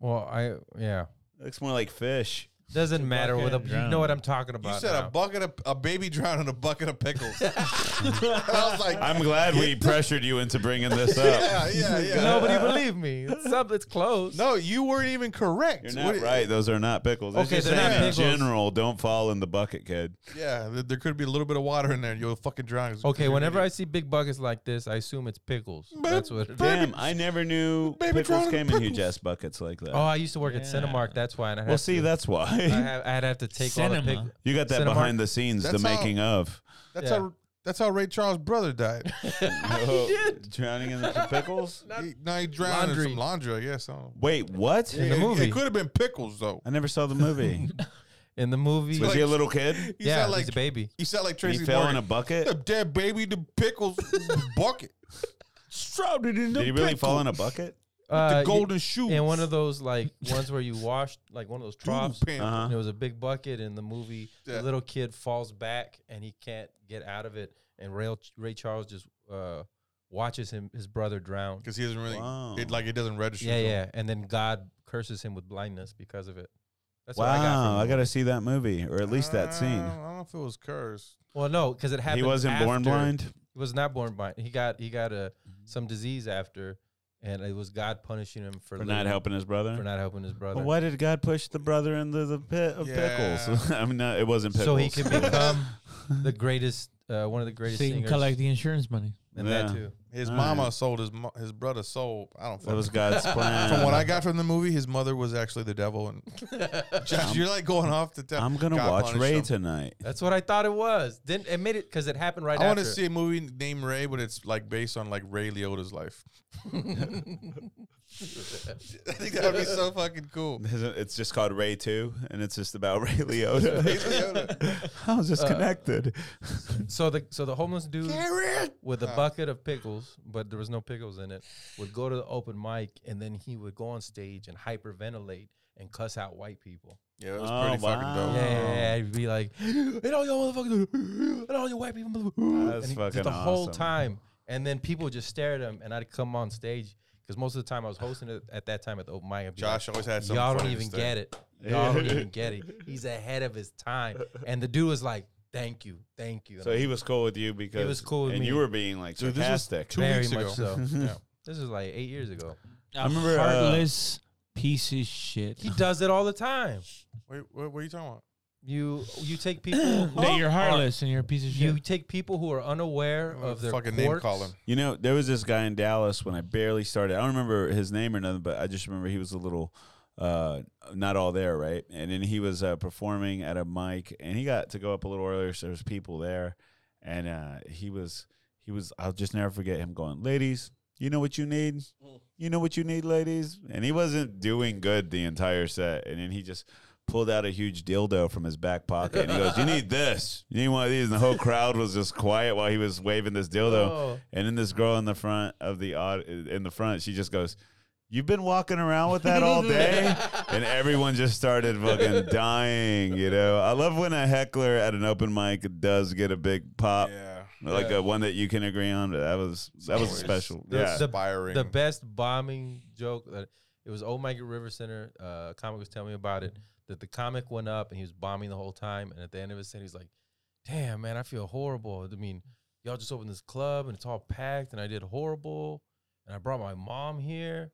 [SPEAKER 4] Well, I yeah.
[SPEAKER 1] Looks more like fish.
[SPEAKER 4] Doesn't matter what the,
[SPEAKER 3] bucket
[SPEAKER 4] you know what I'm talking about.
[SPEAKER 2] You said
[SPEAKER 4] now.
[SPEAKER 2] a bucket of a baby drowned in a bucket of pickles. And I was like,
[SPEAKER 1] I'm glad we pressured you into bringing this up.
[SPEAKER 2] yeah, yeah, yeah.
[SPEAKER 4] Nobody believed me. It's up. It's close.
[SPEAKER 2] No, you weren't even correct.
[SPEAKER 1] You're not
[SPEAKER 2] What-
[SPEAKER 1] right. Those are not pickles. It's
[SPEAKER 4] Okay,
[SPEAKER 1] just
[SPEAKER 4] they're
[SPEAKER 1] saying
[SPEAKER 2] not
[SPEAKER 1] in
[SPEAKER 4] pickles.
[SPEAKER 1] general, don't fall in the bucket, kid.
[SPEAKER 2] Yeah, th- there could be a little bit of water in there. You'll fucking drown.
[SPEAKER 4] Okay. Whenever I see big buckets like this, I assume it's pickles. That's what. It is.
[SPEAKER 1] Damn, I never knew
[SPEAKER 2] Baby
[SPEAKER 1] pickles
[SPEAKER 2] drowning
[SPEAKER 1] came in huge
[SPEAKER 2] pickles.
[SPEAKER 1] ass buckets like that.
[SPEAKER 4] Oh, I used to work at
[SPEAKER 3] Yeah.
[SPEAKER 4] Cinemark. That's why. And I
[SPEAKER 1] well,
[SPEAKER 4] have
[SPEAKER 1] see,
[SPEAKER 4] to-
[SPEAKER 1] that's why.
[SPEAKER 4] I have, I'd have to take all the
[SPEAKER 3] Cinema.
[SPEAKER 4] pickles.
[SPEAKER 1] you got that
[SPEAKER 4] Cinemark.
[SPEAKER 1] behind the scenes, the
[SPEAKER 2] That's how-
[SPEAKER 1] making of.
[SPEAKER 2] that's
[SPEAKER 4] Yeah.
[SPEAKER 2] how That's how Ray Charles' brother died.
[SPEAKER 1] Drowning in the pickles?
[SPEAKER 2] he, now he drowned
[SPEAKER 4] Laundry.
[SPEAKER 2] in some laundry, I guess. I don't know.
[SPEAKER 1] Wait, what?
[SPEAKER 4] In the
[SPEAKER 2] It-
[SPEAKER 4] movie.
[SPEAKER 2] It could have been pickles, though.
[SPEAKER 1] I never saw the movie.
[SPEAKER 4] in the movie.
[SPEAKER 1] Was he a little kid?
[SPEAKER 2] He
[SPEAKER 4] yeah,
[SPEAKER 2] sound
[SPEAKER 4] he's a
[SPEAKER 2] like
[SPEAKER 4] baby.
[SPEAKER 2] he sound like
[SPEAKER 1] He
[SPEAKER 2] Tracy
[SPEAKER 1] fell in a
[SPEAKER 2] Morgan.
[SPEAKER 1] bucket?
[SPEAKER 2] a dead baby to pickles bucket.
[SPEAKER 3] Shrouded in
[SPEAKER 1] Did he really fall in a bucket?
[SPEAKER 4] Uh,
[SPEAKER 2] the golden shoes.
[SPEAKER 4] in one of those like ones where you washed like one of those troughs.
[SPEAKER 2] Pants.
[SPEAKER 1] Uh-huh.
[SPEAKER 4] And it was a big bucket in the movie.
[SPEAKER 2] Yeah.
[SPEAKER 4] The little kid falls back and he can't get out of it. And Ray, Ray Charles just uh, watches him his brother drown.
[SPEAKER 2] Because he doesn't really,
[SPEAKER 1] Wow.
[SPEAKER 2] it, like, it doesn't register.
[SPEAKER 4] Yeah,
[SPEAKER 2] to him.
[SPEAKER 4] yeah. And then God curses him with blindness because of it. That's what I got.
[SPEAKER 1] Wow,
[SPEAKER 4] from
[SPEAKER 1] I
[SPEAKER 4] it.
[SPEAKER 1] got to see that movie, or at least that
[SPEAKER 2] Uh,
[SPEAKER 1] scene.
[SPEAKER 2] I don't know if it was cursed.
[SPEAKER 4] Well, no, because it happened.
[SPEAKER 1] He wasn't born
[SPEAKER 4] after-
[SPEAKER 1] blind? Mm-hmm.
[SPEAKER 4] He was not born blind. He got he got a some disease after, and it was God punishing him for,
[SPEAKER 1] For
[SPEAKER 4] living-
[SPEAKER 1] not helping his brother?
[SPEAKER 4] for not helping his brother.
[SPEAKER 1] But why did God push the brother into the pit of pickles? I mean, no, it wasn't pickles.
[SPEAKER 4] So he could become the greatest, uh, one of the greatest
[SPEAKER 3] So you can
[SPEAKER 4] singers.
[SPEAKER 3] collect the insurance money.
[SPEAKER 4] and
[SPEAKER 1] Yeah.
[SPEAKER 4] that too.
[SPEAKER 2] His
[SPEAKER 1] All
[SPEAKER 2] mama
[SPEAKER 1] right.
[SPEAKER 2] sold his mo- his brother sold. I don't.
[SPEAKER 1] That
[SPEAKER 2] fucking
[SPEAKER 1] was God's plan.
[SPEAKER 2] From what I got from the movie, his mother was actually the devil. And Josh, you're like going off the top.
[SPEAKER 1] I'm gonna
[SPEAKER 2] God
[SPEAKER 1] watch
[SPEAKER 2] punished
[SPEAKER 1] Ray
[SPEAKER 2] him.
[SPEAKER 1] tonight.
[SPEAKER 4] That's what I thought it was. Didn't admit it because it happened right
[SPEAKER 2] I want
[SPEAKER 4] after.
[SPEAKER 2] to see a movie named Ray, but it's like based on like Ray Liotta's life. I think that would be so fucking cool.
[SPEAKER 1] It's just called Ray Two, and it's just about Ray Liotta. Uh, I was just connected.
[SPEAKER 4] So the so the homeless dude with
[SPEAKER 1] Uh.
[SPEAKER 4] a bucket of pickles, but there was no pickles in it, would go to the open mic and then he would go on stage and hyperventilate and cuss out white people.
[SPEAKER 2] Yeah, that was
[SPEAKER 1] Oh,
[SPEAKER 2] pretty fucking
[SPEAKER 1] wow.
[SPEAKER 2] dope.
[SPEAKER 4] Yeah, yeah, yeah. He'd be like, and all your motherfuckers, and all your white people,
[SPEAKER 1] That's
[SPEAKER 4] and he-
[SPEAKER 1] fucking
[SPEAKER 4] just the whole
[SPEAKER 1] awesome.
[SPEAKER 4] time. And then people would just stare at him, and I'd come on stage because most of the time I was hosting it at that time at the open mic. I'd be
[SPEAKER 2] Josh always had some.
[SPEAKER 4] Y'all don't
[SPEAKER 2] funny
[SPEAKER 4] even
[SPEAKER 2] stuff.
[SPEAKER 4] get it. Y'all don't even get it. He's ahead of his time. And the dude was like, thank you, thank you. And
[SPEAKER 1] So
[SPEAKER 4] I'm
[SPEAKER 1] he
[SPEAKER 4] like,
[SPEAKER 1] was cool with you because
[SPEAKER 4] was cool with
[SPEAKER 1] and
[SPEAKER 4] me.
[SPEAKER 1] you were being like
[SPEAKER 2] Dude, this was
[SPEAKER 1] sarcastic.
[SPEAKER 2] two
[SPEAKER 4] very
[SPEAKER 2] weeks
[SPEAKER 4] much
[SPEAKER 2] ago.
[SPEAKER 4] so.
[SPEAKER 2] Yeah.
[SPEAKER 4] This is like eight years ago.
[SPEAKER 3] I
[SPEAKER 1] remember, uh,
[SPEAKER 3] heartless piece of shit.
[SPEAKER 4] He does it all the time.
[SPEAKER 2] Wait, what, what are you talking about?
[SPEAKER 4] You you take people
[SPEAKER 3] That you're
[SPEAKER 4] Or
[SPEAKER 3] heartless and you're a piece of
[SPEAKER 4] You
[SPEAKER 3] shit.
[SPEAKER 4] take people who are unaware
[SPEAKER 2] I'm gonna
[SPEAKER 4] of their
[SPEAKER 2] fucking
[SPEAKER 4] quirks.
[SPEAKER 2] name call him.
[SPEAKER 1] You know, there was this guy in Dallas when I barely started. I don't remember his name or nothing, but I just remember he was a little uh not all there, right? And then he was uh, performing at a mic and he got to go up a little earlier so there's people there and uh he was he was I'll just never forget him going, "Ladies, you know what you need? You know what you need, ladies?" And he wasn't doing good the entire set and then he just pulled out a huge dildo from his back pocket and he goes, "You need this. You need one of these." And the whole crowd was just quiet while he was waving this dildo.
[SPEAKER 4] Oh.
[SPEAKER 1] And then this girl in the front of the aud- in the front, she just goes, "You've been walking around with that all day," and everyone just started fucking dying. You know, I love when a heckler at an open mic does get a big pop,
[SPEAKER 2] Yeah,
[SPEAKER 1] Uh, like a one that you can agree on. But that was that was
[SPEAKER 2] Always.
[SPEAKER 1] special.
[SPEAKER 2] They're
[SPEAKER 1] yeah,
[SPEAKER 2] inspiring.
[SPEAKER 4] The best bombing joke that it was Old Mike at River Center. Uh, comic was telling me about it. That the comic went up and he was bombing the whole time. And at the end of his set, he's like, "Damn, man, I feel horrible. I mean, y'all just opened this club and it's all packed, and I did horrible. And I brought my mom here.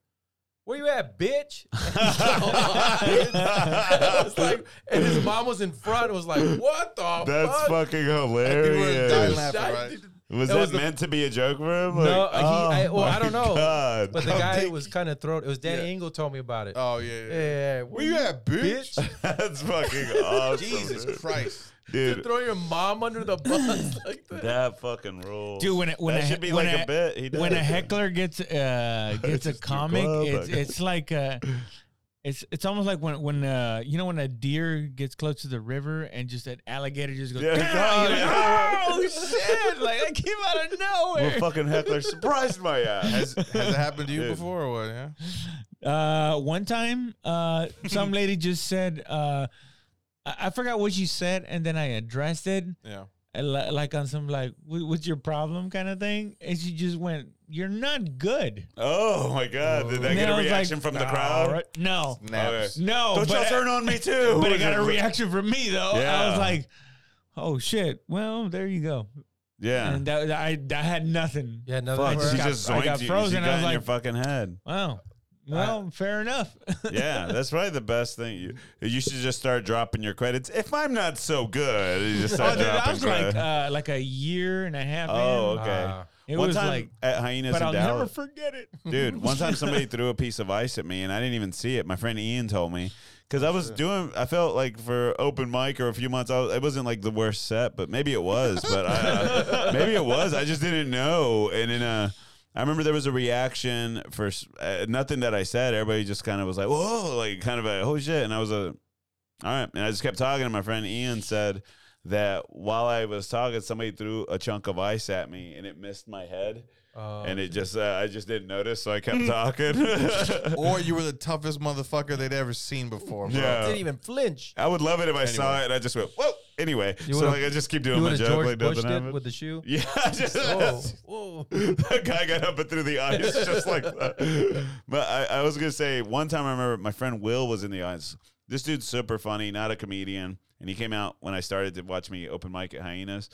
[SPEAKER 4] Where you at, bitch?" I was like, and his mom was in front. and Was like, "What the
[SPEAKER 1] that's
[SPEAKER 4] fuck?"
[SPEAKER 1] fucking
[SPEAKER 2] dying
[SPEAKER 1] hilarious.
[SPEAKER 2] laughing, right?
[SPEAKER 1] Was
[SPEAKER 4] That
[SPEAKER 1] that
[SPEAKER 4] was the-
[SPEAKER 1] meant to be a joke for him? oh
[SPEAKER 4] No, he- I- well, I
[SPEAKER 1] my
[SPEAKER 4] don't know.
[SPEAKER 1] God.
[SPEAKER 4] But the
[SPEAKER 2] I'm
[SPEAKER 4] guy
[SPEAKER 2] thinking-
[SPEAKER 4] was kind of thrown. It was Danny
[SPEAKER 2] Yeah.
[SPEAKER 4] Engel told me about it.
[SPEAKER 2] Oh yeah, yeah.
[SPEAKER 4] Yeah, yeah, yeah.
[SPEAKER 2] Where you at, bitch? Oh,
[SPEAKER 1] that's fucking awesome,
[SPEAKER 2] Jesus
[SPEAKER 1] dude.
[SPEAKER 2] Christ!
[SPEAKER 1] dude.
[SPEAKER 4] throw your mom under the bus like that.
[SPEAKER 1] That fucking rules.
[SPEAKER 3] Dude, when it, when
[SPEAKER 1] that
[SPEAKER 3] a,
[SPEAKER 1] should be
[SPEAKER 3] when
[SPEAKER 1] like a,
[SPEAKER 3] a-
[SPEAKER 1] bit. He does.
[SPEAKER 3] when a heckler gets uh gets a
[SPEAKER 1] just too
[SPEAKER 3] comic,
[SPEAKER 1] close,
[SPEAKER 3] it's
[SPEAKER 1] like-
[SPEAKER 3] it's like uh it's it's almost like when when uh you know when a deer gets close to the river and just that alligator just goes
[SPEAKER 1] Yeah,
[SPEAKER 3] "Gah!" You're like,
[SPEAKER 1] oh,
[SPEAKER 3] oh shit like that came out of nowhere.
[SPEAKER 1] well, fucking heckler surprised my ass.
[SPEAKER 2] Has, has it happened to you
[SPEAKER 1] Dude.
[SPEAKER 2] before or what? Yeah.
[SPEAKER 3] Uh, one time, uh, some lady just said, uh, I-, I forgot what she said, and then I addressed it,
[SPEAKER 2] Yeah.
[SPEAKER 3] uh, li- like on some like, "Wh- "What's your problem?" kind of thing, and she just went, "You're not good."
[SPEAKER 1] Oh my god! Did that
[SPEAKER 3] And then
[SPEAKER 1] get a
[SPEAKER 3] I was like,
[SPEAKER 1] reaction from the
[SPEAKER 3] "Nah,
[SPEAKER 1] crowd?
[SPEAKER 3] right- No,
[SPEAKER 2] Naps.
[SPEAKER 3] no.
[SPEAKER 1] Don't
[SPEAKER 3] but
[SPEAKER 1] y'all
[SPEAKER 3] I-
[SPEAKER 1] turn on me too.
[SPEAKER 3] But it got a reaction from me though. I
[SPEAKER 1] Yeah.
[SPEAKER 3] was like, "Oh shit!" Well, there you go.
[SPEAKER 1] Yeah.
[SPEAKER 3] And that, that- I, I had nothing.
[SPEAKER 4] Yeah, another
[SPEAKER 1] Fuck.
[SPEAKER 3] just
[SPEAKER 1] She
[SPEAKER 3] got-
[SPEAKER 1] just
[SPEAKER 3] I
[SPEAKER 1] zoinked
[SPEAKER 3] got
[SPEAKER 1] you. She
[SPEAKER 3] frozen.
[SPEAKER 1] got
[SPEAKER 3] I was
[SPEAKER 1] in your
[SPEAKER 3] like-
[SPEAKER 1] fucking head.
[SPEAKER 3] Wow. Well, fair enough.
[SPEAKER 1] Yeah, that's probably the best thing. You, you should just start dropping your credits. If I'm not so good, you just
[SPEAKER 3] Oh,
[SPEAKER 1] start
[SPEAKER 3] dude, that
[SPEAKER 1] dropping
[SPEAKER 3] was like
[SPEAKER 1] credits.
[SPEAKER 3] uh, like a year and a half.
[SPEAKER 1] oh,
[SPEAKER 3] in.
[SPEAKER 1] okay.
[SPEAKER 4] Ah.
[SPEAKER 3] It
[SPEAKER 1] one
[SPEAKER 3] was
[SPEAKER 1] time
[SPEAKER 3] like,
[SPEAKER 1] at Hyenas
[SPEAKER 3] but
[SPEAKER 1] in
[SPEAKER 3] I'll
[SPEAKER 1] Dallas.
[SPEAKER 3] never forget it.
[SPEAKER 1] Dude, one time somebody threw a piece of ice at me and I didn't even see it. My friend Ian told me because I was doing. I felt like for open mic or a few months, I was, it wasn't like the worst set, but maybe it was. But I, I, maybe it was. I just didn't know. And then uh, I remember there was a reaction for s- uh, nothing that I said. Everybody just kind of was like, "Whoa!" Like kind of a "Oh shit!" And I was a, "All right." And I just kept talking. And my friend Ian said that while I was talking, somebody threw a chunk of ice at me, and it missed my head.
[SPEAKER 4] Oh,
[SPEAKER 1] And it just, uh, I just didn't notice, so I kept talking.
[SPEAKER 2] or you were the toughest motherfucker they'd ever seen before. Bro.
[SPEAKER 1] Yeah.
[SPEAKER 4] didn't even flinch.
[SPEAKER 1] I would love it if I saw it and I just went, whoa. Anyway,
[SPEAKER 4] You
[SPEAKER 1] so
[SPEAKER 4] would've-
[SPEAKER 1] like I just keep
[SPEAKER 4] You
[SPEAKER 1] doing
[SPEAKER 4] would
[SPEAKER 1] my
[SPEAKER 4] have
[SPEAKER 1] joke
[SPEAKER 4] George
[SPEAKER 1] like
[SPEAKER 4] Bushed
[SPEAKER 1] nothing
[SPEAKER 4] it
[SPEAKER 1] happened.
[SPEAKER 4] with the shoe.
[SPEAKER 1] yeah, I just
[SPEAKER 4] Oh, whoa.
[SPEAKER 1] that guy got up and through the audience just like that. But I, I was gonna say one time I remember my friend Will was in the audience. This dude's super funny, not a comedian, and he came out when I started to watch me open mic at Hyenas.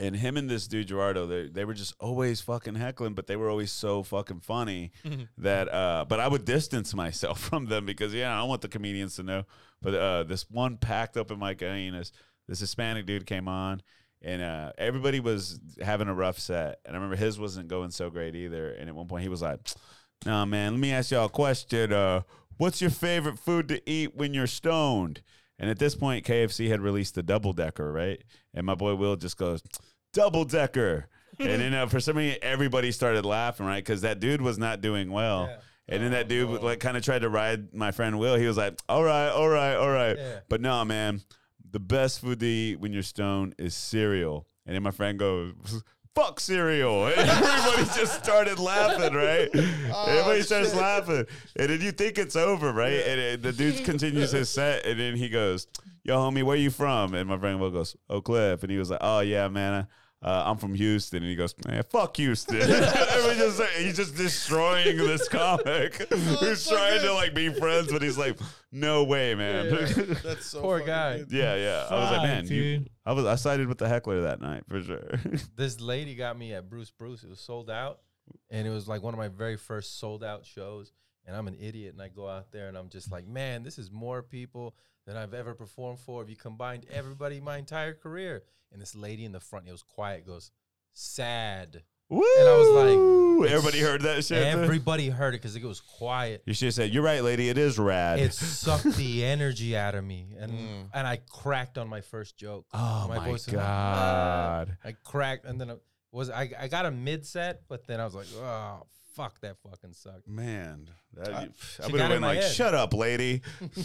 [SPEAKER 1] And him and this dude Gerardo, they, they were just always fucking heckling, but they were always so fucking funny that. Uh, but I would distance myself from them because yeah, I don't want the comedians to know. But uh, this one packed up in mic at Hyenas, this Hispanic dude came on and uh, everybody was having a rough set. And I remember his wasn't going so great either. And at one point, he was like, "Nah, man, let me ask y'all a question. Uh, what's your favorite food to eat when you're stoned?" And at this point, KFC had released the double decker, right? And my boy Will just goes, "Double decker." and then uh, for some reason, everybody started laughing, right? Because that dude was not doing well.
[SPEAKER 4] Yeah. Oh,
[SPEAKER 1] And then that dude
[SPEAKER 4] no.
[SPEAKER 1] like kind of tried to ride my friend Will. He was like, "All right, all right, all right."
[SPEAKER 4] Yeah.
[SPEAKER 1] But no, man, the best food to eat when you're stoned is cereal. And then my friend goes, "Fuck cereal!" And everybody just started laughing, right?
[SPEAKER 4] Oh,
[SPEAKER 1] everybody starts laughing, and then you think it's over, right? And, and the dude continues his set, and then he goes, "Yo, homie, where you from?" And my friend Will goes, "Oak Cliff," and he was like, "Oh yeah, man." I- uh, I'm from Houston, and he goes, "Man, fuck Houston." Everybody just, he's just destroying this comic
[SPEAKER 4] Oh,
[SPEAKER 1] who's trying to like be friends, but he's like, "No way, man."
[SPEAKER 4] Yeah.
[SPEAKER 2] That's so
[SPEAKER 4] Poor
[SPEAKER 2] fucking
[SPEAKER 4] guy.
[SPEAKER 2] good.
[SPEAKER 1] Yeah, yeah. I was like,
[SPEAKER 3] Fuck,
[SPEAKER 1] man, you,
[SPEAKER 3] dude.
[SPEAKER 1] I was I sided with the heckler that night for sure.
[SPEAKER 4] this lady got me at Bruce Bruce. It was sold out, and it was like one of my very first sold out shows. And I'm an idiot, and I go out there, and I'm just like, man, this is more people than I've ever performed for. If you combined everybody my entire career, and this lady in the front, it was quiet, goes sad.
[SPEAKER 1] Woo!
[SPEAKER 4] I was like,
[SPEAKER 1] everybody heard that shit.
[SPEAKER 4] Everybody heard it because it was quiet.
[SPEAKER 1] you should have said, "You're right, lady. It is rad."
[SPEAKER 4] It sucked the energy out of me, and
[SPEAKER 2] Mm.
[SPEAKER 4] and I cracked on my first joke.
[SPEAKER 1] oh my, Uh,
[SPEAKER 4] voice is like, "Ah."
[SPEAKER 1] god.
[SPEAKER 4] I cracked, and then I was I, I got a mid set, but then I was like, oh fuck, that fucking sucked.
[SPEAKER 1] Man, that,
[SPEAKER 4] I-
[SPEAKER 1] I
[SPEAKER 4] Uh, she
[SPEAKER 1] would
[SPEAKER 4] got
[SPEAKER 1] have
[SPEAKER 4] in
[SPEAKER 1] been
[SPEAKER 4] my
[SPEAKER 1] like,
[SPEAKER 4] head.
[SPEAKER 1] "Shut up, lady."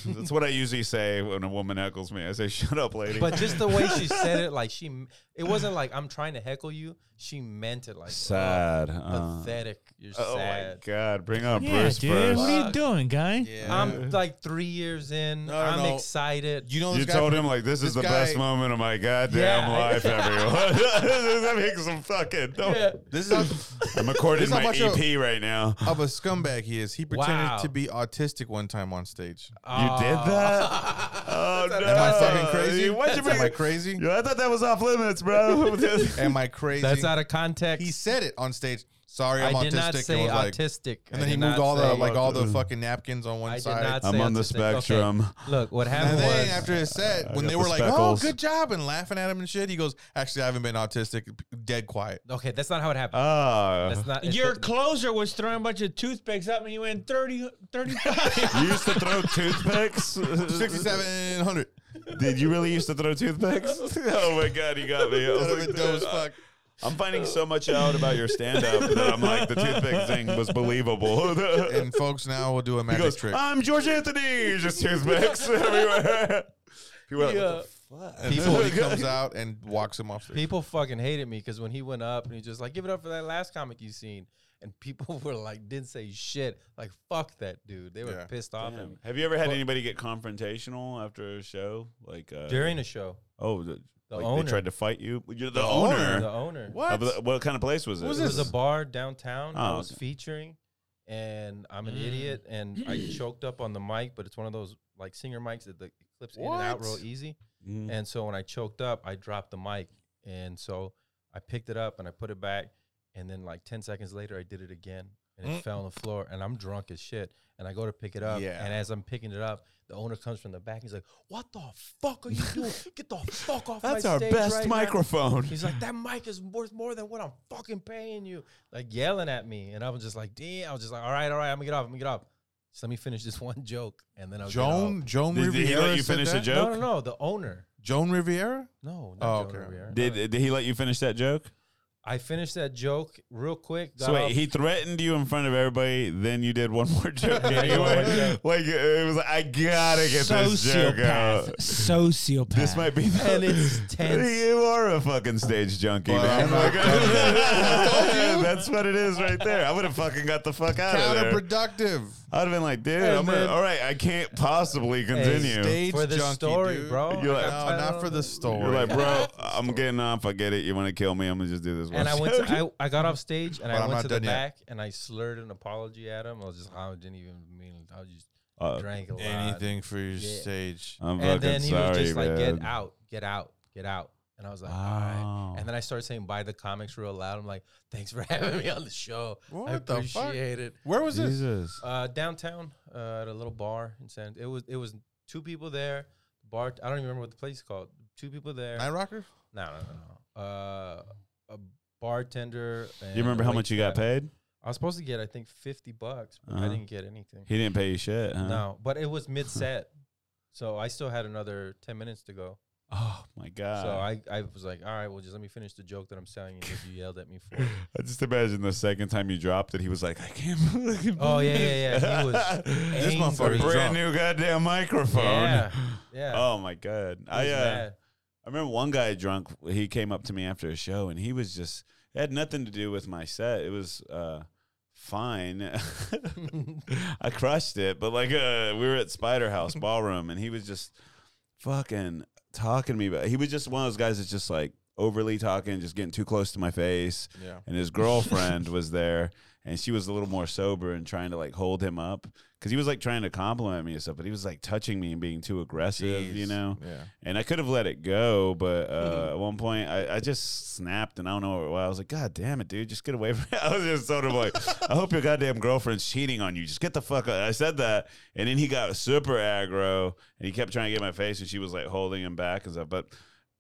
[SPEAKER 1] That's what I usually say when a woman heckles me. I say, "Shut up, lady."
[SPEAKER 4] But just the way she said it, like she, it wasn't like I'm trying to heckle you. She meant it like
[SPEAKER 1] sad.
[SPEAKER 4] "Oh,
[SPEAKER 1] uh,
[SPEAKER 4] pathetic. You're
[SPEAKER 1] oh my
[SPEAKER 4] sad.
[SPEAKER 1] god, bring on
[SPEAKER 3] Yeah,
[SPEAKER 1] Bruce
[SPEAKER 3] dude.
[SPEAKER 1] first.
[SPEAKER 3] What are you
[SPEAKER 4] Fuck.
[SPEAKER 3] doing, guy?
[SPEAKER 2] Yeah.
[SPEAKER 4] I'm like three years in.
[SPEAKER 2] No,
[SPEAKER 4] I'm
[SPEAKER 2] no.
[SPEAKER 4] excited.
[SPEAKER 2] you know this
[SPEAKER 1] You
[SPEAKER 2] guy
[SPEAKER 1] told
[SPEAKER 2] from-
[SPEAKER 1] him like this is
[SPEAKER 2] this
[SPEAKER 1] the
[SPEAKER 2] guy-
[SPEAKER 1] best moment of my goddamn
[SPEAKER 4] Yeah.
[SPEAKER 1] life, everyone. that makes some fucking. Don't,
[SPEAKER 4] Yeah.
[SPEAKER 2] This is how,
[SPEAKER 1] I'm recording
[SPEAKER 2] This is how
[SPEAKER 1] my
[SPEAKER 2] much of-
[SPEAKER 1] EP right now.
[SPEAKER 2] of a scumbag he is. He pretended
[SPEAKER 4] Wow.
[SPEAKER 2] to be autistic one time on stage.
[SPEAKER 1] You did that? Oh no!
[SPEAKER 2] Am I fucking crazy?
[SPEAKER 1] Why'd you bring
[SPEAKER 2] Am I crazy?
[SPEAKER 1] Yo, I thought that was off limits, bro.
[SPEAKER 2] Am I crazy?
[SPEAKER 4] That's out of context.
[SPEAKER 2] he said it on stage. Sorry, I'm
[SPEAKER 4] I
[SPEAKER 2] autistic.
[SPEAKER 4] did not
[SPEAKER 2] and
[SPEAKER 4] say
[SPEAKER 2] was like-
[SPEAKER 4] autistic.
[SPEAKER 2] and
[SPEAKER 4] I
[SPEAKER 2] then he
[SPEAKER 4] did
[SPEAKER 2] moved
[SPEAKER 4] not
[SPEAKER 2] all the
[SPEAKER 4] say-
[SPEAKER 2] like all the fucking napkins on one
[SPEAKER 4] I did
[SPEAKER 2] side.
[SPEAKER 4] not.
[SPEAKER 1] I'm
[SPEAKER 4] say
[SPEAKER 1] on the
[SPEAKER 4] autistic. Okay.
[SPEAKER 1] spectrum.
[SPEAKER 4] Look, what
[SPEAKER 2] And
[SPEAKER 4] happened
[SPEAKER 2] then
[SPEAKER 4] was
[SPEAKER 2] after his set,
[SPEAKER 1] I got
[SPEAKER 2] when they
[SPEAKER 1] the
[SPEAKER 2] were like, "Oh,
[SPEAKER 1] speckles.
[SPEAKER 2] good job," and laughing at him and shit, he goes, "Actually, I haven't been autistic. Dead quiet."
[SPEAKER 4] okay. That's not how it happened.
[SPEAKER 1] Ah,
[SPEAKER 2] Uh,
[SPEAKER 4] that's not it's-
[SPEAKER 3] Your closer was throwing a bunch of toothpicks up, and you went 30, 35.
[SPEAKER 1] you used to throw toothpicks.
[SPEAKER 2] Sixty-seven hundred.
[SPEAKER 1] Did you really used to throw toothpicks? oh my god, you got me. I was
[SPEAKER 2] That'd
[SPEAKER 1] like,
[SPEAKER 2] have been dope as
[SPEAKER 1] dude,
[SPEAKER 2] fuck.
[SPEAKER 1] I'm finding so much out about your stand-up that I'm like, the toothpick thing was believable.
[SPEAKER 2] And folks, now we'll do a
[SPEAKER 1] he
[SPEAKER 2] magic
[SPEAKER 1] goes, "Ah."
[SPEAKER 2] trick.
[SPEAKER 1] "I'm George Anthony." Just toothpicks everywhere. People are like,
[SPEAKER 4] Yeah.
[SPEAKER 1] what the fuck?
[SPEAKER 2] People, he comes out and walks him off stage.
[SPEAKER 4] People fucking hated me because when he went up and he just like, give it up for that last comic you seen. And people were like, didn't say shit. Like, fuck that dude. They were
[SPEAKER 2] Yeah.
[SPEAKER 4] pissed off at
[SPEAKER 1] Damn.
[SPEAKER 4] me.
[SPEAKER 1] Have you ever had
[SPEAKER 4] Well-
[SPEAKER 1] anybody get confrontational after a show? Like uh,
[SPEAKER 4] During a show,
[SPEAKER 1] oh, the,
[SPEAKER 4] The
[SPEAKER 1] like
[SPEAKER 4] owner.
[SPEAKER 1] they tried to fight you. You're the,
[SPEAKER 2] The
[SPEAKER 1] owner.
[SPEAKER 2] owner.
[SPEAKER 4] the owner.
[SPEAKER 1] Of the- what kind of place was it?
[SPEAKER 2] What was
[SPEAKER 4] It was
[SPEAKER 2] this?
[SPEAKER 4] a bar downtown I
[SPEAKER 1] Oh,
[SPEAKER 4] was
[SPEAKER 1] okay.
[SPEAKER 4] featuring, and I'm an
[SPEAKER 3] Mm.
[SPEAKER 4] idiot, and I choked up on the mic, but it's one of those like singer mics that the it clips in and out real
[SPEAKER 2] What?
[SPEAKER 4] easy.
[SPEAKER 1] Mm.
[SPEAKER 4] And so when I choked up, I dropped the mic, and so I picked it up and I put it back, and then like ten seconds later, I did it again, and it
[SPEAKER 2] Mm.
[SPEAKER 4] fell on the floor, and I'm drunk as shit, and I go to pick it up,
[SPEAKER 2] Yeah.
[SPEAKER 4] and as I'm picking it up. The owner comes from the back. He's like, "What the fuck are you doing? Get the fuck off my
[SPEAKER 1] That's our
[SPEAKER 4] stage
[SPEAKER 1] best
[SPEAKER 4] right now."
[SPEAKER 1] microphone.
[SPEAKER 4] He's like, that mic is worth more than what I'm fucking paying you. Like yelling at me. And I was just like, damn. I was just like, all right, all right, I'm gonna get off. I'm gonna get off. Just let me finish this one joke, and then I'll get all-
[SPEAKER 2] Joan Joan
[SPEAKER 1] Did, did he
[SPEAKER 2] Riviera.
[SPEAKER 1] let you
[SPEAKER 2] said
[SPEAKER 1] finish the
[SPEAKER 2] that?
[SPEAKER 1] joke?
[SPEAKER 4] No, no, no. The owner.
[SPEAKER 2] Joan Riviera.
[SPEAKER 4] No, not
[SPEAKER 2] Oh,
[SPEAKER 4] Joan
[SPEAKER 2] okay.
[SPEAKER 4] Riviera.
[SPEAKER 1] Did did he let you finish that joke?
[SPEAKER 4] I finished that joke real quick. got
[SPEAKER 1] So wait,
[SPEAKER 4] off-
[SPEAKER 1] he threatened you in front of everybody, then you did one more joke
[SPEAKER 4] did one more
[SPEAKER 1] anyway.
[SPEAKER 4] joke.
[SPEAKER 1] like it was like I gotta get this joke out.
[SPEAKER 3] Sociopath.
[SPEAKER 1] This might be the
[SPEAKER 4] And it's tense.
[SPEAKER 1] You are a fucking stage junkie,
[SPEAKER 2] But
[SPEAKER 1] man.
[SPEAKER 2] I'm
[SPEAKER 1] Like,
[SPEAKER 2] not
[SPEAKER 1] yeah, that's what it is right there. I would have fucking got the fuck out of there.
[SPEAKER 2] Counterproductive.
[SPEAKER 1] I'd have been like, dude,
[SPEAKER 4] Hey,
[SPEAKER 1] I'm gonna,
[SPEAKER 4] man.
[SPEAKER 1] all right, I can't possibly continue.
[SPEAKER 2] Stage
[SPEAKER 4] For the
[SPEAKER 2] junkie,
[SPEAKER 4] story,
[SPEAKER 2] dude.
[SPEAKER 4] bro.
[SPEAKER 1] You're like-
[SPEAKER 2] No,
[SPEAKER 4] I got
[SPEAKER 2] not
[SPEAKER 4] tired
[SPEAKER 2] for
[SPEAKER 4] of
[SPEAKER 2] the
[SPEAKER 4] it.
[SPEAKER 2] story.
[SPEAKER 1] You're like, bro, I'm getting off. I get it. You want to kill me? I'm gonna just do this. One.
[SPEAKER 4] And I went
[SPEAKER 1] joke."
[SPEAKER 4] to I, I got off stage and
[SPEAKER 2] But
[SPEAKER 4] I
[SPEAKER 2] I'm
[SPEAKER 4] went
[SPEAKER 2] not
[SPEAKER 4] to the
[SPEAKER 2] done yet.
[SPEAKER 4] back and I slurred an apology at him. I was just I didn't even mean I just
[SPEAKER 1] Uh,
[SPEAKER 4] drank a lot.
[SPEAKER 2] anything for your
[SPEAKER 4] Yeah.
[SPEAKER 2] stage.
[SPEAKER 1] I'm fucking
[SPEAKER 4] And then he
[SPEAKER 1] sorry,
[SPEAKER 4] was just like,
[SPEAKER 1] man.
[SPEAKER 4] "Get out, get out, get out." And I was like, "All
[SPEAKER 1] Wow.
[SPEAKER 4] right." And then I started saying, "Buy the comics" real loud. I'm like, "Thanks for having me on the show. I
[SPEAKER 2] What the fuck?
[SPEAKER 4] appreciate it."
[SPEAKER 2] Where was this?
[SPEAKER 1] Jesus.
[SPEAKER 4] Uh, downtown uh, at a little bar in San. It was it was two people there. Bar. I don't even remember what the place is called. Two people there.
[SPEAKER 2] Night Rocker?
[SPEAKER 4] No, no, no, no. Uh, a bartender. And
[SPEAKER 1] Oh. You remember
[SPEAKER 4] a
[SPEAKER 1] how much you got
[SPEAKER 4] waitress.
[SPEAKER 1] paid?
[SPEAKER 4] I was supposed to get, I think, fifty bucks, but
[SPEAKER 1] Uh-huh.
[SPEAKER 4] I didn't get anything.
[SPEAKER 1] He didn't pay you shit. Huh?
[SPEAKER 4] No, but it was mid set, so I still had another ten minutes to go.
[SPEAKER 1] Oh my god.
[SPEAKER 4] so
[SPEAKER 2] Uh.
[SPEAKER 4] I, I was like, all right, well, just let me finish the joke that I'm selling you because you yelled at me for. it."
[SPEAKER 1] I just imagine the second time you dropped it, he was like, I can't believe
[SPEAKER 4] Oh, yeah, yeah, yeah. He was
[SPEAKER 2] This motherfucker
[SPEAKER 1] a
[SPEAKER 4] angry.
[SPEAKER 1] brand
[SPEAKER 2] is drunk.
[SPEAKER 1] new goddamn microphone.
[SPEAKER 4] Yeah, yeah.
[SPEAKER 1] Oh my god.
[SPEAKER 4] He
[SPEAKER 1] I
[SPEAKER 4] was
[SPEAKER 1] uh,
[SPEAKER 4] mad.
[SPEAKER 1] I remember one guy drunk. He came up to me after a show, and he was just it had nothing to do with my set. It was uh, fine. I crushed it, but like uh, we were at Spider House Ballroom, and he was just fucking talking to me. But he was just one of those guys that's just like overly talking, just getting too close to my face
[SPEAKER 2] Yeah.
[SPEAKER 1] and his girlfriend was there and she was a little more sober and trying to like hold him up because he was like trying to compliment me and stuff but he was like touching me and being too aggressive you know
[SPEAKER 2] Yeah.
[SPEAKER 1] and i could have let it go but uh, at one point I, I just snapped and i don't know why i was like god damn it dude just get away from me i was just sort of like i hope your goddamn girlfriend's cheating on you just get the fuck out i said that and then he got super aggro and he kept trying to get in my face and she was like holding him back and stuff but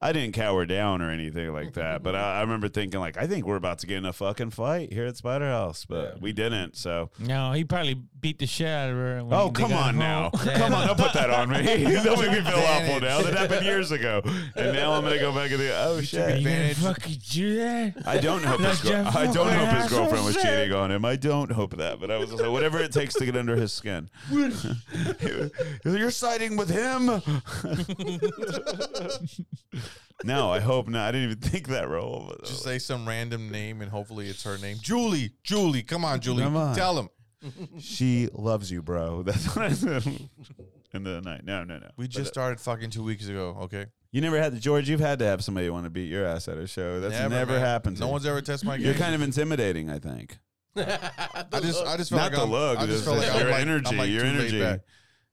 [SPEAKER 1] I didn't cower down or anything like that, but I, I remember thinking like, I think we're about to get in a fucking fight here at Spider House, but
[SPEAKER 4] Yeah.
[SPEAKER 1] we didn't. So,
[SPEAKER 3] No, he probably beat the shit out of her. when
[SPEAKER 1] oh
[SPEAKER 3] they
[SPEAKER 1] come
[SPEAKER 3] got
[SPEAKER 1] on
[SPEAKER 3] home.
[SPEAKER 1] now, come on, don't put that on me. don't make me feel awful
[SPEAKER 2] Damn
[SPEAKER 1] now.
[SPEAKER 2] it.
[SPEAKER 1] That happened years ago, and now I'm gonna go back and think, oh
[SPEAKER 3] Are you
[SPEAKER 1] shit.
[SPEAKER 3] gonna
[SPEAKER 2] Advantage.
[SPEAKER 3] fucking do that?
[SPEAKER 1] I don't hope his
[SPEAKER 3] That
[SPEAKER 1] girl-
[SPEAKER 3] Jeff
[SPEAKER 1] I don't
[SPEAKER 3] fucking
[SPEAKER 1] hope his
[SPEAKER 3] asshole
[SPEAKER 1] girlfriend
[SPEAKER 2] Oh,
[SPEAKER 1] was
[SPEAKER 3] shit.
[SPEAKER 1] cheating on him. I don't hope that, but I was just like, whatever it takes to get under his skin. You're siding with him. no, I hope not. I didn't even think that role. but-
[SPEAKER 2] Just say some random name and hopefully it's her name. Julie. Julie. Come on, Julie.
[SPEAKER 1] Come on.
[SPEAKER 2] Tell him.
[SPEAKER 1] She loves you, bro. That's what I said in the night. No, no, no.
[SPEAKER 2] We just started fucking two weeks ago, okay?
[SPEAKER 1] you never had the George. You've had to have somebody want to beat your ass at a show. That's never,
[SPEAKER 2] man.
[SPEAKER 1] happened. to
[SPEAKER 2] No
[SPEAKER 1] me.
[SPEAKER 2] one's ever tested my game.
[SPEAKER 1] You're kind of intimidating, I think.
[SPEAKER 2] I just, I just felt
[SPEAKER 1] Not
[SPEAKER 2] like
[SPEAKER 1] the
[SPEAKER 2] I'm,
[SPEAKER 1] look.
[SPEAKER 2] I just
[SPEAKER 1] just
[SPEAKER 2] felt like
[SPEAKER 1] your
[SPEAKER 2] I'm like,
[SPEAKER 1] energy.
[SPEAKER 2] I'm like
[SPEAKER 1] your
[SPEAKER 2] too laid
[SPEAKER 1] energy.
[SPEAKER 2] back.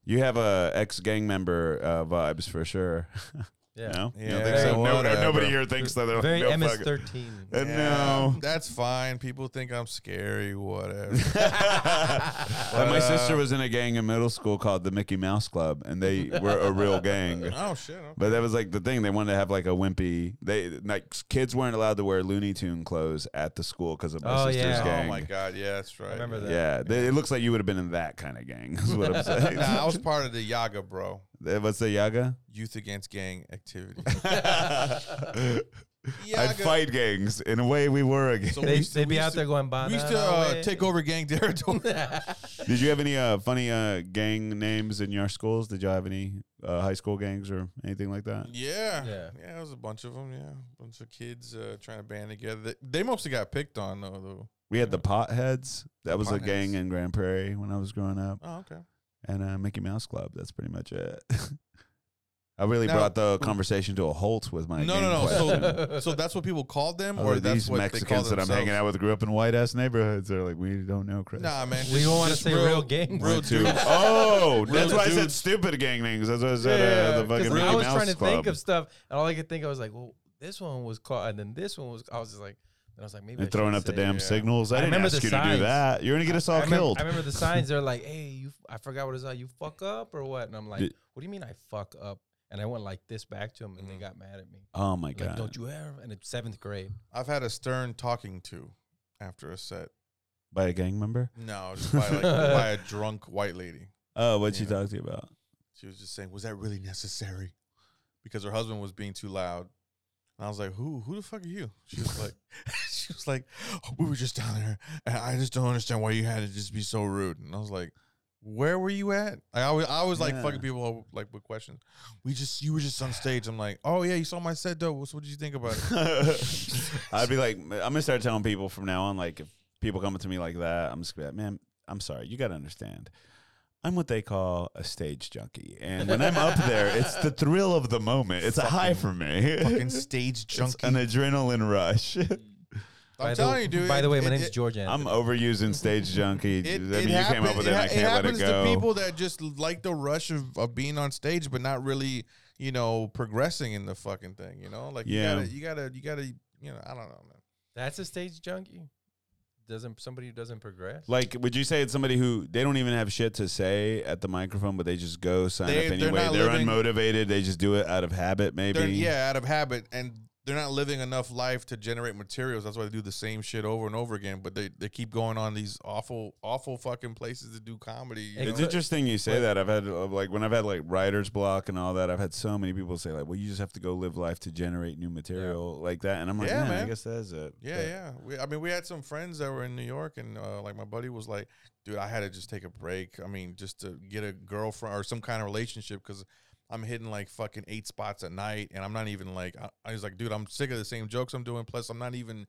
[SPEAKER 1] You have a ex gang member uh, vibes for sure.
[SPEAKER 4] yeah.
[SPEAKER 1] No, You don't
[SPEAKER 2] Yeah.
[SPEAKER 1] think so? No, no,
[SPEAKER 2] Whatever.
[SPEAKER 1] nobody here thinks that. They're
[SPEAKER 4] Very
[SPEAKER 1] like, no, fuck it.
[SPEAKER 4] MS13.
[SPEAKER 1] Uh,
[SPEAKER 2] Yeah,
[SPEAKER 1] No.
[SPEAKER 2] that's fine. People think I'm scary, whatever.
[SPEAKER 1] Like, Uh, my sister was in a gang in middle school called the Mickey Mouse Club, and they were a real gang.
[SPEAKER 2] oh shit! okay.
[SPEAKER 1] But that was like the thing. They wanted to have like a wimpy. They like s- kids weren't allowed to wear Looney Tune clothes at the school because of my
[SPEAKER 4] Oh,
[SPEAKER 1] sister's
[SPEAKER 4] yeah.
[SPEAKER 1] gang.
[SPEAKER 2] Oh my god! Yeah, that's right.
[SPEAKER 4] remember
[SPEAKER 2] yeah.
[SPEAKER 4] that.
[SPEAKER 1] Yeah, they, it looks like you would have been in that kind of gang. Is what I'm saying.
[SPEAKER 2] Nah, I was part of the Yaga, bro.
[SPEAKER 1] That- What's the Yaga?
[SPEAKER 2] Youth Against Gang Activity.
[SPEAKER 1] I'd fight gangs. In a way, we were. A gang.
[SPEAKER 2] So we
[SPEAKER 4] They,
[SPEAKER 2] used to-
[SPEAKER 4] they'd
[SPEAKER 2] we
[SPEAKER 4] be
[SPEAKER 2] used
[SPEAKER 4] out
[SPEAKER 2] to-
[SPEAKER 4] there going,
[SPEAKER 2] We used to uh, take over gang territory.
[SPEAKER 1] Did you have any uh, funny uh, gang names in your schools? Did y'all have any uh, high school gangs or anything like that?
[SPEAKER 2] Yeah.
[SPEAKER 4] Yeah.
[SPEAKER 2] Yeah, it was a bunch of them. Yeah. bunch of kids uh, trying to band together. They, they mostly got picked on, though. though.
[SPEAKER 1] We had the Potheads. That was a
[SPEAKER 2] Potheads.
[SPEAKER 1] gang in Grand Prairie when I was growing up.
[SPEAKER 2] Oh, okay.
[SPEAKER 1] and uh, Mickey Mouse Club. That's pretty much it. I really
[SPEAKER 2] Now-
[SPEAKER 1] brought the conversation to a halt with my
[SPEAKER 2] No,
[SPEAKER 1] gang
[SPEAKER 2] no,
[SPEAKER 1] question.
[SPEAKER 2] no. Oh, So, so that's what people called them,
[SPEAKER 1] I was
[SPEAKER 2] or
[SPEAKER 1] like,
[SPEAKER 2] that's
[SPEAKER 1] Oh, these
[SPEAKER 2] what they call
[SPEAKER 1] Mexicans that
[SPEAKER 2] themselves.
[SPEAKER 1] I'm hanging out with grew up in white ass neighborhoods. They're like, we don't know Chris.
[SPEAKER 2] Nah, man.
[SPEAKER 4] We
[SPEAKER 2] just-
[SPEAKER 4] don't wanna
[SPEAKER 2] just
[SPEAKER 4] say real gangs.
[SPEAKER 2] Real
[SPEAKER 1] Went to-
[SPEAKER 2] dudes.
[SPEAKER 1] Oh, that's
[SPEAKER 2] Real
[SPEAKER 1] why I said
[SPEAKER 2] dudes.
[SPEAKER 1] stupid gang names. That's what I said.
[SPEAKER 4] Yeah,
[SPEAKER 1] uh, the
[SPEAKER 4] 'cause
[SPEAKER 1] fucking
[SPEAKER 4] I
[SPEAKER 1] Mickey
[SPEAKER 4] was
[SPEAKER 1] Mouse
[SPEAKER 4] trying to
[SPEAKER 1] Club.
[SPEAKER 4] think of stuff, and all I could think, I was like, well, this one was caught, and then this one was. I was just like, and I was like, maybe I
[SPEAKER 1] and throwing
[SPEAKER 4] shouldn't
[SPEAKER 1] up the
[SPEAKER 4] say
[SPEAKER 1] damn
[SPEAKER 4] it.
[SPEAKER 1] signals. I,
[SPEAKER 4] I
[SPEAKER 1] didn't
[SPEAKER 4] remember
[SPEAKER 1] ask
[SPEAKER 4] the
[SPEAKER 1] you to do
[SPEAKER 4] signs.
[SPEAKER 1] that. You're gonna get us all
[SPEAKER 4] I remember,
[SPEAKER 1] killed.
[SPEAKER 4] I remember the signs. They're like, "Hey, you! I forgot what it's like. You fuck up or what?" And I'm like,
[SPEAKER 1] Did-
[SPEAKER 4] "What do you mean I fuck up?" And I went like this back to them, and they got mad at me.
[SPEAKER 1] oh my
[SPEAKER 4] Like,
[SPEAKER 1] god!
[SPEAKER 4] don't you ever? And it's seventh grade.
[SPEAKER 2] I've had a stern talking to after a set.
[SPEAKER 1] by a gang member.
[SPEAKER 2] No, just by, like, by a drunk white lady.
[SPEAKER 1] Oh, what'd she
[SPEAKER 2] Yeah.
[SPEAKER 1] talk to you about?
[SPEAKER 2] She was just saying, "Was that really necessary?" Because her husband was being too loud. And I was like, "Who? Who the fuck are you?" She was like, "She was like, "Oh, we were just down there, and I just don't understand why you had to just be so rude." And I was like, "Where were you at?" I always, I always like
[SPEAKER 1] Yeah.
[SPEAKER 2] fucking people up, like with questions. We just, you were just on stage. I'm like, "Oh yeah, you saw my set though. What's what did you think about it?"
[SPEAKER 1] I'd be like, I'm gonna start telling people from now on, like, if people come up to me like that, I'm just gonna be like, man, I'm sorry, you gotta understand. I'm what they call a stage junkie, and when I'm up there, it's the thrill of the moment. It's a high for me.
[SPEAKER 2] Fucking stage junkie.
[SPEAKER 1] It's an adrenaline rush.
[SPEAKER 2] I'm
[SPEAKER 4] By the-
[SPEAKER 2] telling you, dude.
[SPEAKER 4] By the way, my
[SPEAKER 2] it-
[SPEAKER 4] name's
[SPEAKER 2] it-
[SPEAKER 4] George Anthony.
[SPEAKER 1] I'm overusing stage junkie. I
[SPEAKER 2] It,
[SPEAKER 1] mean,
[SPEAKER 2] it
[SPEAKER 1] you
[SPEAKER 2] happen-
[SPEAKER 1] came up with it, and
[SPEAKER 2] it, ha-
[SPEAKER 1] I
[SPEAKER 2] it
[SPEAKER 1] can't let
[SPEAKER 2] happens
[SPEAKER 1] it go.
[SPEAKER 2] to people that just like the rush of, of being on stage, but not really, you know, progressing in the fucking thing. You know, like
[SPEAKER 1] Yeah.
[SPEAKER 2] you gotta, you gotta, you gotta, you know, I don't know, man.
[SPEAKER 4] That's a stage junkie. Doesn't somebody who doesn't progress?
[SPEAKER 1] Like, would you say it's somebody who they don't even have shit to say at the microphone, but they just go sign
[SPEAKER 2] They-
[SPEAKER 1] up
[SPEAKER 2] they're
[SPEAKER 1] anyway?
[SPEAKER 2] not
[SPEAKER 1] They're,
[SPEAKER 2] living-
[SPEAKER 1] unmotivated. They just do it out of habit, maybe.
[SPEAKER 2] They're, yeah, out of habit, and they're not living enough life to generate materials. That's why they do the same shit over and over again. But they, they keep going on these awful, awful fucking places to do comedy. you
[SPEAKER 4] It
[SPEAKER 2] know?
[SPEAKER 1] It's interesting you say that. I've had uh, like when I've had like writer's block and all that. I've had so many people say like, "Well, you just have to go live life to generate new material like that," and I'm like,
[SPEAKER 2] Yeah,
[SPEAKER 1] "Man, I
[SPEAKER 2] man.
[SPEAKER 1] guess that's it."
[SPEAKER 2] Yeah,
[SPEAKER 1] But-
[SPEAKER 2] yeah. We, I mean, we had some friends that were in New York, and uh, like my buddy was like, "Dude, I had to just take a break. I mean, just to get a girlfriend or some kind of relationship because I'm hitting like fucking eight spots a night, and I'm not even like." I, I was like, "Dude, I'm sick of the same jokes I'm doing. Plus, I'm not even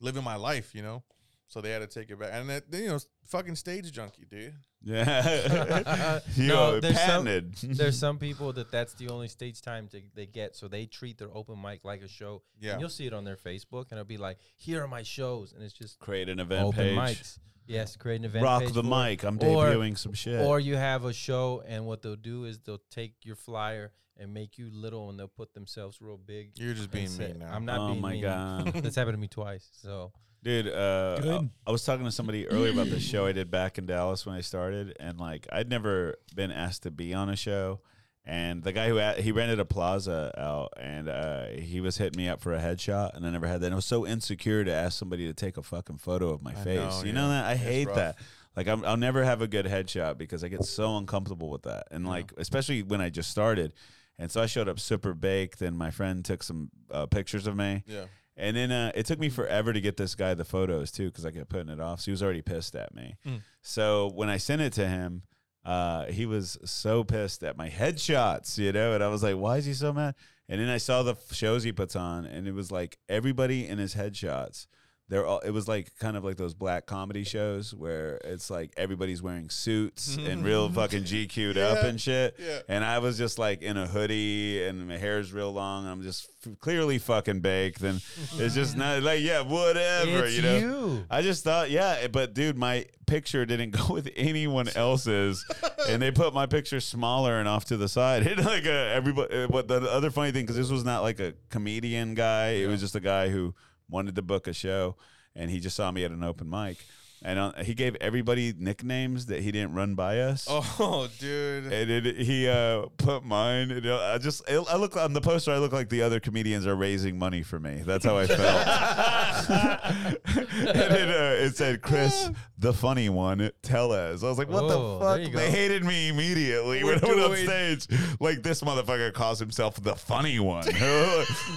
[SPEAKER 2] living my life, you know." So they had to take it back, and that you know, fucking stage junkie, dude.
[SPEAKER 1] yeah. you
[SPEAKER 4] No,
[SPEAKER 1] know,
[SPEAKER 4] there's some-
[SPEAKER 1] patented.
[SPEAKER 4] There's some people that that's the only stage time to, they get, so they treat their open mic like a show.
[SPEAKER 2] Yeah,
[SPEAKER 4] And you'll see it on their Facebook, and it'll be like, "Here are my shows," and it's just
[SPEAKER 1] Create an event
[SPEAKER 4] open
[SPEAKER 1] page.
[SPEAKER 4] mics. Yes, create an event.
[SPEAKER 1] Rock
[SPEAKER 4] page
[SPEAKER 1] the
[SPEAKER 4] for it.
[SPEAKER 1] mic. I'm
[SPEAKER 4] Or-
[SPEAKER 1] debuting some shit.
[SPEAKER 4] Or you have a show, and what they'll do is they'll take your flyer and make you little, and they'll put themselves real big.
[SPEAKER 2] you're just
[SPEAKER 4] and
[SPEAKER 2] being
[SPEAKER 4] say-
[SPEAKER 2] mean now.
[SPEAKER 4] I'm not.
[SPEAKER 1] oh
[SPEAKER 4] being
[SPEAKER 1] my
[SPEAKER 4] mean.
[SPEAKER 1] god.
[SPEAKER 4] That's happened to me twice. So
[SPEAKER 1] Dude, uh, I,
[SPEAKER 3] Good.
[SPEAKER 1] I was talking to somebody earlier about the show I did back in Dallas when I started, and like I'd never been asked to be on a show. And the guy who a he rented a plaza out, and uh, he was hitting me up for a headshot, and I never had that. And I was so insecure to ask somebody to take a fucking photo of my
[SPEAKER 2] I
[SPEAKER 1] face.
[SPEAKER 2] know,
[SPEAKER 1] you
[SPEAKER 2] yeah.
[SPEAKER 1] know that I
[SPEAKER 2] It's
[SPEAKER 1] hate
[SPEAKER 2] rough.
[SPEAKER 1] that. Like I'm, I'll never have a good headshot because I get so uncomfortable with that, and
[SPEAKER 2] Yeah.
[SPEAKER 1] like especially when I just started. And so I showed up super baked, and my friend took some uh, pictures of me.
[SPEAKER 2] yeah,
[SPEAKER 1] And then uh, it took
[SPEAKER 2] Mm.
[SPEAKER 1] me forever to get this guy the photos too, because I kept putting it off. So he was already pissed at me.
[SPEAKER 2] Mm.
[SPEAKER 1] So when I sent it to him, uh, he was so pissed at my headshots, you know. And I was like, "Why is he so mad?" And then I saw the f- shows he puts on, and it was like everybody in his headshots. They're all. It was like kind of like those black comedy shows where it's like everybody's wearing suits and real fucking GQ'd up
[SPEAKER 2] Yeah.
[SPEAKER 1] and shit.
[SPEAKER 2] yeah.
[SPEAKER 1] And I was just like in a hoodie, and my hair's real long. And I'm just f- clearly fucking baked, and it's just not like yeah, whatever,
[SPEAKER 4] it's
[SPEAKER 1] you know.
[SPEAKER 4] you.
[SPEAKER 1] I just thought, yeah, eh, but dude, my picture didn't go with anyone else's, and they put my picture smaller and off to the side. It like a everybody. uh, But the other funny thing, because this was not like a comedian guy, it was just a guy who wanted to book a show, and he just saw me at an open mic, and uh, he gave everybody nicknames that he didn't run by us
[SPEAKER 2] Oh, dude.
[SPEAKER 1] and it, he uh, put mine. And I just I I look on the poster. I look like the other comedians are raising money for me. That's how I felt. and it, uh, it said Chris, the funny one, Tellez. I was like, what
[SPEAKER 4] Oh,
[SPEAKER 1] the
[SPEAKER 4] there
[SPEAKER 1] fuck?
[SPEAKER 4] you
[SPEAKER 1] They
[SPEAKER 4] go.
[SPEAKER 1] hated me immediately when I
[SPEAKER 2] We're
[SPEAKER 1] went on
[SPEAKER 2] doing-
[SPEAKER 1] stage. Like this motherfucker calls himself the funny one.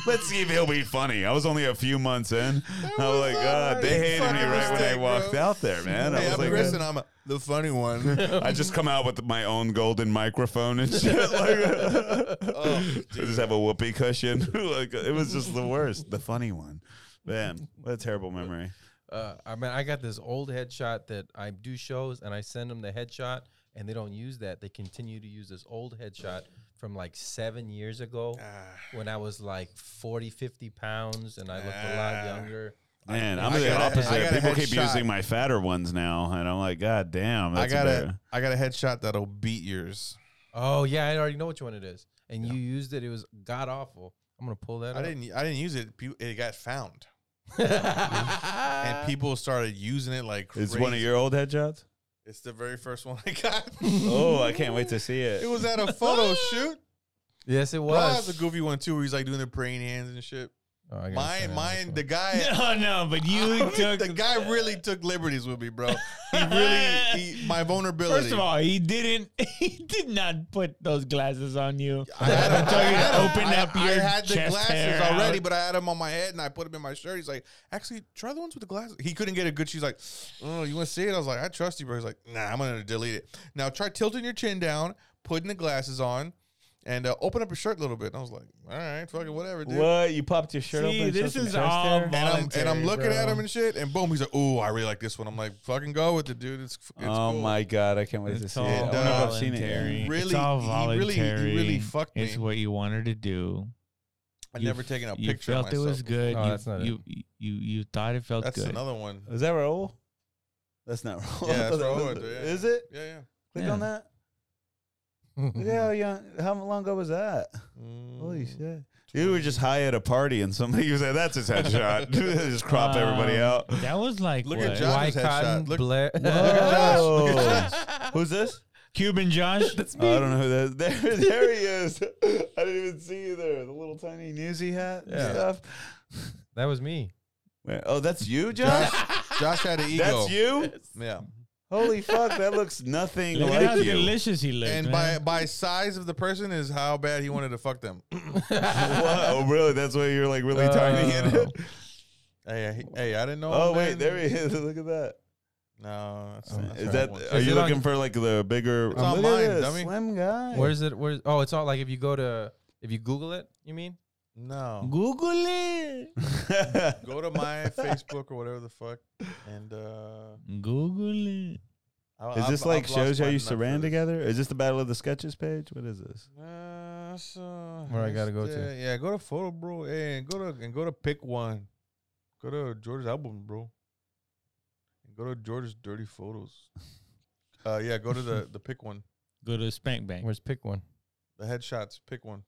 [SPEAKER 1] Let's see if he'll be funny. I was only a few months in. I was
[SPEAKER 2] was
[SPEAKER 1] like,
[SPEAKER 2] a
[SPEAKER 1] God, they
[SPEAKER 2] fucking
[SPEAKER 1] hated me
[SPEAKER 2] fucking
[SPEAKER 1] right when I
[SPEAKER 2] mistake,
[SPEAKER 1] walked
[SPEAKER 2] bro.
[SPEAKER 1] out there, man. I
[SPEAKER 2] Hey,
[SPEAKER 1] was
[SPEAKER 2] I'm
[SPEAKER 1] like,
[SPEAKER 2] Chris, and I'm the funny one.
[SPEAKER 1] I just come out with my own golden microphone and shit. Like, I just have a whoopee cushion. like it was just the worst, the funny one. Man, what a terrible memory.
[SPEAKER 4] Uh, I mean, I got this old headshot that I do shows, and I send them the headshot, and they don't use that. They continue to use this old headshot from like seven years
[SPEAKER 2] Ah.
[SPEAKER 4] ago
[SPEAKER 1] Ah.
[SPEAKER 4] when I was like 40, 50 pounds, and I looked a lot
[SPEAKER 2] Ah.
[SPEAKER 4] younger.
[SPEAKER 1] Man, I'm
[SPEAKER 2] I
[SPEAKER 1] the
[SPEAKER 2] got a- I
[SPEAKER 1] opposite.
[SPEAKER 2] got a
[SPEAKER 1] People keep
[SPEAKER 2] headshot.
[SPEAKER 1] using my fatter ones now, and I'm like, God damn,
[SPEAKER 2] I
[SPEAKER 1] that's
[SPEAKER 2] got
[SPEAKER 1] embarrassing.
[SPEAKER 2] a, I got a headshot that'll beat yours.
[SPEAKER 4] Oh yeah, I already know which one it is, and you used it. It was god awful. I'm gonna pull that.
[SPEAKER 2] I
[SPEAKER 4] up.
[SPEAKER 2] didn't. I didn't use it. Pe- It got found, and
[SPEAKER 3] Uh,
[SPEAKER 4] and
[SPEAKER 2] people started using it like crazy.
[SPEAKER 1] It's one of your old headshots.
[SPEAKER 2] It's the very first one I got.
[SPEAKER 1] Oh, I can't wait to see it.
[SPEAKER 2] it was at a photo shoot.
[SPEAKER 4] Yes, it
[SPEAKER 2] Well, that's
[SPEAKER 4] was.
[SPEAKER 2] a goofy one too, where he's like doing the praying hands and shit.
[SPEAKER 4] Oh, I gotta turn
[SPEAKER 2] Mine,
[SPEAKER 4] on
[SPEAKER 2] mine,
[SPEAKER 4] this
[SPEAKER 2] the
[SPEAKER 4] one.
[SPEAKER 2] guy.
[SPEAKER 3] No, no, but you took.
[SPEAKER 2] the guy really took liberties with me, bro. He really, he, my vulnerability.
[SPEAKER 3] First of all, he didn't. He did not put those glasses on you.
[SPEAKER 2] I had him,
[SPEAKER 3] Tell you to
[SPEAKER 2] I had him-
[SPEAKER 3] open
[SPEAKER 2] I-
[SPEAKER 3] up
[SPEAKER 2] I,
[SPEAKER 3] your
[SPEAKER 2] had the
[SPEAKER 3] chest
[SPEAKER 2] glasses
[SPEAKER 3] hair
[SPEAKER 2] already,
[SPEAKER 3] out.
[SPEAKER 2] but I had them on my head and I put them in my shirt. He's like, actually, try the ones with the glasses. He couldn't get a good. She's like, oh, you want to see it? I was like, I trust you, bro. He's like, nah, I'm gonna delete it. Now try tilting your chin down, putting the glasses on, and uh, open up your shirt a little bit. And I was like, all right, fucking whatever, dude.
[SPEAKER 6] What? You popped your shirt
[SPEAKER 3] See,
[SPEAKER 6] open? and showed
[SPEAKER 3] this
[SPEAKER 6] some
[SPEAKER 3] is
[SPEAKER 6] chest
[SPEAKER 3] all
[SPEAKER 6] hair?
[SPEAKER 2] And I'm, and I'm
[SPEAKER 3] voluntary,
[SPEAKER 2] looking at
[SPEAKER 3] bro.
[SPEAKER 2] him and shit, and boom, he's like, "Ooh, I really like this one." I'm like, "Fucking go with it, dude." It's, it's
[SPEAKER 6] Oh
[SPEAKER 2] cool.
[SPEAKER 6] my god, I can't wait to
[SPEAKER 3] It's
[SPEAKER 6] see
[SPEAKER 3] all
[SPEAKER 6] it. I
[SPEAKER 2] And,
[SPEAKER 6] don't know if
[SPEAKER 3] voluntary.
[SPEAKER 6] I've seen it.
[SPEAKER 2] Really,
[SPEAKER 3] it's all
[SPEAKER 2] he really- he
[SPEAKER 3] voluntary.
[SPEAKER 2] really fucked me.
[SPEAKER 3] It's what you wanted to do.
[SPEAKER 2] I
[SPEAKER 3] You
[SPEAKER 2] never
[SPEAKER 3] f-
[SPEAKER 2] taken a
[SPEAKER 3] you
[SPEAKER 2] picture.
[SPEAKER 3] felt
[SPEAKER 2] of
[SPEAKER 3] it
[SPEAKER 2] myself
[SPEAKER 3] was good.
[SPEAKER 4] No,
[SPEAKER 3] you,
[SPEAKER 4] that's not it.
[SPEAKER 3] you, you, you, thought it felt
[SPEAKER 2] That's
[SPEAKER 3] good.
[SPEAKER 2] another one.
[SPEAKER 6] Is that Raul?
[SPEAKER 1] That's not wrong.
[SPEAKER 2] Yeah, that's
[SPEAKER 1] That
[SPEAKER 2] Raoul
[SPEAKER 1] was-
[SPEAKER 2] right there, yeah.
[SPEAKER 1] Is it?
[SPEAKER 2] Yeah, yeah.
[SPEAKER 1] Click
[SPEAKER 3] Yeah.
[SPEAKER 1] on that. Yeah, how young. How long ago was that? Holy
[SPEAKER 2] Mm.
[SPEAKER 1] shit! You were just high at a party and somebody was like, "That's his headshot." just crop everybody
[SPEAKER 3] Um,
[SPEAKER 1] out.
[SPEAKER 3] That was like
[SPEAKER 2] Look
[SPEAKER 3] what?
[SPEAKER 2] at Josh.
[SPEAKER 4] White
[SPEAKER 2] Josh's headshot.
[SPEAKER 4] cotton,
[SPEAKER 2] Look-
[SPEAKER 4] black.
[SPEAKER 2] Josh, look at
[SPEAKER 1] Who's this?
[SPEAKER 3] Cuban Josh.
[SPEAKER 1] Oh, I don't know who that is. There, there he is. I didn't even see you there. The little tiny newsy hat and
[SPEAKER 4] Yeah.
[SPEAKER 1] stuff.
[SPEAKER 4] that was me.
[SPEAKER 1] Where- oh, that's you, Josh?
[SPEAKER 2] Josh, Josh had an ego.
[SPEAKER 1] That's you?
[SPEAKER 2] Yeah.
[SPEAKER 1] Holy fuck, that looks nothing
[SPEAKER 3] Look at how
[SPEAKER 1] like you.
[SPEAKER 3] delicious he looked.
[SPEAKER 2] And by
[SPEAKER 3] man.
[SPEAKER 2] by size of the person is how bad he wanted to fuck them.
[SPEAKER 1] Wow, really? That's why you're like really tiny in it?
[SPEAKER 2] Hey, he- hey, I didn't know.
[SPEAKER 1] Oh,
[SPEAKER 2] him
[SPEAKER 1] wait,
[SPEAKER 2] then.
[SPEAKER 1] there he is. Look at that.
[SPEAKER 2] No, that's,
[SPEAKER 4] Uh,
[SPEAKER 2] that's
[SPEAKER 1] Is
[SPEAKER 2] not
[SPEAKER 1] that?
[SPEAKER 2] one.
[SPEAKER 1] Are
[SPEAKER 4] Is
[SPEAKER 1] you
[SPEAKER 4] it on-
[SPEAKER 1] looking for like the bigger?
[SPEAKER 2] It's on
[SPEAKER 1] Look at
[SPEAKER 2] mine,
[SPEAKER 1] this
[SPEAKER 2] dummy.
[SPEAKER 1] Slim guy.
[SPEAKER 4] Where's it? Where's? Oh, it's all like if you go to if you Google it. You mean?
[SPEAKER 2] no?
[SPEAKER 3] Google it.
[SPEAKER 2] Go to my Facebook or whatever the fuck, and uh,
[SPEAKER 3] Google it.
[SPEAKER 2] I,
[SPEAKER 1] is
[SPEAKER 2] I've-
[SPEAKER 1] this like
[SPEAKER 2] I've lost
[SPEAKER 1] shows how
[SPEAKER 2] my
[SPEAKER 1] you
[SPEAKER 2] nut
[SPEAKER 1] used to
[SPEAKER 2] for
[SPEAKER 1] ran
[SPEAKER 2] this.
[SPEAKER 1] together? Is this the Battle of the Sketches page? What is this?
[SPEAKER 2] Uh, so
[SPEAKER 4] Where I gotta
[SPEAKER 2] it's
[SPEAKER 4] go to?
[SPEAKER 2] the- Yeah, go to photo, bro, and go to and go to pick one. Go to George's album, bro. And go to George's dirty photos. Uh, yeah, go to the the pick one,
[SPEAKER 3] Go to Spank Bank.
[SPEAKER 4] Where's pick one?
[SPEAKER 2] the headshots. Pick one.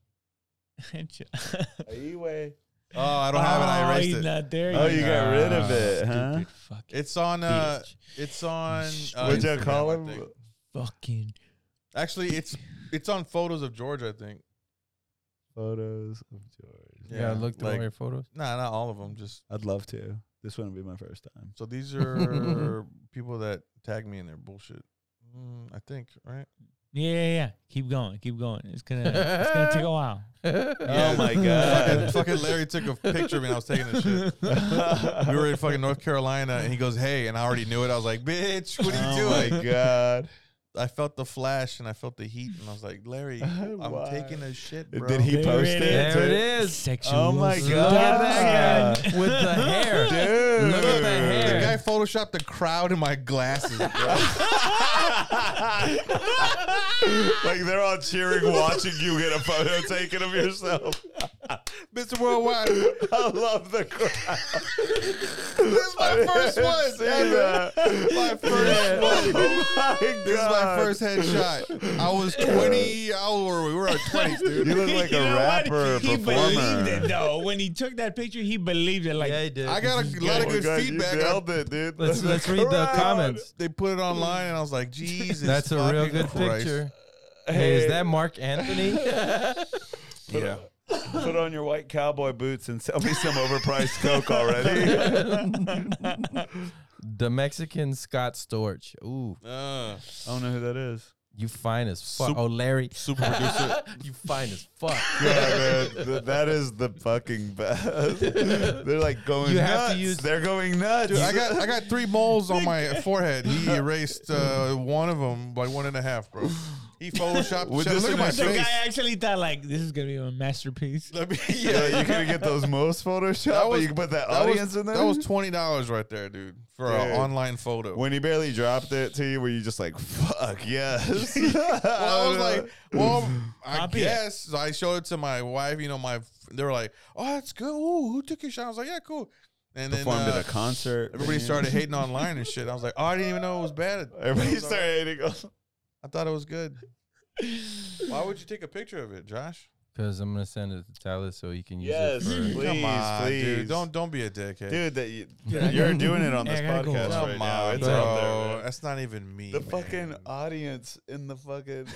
[SPEAKER 1] Anyway.
[SPEAKER 2] Oh, I don't have it. I
[SPEAKER 3] he's
[SPEAKER 2] erased it.
[SPEAKER 3] Not there
[SPEAKER 1] Oh,
[SPEAKER 3] yet.
[SPEAKER 1] you got rid of
[SPEAKER 3] Ah,
[SPEAKER 1] it, huh?
[SPEAKER 3] Stupid fucking
[SPEAKER 2] It's on. Uh,
[SPEAKER 3] bitch.
[SPEAKER 2] it's on. Uh,
[SPEAKER 1] What'd you
[SPEAKER 2] Instagram,
[SPEAKER 1] call
[SPEAKER 2] I
[SPEAKER 1] him?
[SPEAKER 2] think.
[SPEAKER 3] Fucking.
[SPEAKER 2] Actually, it's it's on photos of George. I think.
[SPEAKER 1] Photos of George.
[SPEAKER 4] Yeah, look through
[SPEAKER 2] like-
[SPEAKER 4] all your photos.
[SPEAKER 2] Nah, not all of them. Just
[SPEAKER 1] I'd love to. This wouldn't be my first time.
[SPEAKER 2] so these are people that tag me in their bullshit. Mm, I think right.
[SPEAKER 3] Yeah, yeah, yeah. Keep going. Keep going. It's gonna. it's gonna take a while.
[SPEAKER 1] Oh my god.
[SPEAKER 2] Fucking, fucking Larry took a picture of me. and I was taking this shit. We were in fucking North Carolina, and he goes, "Hey," and I already knew it. I was like, "Bitch, what are you
[SPEAKER 1] oh my
[SPEAKER 2] doing?"
[SPEAKER 1] god.
[SPEAKER 2] I felt the flash and I felt the heat, and I was like, "Larry, I'm
[SPEAKER 1] Why?
[SPEAKER 2] taking a shit, bro."
[SPEAKER 1] Did he
[SPEAKER 3] There
[SPEAKER 1] post
[SPEAKER 3] it
[SPEAKER 1] it?
[SPEAKER 3] is.
[SPEAKER 4] There it
[SPEAKER 1] too?
[SPEAKER 4] is.
[SPEAKER 3] Sexual.
[SPEAKER 1] Oh my
[SPEAKER 3] selection.
[SPEAKER 1] God.
[SPEAKER 4] Look at that guy with the hair.
[SPEAKER 1] Dude.
[SPEAKER 4] Look at the
[SPEAKER 2] The
[SPEAKER 4] hair.
[SPEAKER 2] guy photoshopped the crowd in my glasses, bro.
[SPEAKER 1] like they're all cheering, watching you get a photo taken of yourself.
[SPEAKER 2] Mr. Worldwide. This
[SPEAKER 1] I love the crowd.
[SPEAKER 2] is my first one ever. My first one.
[SPEAKER 1] Oh
[SPEAKER 2] This is my first headshot. I was 20. How were we? We were at 20s, dude.
[SPEAKER 1] You look like
[SPEAKER 3] You
[SPEAKER 1] a
[SPEAKER 3] know what?
[SPEAKER 1] rapper,
[SPEAKER 3] He believed it
[SPEAKER 1] performer.
[SPEAKER 3] though. When he took that picture, he believed it. Like,
[SPEAKER 4] yeah, he did.
[SPEAKER 2] I got a lot of
[SPEAKER 1] Oh my
[SPEAKER 2] good
[SPEAKER 1] God,
[SPEAKER 2] feedback.
[SPEAKER 1] You
[SPEAKER 2] I-
[SPEAKER 1] nailed it, dude.
[SPEAKER 4] Let's
[SPEAKER 1] Look
[SPEAKER 4] let's
[SPEAKER 1] at
[SPEAKER 4] read the
[SPEAKER 1] crowd.
[SPEAKER 4] comments.
[SPEAKER 2] They put it online, and I was like, Jesus.
[SPEAKER 4] That's a real
[SPEAKER 2] fucking
[SPEAKER 4] good
[SPEAKER 2] Christ.
[SPEAKER 4] picture. Hey, is that Mark Anthony?
[SPEAKER 2] Yeah.
[SPEAKER 1] Put on your white cowboy boots and sell me some overpriced coke already.
[SPEAKER 4] the Mexican Scott Storch. Ooh,
[SPEAKER 2] Uh,
[SPEAKER 1] I don't know who that is.
[SPEAKER 4] you fine as fuck.
[SPEAKER 2] Super-
[SPEAKER 4] oh, Larry,
[SPEAKER 2] super producer.
[SPEAKER 4] you fine as fuck.
[SPEAKER 1] Yeah, man, th- that is the fucking best. They're like going
[SPEAKER 4] You
[SPEAKER 1] nuts.
[SPEAKER 4] have to use-
[SPEAKER 1] They're going nuts.
[SPEAKER 2] Dude, I got I got three moles on my forehead. He erased uh, one of them by one and a half, bro. He photoshopped.
[SPEAKER 1] With
[SPEAKER 2] Shit,
[SPEAKER 1] this
[SPEAKER 2] look at my
[SPEAKER 3] the
[SPEAKER 2] face.
[SPEAKER 3] guy actually thought like this is gonna be a masterpiece.
[SPEAKER 2] Let me,
[SPEAKER 1] yeah,
[SPEAKER 2] yeah,
[SPEAKER 1] you could get those most
[SPEAKER 2] That
[SPEAKER 1] Photoshop, but
[SPEAKER 2] was-
[SPEAKER 1] you can put that,
[SPEAKER 2] that
[SPEAKER 1] audience
[SPEAKER 2] was,
[SPEAKER 1] in there.
[SPEAKER 2] That was twenty dollars right there, dude, for an
[SPEAKER 1] Dude.
[SPEAKER 2] online photo.
[SPEAKER 1] when he barely dropped it to you, were you just like, "Fuck yes"?
[SPEAKER 2] well, I
[SPEAKER 1] Oh,
[SPEAKER 2] was like, well, I
[SPEAKER 3] Copy it.
[SPEAKER 2] guess. So I showed it to my wife. You know, my they were like, oh, that's good. Ooh, who took your shot? I was like, yeah, cool. And
[SPEAKER 1] performed
[SPEAKER 2] then uh,
[SPEAKER 1] at a concert.
[SPEAKER 2] everybody
[SPEAKER 1] venue.
[SPEAKER 2] started hating online and shit. I was like, oh, I didn't even know it was bad.
[SPEAKER 1] Everybody
[SPEAKER 2] I was like,
[SPEAKER 1] started hating. us.
[SPEAKER 2] I thought it was good. Why would you take a picture of it, Josh?
[SPEAKER 4] Because I'm gonna send it to Tyler so he can use
[SPEAKER 1] Yes,
[SPEAKER 4] it. For,
[SPEAKER 1] please,
[SPEAKER 2] Come on,
[SPEAKER 1] please,
[SPEAKER 2] dude. Don't don't be a dickhead.
[SPEAKER 1] dude. That you,
[SPEAKER 3] Yeah.
[SPEAKER 1] you're doing it on this
[SPEAKER 3] Yeah, I gotta go.
[SPEAKER 1] podcast
[SPEAKER 2] Come
[SPEAKER 1] right
[SPEAKER 2] on,
[SPEAKER 1] now. It's
[SPEAKER 2] bro.
[SPEAKER 1] out there. man.
[SPEAKER 2] That's not even me.
[SPEAKER 1] The
[SPEAKER 2] man.
[SPEAKER 1] fucking uh, audience in the fucking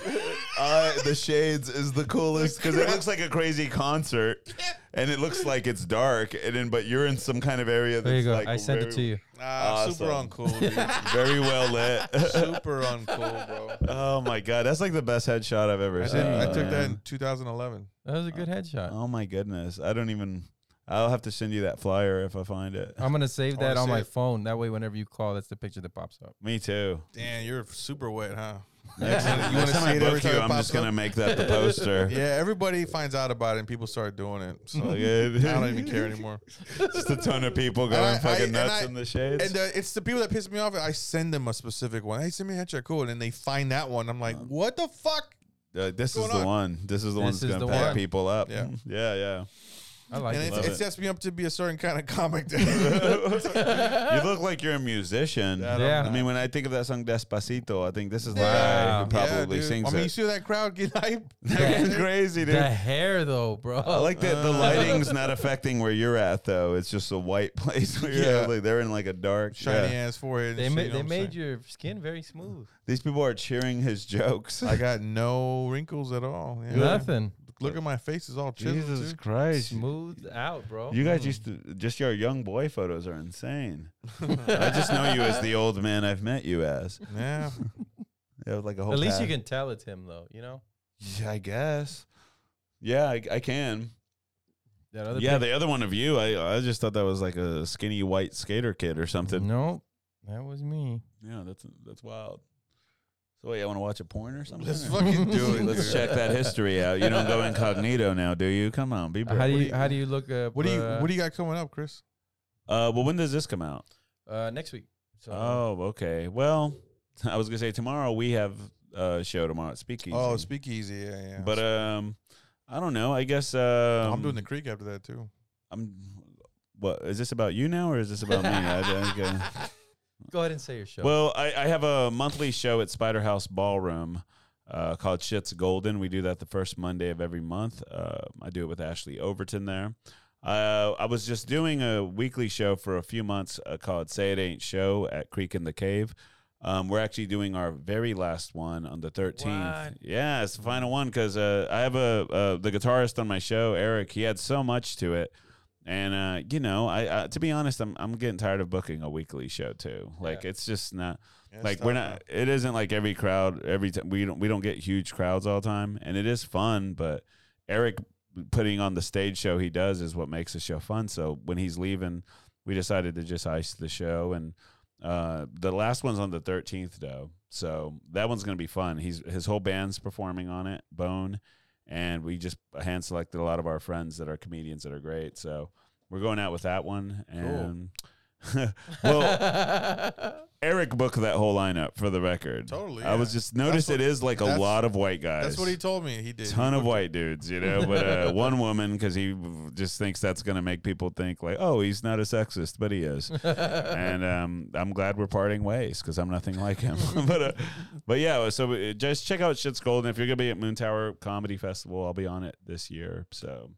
[SPEAKER 1] uh, the shades is the coolest because it looks like a crazy concert. and it looks like it's dark, and then but you're in some kind of area. That's
[SPEAKER 4] There you go.
[SPEAKER 1] Like
[SPEAKER 4] I sent it to you.
[SPEAKER 2] Ah, super
[SPEAKER 1] Awesome.
[SPEAKER 2] uncool, dude.
[SPEAKER 1] Very well lit.
[SPEAKER 2] super uncool, bro.
[SPEAKER 1] oh my god, that's like the best headshot I've ever
[SPEAKER 2] I,
[SPEAKER 1] seen.
[SPEAKER 2] did, I took that in
[SPEAKER 1] man.
[SPEAKER 2] 2011.
[SPEAKER 4] That was a good headshot.
[SPEAKER 1] Oh my goodness, I don't even. I'll have to send you that flyer if I find it.
[SPEAKER 2] Um,
[SPEAKER 4] I'm gonna save
[SPEAKER 2] I wanna
[SPEAKER 4] that on
[SPEAKER 2] see
[SPEAKER 4] my
[SPEAKER 2] it.
[SPEAKER 4] phone. That way, whenever you call, that's the picture that pops up.
[SPEAKER 1] Me too.
[SPEAKER 2] Damn, you're super wet, huh?
[SPEAKER 1] Next,
[SPEAKER 2] You wanna
[SPEAKER 1] next time
[SPEAKER 2] see
[SPEAKER 1] I
[SPEAKER 2] it
[SPEAKER 1] book
[SPEAKER 2] every time
[SPEAKER 1] you,
[SPEAKER 2] it
[SPEAKER 1] I'm
[SPEAKER 2] pops
[SPEAKER 1] just gonna
[SPEAKER 2] up?
[SPEAKER 1] make that the poster.
[SPEAKER 2] Yeah, everybody finds out about it and people start doing it. So
[SPEAKER 1] Okay.
[SPEAKER 2] I don't even care anymore.
[SPEAKER 1] Just a ton of people going
[SPEAKER 2] And I- I-
[SPEAKER 1] fucking
[SPEAKER 2] and
[SPEAKER 1] nuts
[SPEAKER 2] I-
[SPEAKER 1] in the shades.
[SPEAKER 2] And uh, it's the people that piss me off. I send them a specific one. Hey, send me a headshot, cool. And then they find that one. I'm like, what the fuck?
[SPEAKER 1] Uh, this is
[SPEAKER 2] going
[SPEAKER 1] the
[SPEAKER 2] on?
[SPEAKER 1] one. This is the
[SPEAKER 4] This
[SPEAKER 1] one
[SPEAKER 4] is
[SPEAKER 1] that's
[SPEAKER 4] the
[SPEAKER 1] gonna pack
[SPEAKER 4] one.
[SPEAKER 1] people up.
[SPEAKER 2] Yeah.
[SPEAKER 1] yeah, yeah.
[SPEAKER 4] I like
[SPEAKER 2] And
[SPEAKER 4] it.
[SPEAKER 2] it,
[SPEAKER 1] Love
[SPEAKER 2] it
[SPEAKER 1] it.
[SPEAKER 2] sets me up to be a certain kind of comic. dude.
[SPEAKER 1] You look like you're a musician.
[SPEAKER 2] I don't
[SPEAKER 4] Yeah.
[SPEAKER 1] I mean, when I think of that song Despacito, I think this is the guy
[SPEAKER 4] Wow.
[SPEAKER 1] who probably
[SPEAKER 2] dude.
[SPEAKER 1] sings
[SPEAKER 2] I mean, you
[SPEAKER 1] it.
[SPEAKER 2] see that crowd get hype.
[SPEAKER 1] It's crazy, dude.
[SPEAKER 4] the hair though, bro.
[SPEAKER 1] I like that the lighting's not affecting where you're at, though. It's just a white place. Where you're
[SPEAKER 2] Yeah.
[SPEAKER 1] at. Like they're in like a dark.
[SPEAKER 2] Shiny
[SPEAKER 1] yeah.
[SPEAKER 2] ass forehead.
[SPEAKER 4] They
[SPEAKER 2] and
[SPEAKER 4] made
[SPEAKER 2] shit, you know
[SPEAKER 4] they
[SPEAKER 2] what I'm
[SPEAKER 4] made
[SPEAKER 2] saying?
[SPEAKER 4] your skin very smooth.
[SPEAKER 1] These people are cheering his jokes.
[SPEAKER 2] I got no wrinkles at all. Yeah.
[SPEAKER 4] Nothing.
[SPEAKER 2] Look at my face; it's all chiseled.
[SPEAKER 1] Jesus
[SPEAKER 2] dude.
[SPEAKER 1] Christ!
[SPEAKER 4] Smooth out, bro. Mm.
[SPEAKER 1] You guys used to just your young boy photos are insane. I just know you as the old man I've met you as.
[SPEAKER 2] Yeah,
[SPEAKER 1] You have like a whole.
[SPEAKER 4] At least you
[SPEAKER 1] pack.
[SPEAKER 4] can tell it's him though. You know
[SPEAKER 1] Yeah, I guess. Yeah, I, I can.
[SPEAKER 4] that other.
[SPEAKER 1] yeah, the other one of you, I I just thought that was like a skinny white skater kid or
[SPEAKER 4] picture-
[SPEAKER 1] something.
[SPEAKER 4] no, that was me.
[SPEAKER 1] Yeah, that's that's wild. So wait, I want to watch a porn or something.
[SPEAKER 2] let's
[SPEAKER 1] or-
[SPEAKER 2] fucking do it.
[SPEAKER 1] Let's
[SPEAKER 2] dude.
[SPEAKER 1] check that history out. You don't go incognito now, do you? Come on, be brave.
[SPEAKER 4] How do
[SPEAKER 2] What do
[SPEAKER 4] you
[SPEAKER 2] you-
[SPEAKER 4] how do you look up?
[SPEAKER 2] What do you
[SPEAKER 4] uh,
[SPEAKER 2] What do you got coming up, Chris?
[SPEAKER 1] Uh, well, when does this come out?
[SPEAKER 4] uh, next week? So
[SPEAKER 1] Oh, okay. Well, I was gonna say tomorrow we have a show tomorrow at Speakeasy.
[SPEAKER 2] Oh, speakeasy. Yeah, yeah.
[SPEAKER 1] But um, I don't know. I guess um,
[SPEAKER 2] I'm doing the creek after that too.
[SPEAKER 1] I'm. What is this about you now, or is this about me? I, I, okay.
[SPEAKER 4] go ahead and say your show.
[SPEAKER 1] Well, I, I have a monthly show at Spider House Ballroom uh, called Shits Golden. We do that the first Monday of every month. Uh, I do it with Ashley Overton there. Uh, I was just doing a weekly show for a few months uh, called Say It Ain't Show at Creek in the Cave. Um, we're actually doing our very last one on the 13th.
[SPEAKER 4] What?
[SPEAKER 1] Yeah, it's the final one because uh, I have a uh, the guitarist on my show, Eric. He had so much to it. And uh, you know, I, I to be honest, I'm I'm getting tired of booking a weekly show too. Like
[SPEAKER 4] Yeah.
[SPEAKER 1] it's just not
[SPEAKER 2] Yeah, it's
[SPEAKER 1] like we're
[SPEAKER 2] tough,
[SPEAKER 1] not. It isn't like every crowd every time we don't we don't get huge crowds all the time, and it is fun. But Eric putting on the stage show he does is what makes the show fun. So when he's leaving, we decided to just ice the show, and uh, the last one's on the thirteenth though, so that one's gonna be fun. He's his whole band's performing on it, Bone, and we just hand selected a lot of our friends that are comedians that are great. So we're going out with that one, and well. Eric booked that whole lineup for the record.
[SPEAKER 2] Totally,
[SPEAKER 1] I
[SPEAKER 2] yeah.
[SPEAKER 1] was just noticed
[SPEAKER 2] That's
[SPEAKER 1] it
[SPEAKER 2] what-
[SPEAKER 1] is like a
[SPEAKER 2] that's-
[SPEAKER 1] lot of white guys.
[SPEAKER 2] That's what he told me. He did.
[SPEAKER 1] Ton of white dudes, you know, but uh, one woman because he just thinks that's going to make people think like, oh, he's not a sexist, but he is. and um, I'm glad we're parting ways because I'm nothing like him. but uh, but yeah, so uh, just check out Shit's Golden. If you're going to be at Moon Tower Comedy Festival, I'll be on it this year. So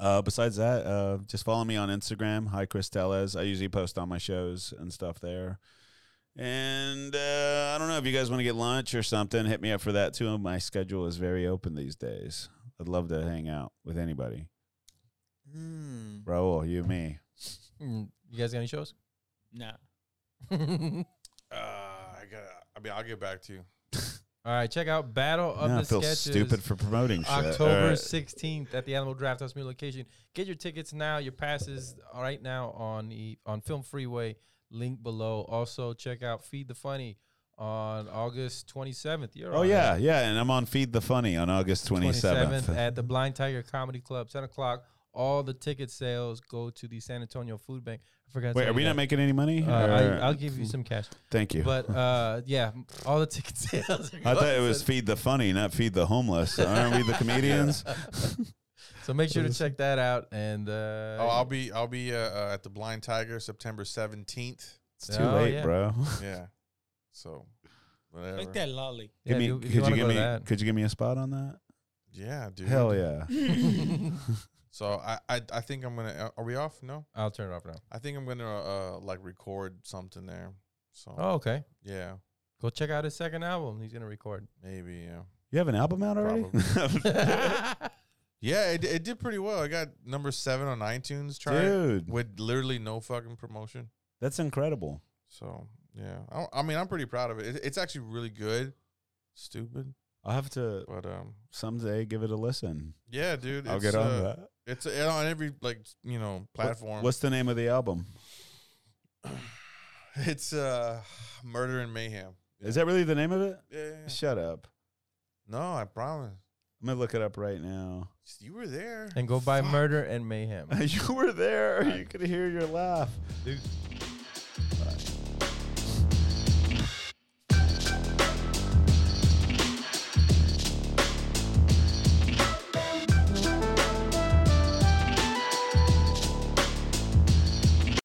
[SPEAKER 1] uh, besides that, uh, just follow me on Instagram. Hi, Chris Tellez. I usually post on my shows and stuff there. And uh, I don't know if you guys want to get lunch or something. Hit me up for that too. My schedule is very open these days. I'd love to hang out with anybody. Raul, you, me.
[SPEAKER 4] Mm, you guys got any shows?
[SPEAKER 3] Nah.
[SPEAKER 2] Uh, I got. I mean, I'll get back to you.
[SPEAKER 4] All right, check out Battle of
[SPEAKER 1] Now I
[SPEAKER 4] the
[SPEAKER 1] feel
[SPEAKER 4] Sketches.
[SPEAKER 1] stupid for promoting shit. All
[SPEAKER 4] October
[SPEAKER 1] right.
[SPEAKER 4] sixteenth at the Animal Draft House Media location. Get your tickets now. Your passes are right now on the on Film Freeway. Link below. Also check out Feed the Funny on August twenty seventh.
[SPEAKER 1] Oh yeah, yeah, and I'm on Feed the Funny on August 27th.
[SPEAKER 4] at the Blind Tiger Comedy Club, ten o'clock. All the ticket sales go to the San Antonio Food Bank. I forgot. to
[SPEAKER 1] Wait,
[SPEAKER 4] tell
[SPEAKER 1] are
[SPEAKER 4] you
[SPEAKER 1] we
[SPEAKER 4] that.
[SPEAKER 1] not making any money?
[SPEAKER 4] Uh,
[SPEAKER 1] Or-
[SPEAKER 4] I, I'll give you some cash,
[SPEAKER 1] Thank you.
[SPEAKER 4] but uh, yeah, all the ticket sales. Are
[SPEAKER 1] I thought
[SPEAKER 4] going
[SPEAKER 1] it was
[SPEAKER 4] to-
[SPEAKER 1] feed the funny, not feed the homeless. Aren't we the comedians?
[SPEAKER 4] so. Make sure to check that out, and uh,
[SPEAKER 2] Oh, I'll be. I'll be uh, uh, at the Blind Tiger September seventeenth.
[SPEAKER 1] It's too
[SPEAKER 4] Oh,
[SPEAKER 1] late,
[SPEAKER 4] yeah.
[SPEAKER 1] bro.
[SPEAKER 2] Yeah. So. Whatever.
[SPEAKER 3] Like that lolly.
[SPEAKER 1] Give
[SPEAKER 4] yeah,
[SPEAKER 1] me,
[SPEAKER 4] if if
[SPEAKER 1] could you,
[SPEAKER 4] wanna
[SPEAKER 1] give
[SPEAKER 4] go to
[SPEAKER 1] me,
[SPEAKER 4] that.
[SPEAKER 1] could you give me a spot on that?
[SPEAKER 2] Yeah, dude.
[SPEAKER 1] Hell yeah!
[SPEAKER 2] So I, I, I think I'm gonna. uh, Are we off? No.
[SPEAKER 4] I'll turn it off now.
[SPEAKER 2] I think I'm gonna uh like record something there. So
[SPEAKER 4] Oh, okay.
[SPEAKER 2] yeah,
[SPEAKER 4] Go check out his second album. He's gonna record.
[SPEAKER 2] maybe yeah.
[SPEAKER 1] You have an album out already?
[SPEAKER 2] Probably. Yeah, it, it did pretty well. I got number seven on iTunes chart
[SPEAKER 1] Dude.
[SPEAKER 2] with literally no fucking promotion.
[SPEAKER 1] That's incredible.
[SPEAKER 2] So yeah, I, don't- I mean, I'm pretty proud of it. it. It's actually really good. Stupid,
[SPEAKER 1] I'll have to
[SPEAKER 2] but um,
[SPEAKER 1] someday give it a listen.
[SPEAKER 2] yeah, dude.
[SPEAKER 1] I'll
[SPEAKER 2] it's,
[SPEAKER 1] get on
[SPEAKER 2] uh,
[SPEAKER 1] that.
[SPEAKER 2] It's uh, on every like you know
[SPEAKER 1] What-
[SPEAKER 2] platform.
[SPEAKER 1] What's the name of the album?
[SPEAKER 2] it's uh, murder and mayhem.
[SPEAKER 1] Is that really the name of it?
[SPEAKER 2] Yeah, yeah, yeah.
[SPEAKER 1] Shut up.
[SPEAKER 2] No, I promise.
[SPEAKER 1] I'm gonna look it up right now.
[SPEAKER 2] You were there.
[SPEAKER 4] And go buy Murder and Mayhem.
[SPEAKER 1] you were there. You could hear your laugh.
[SPEAKER 4] Dude.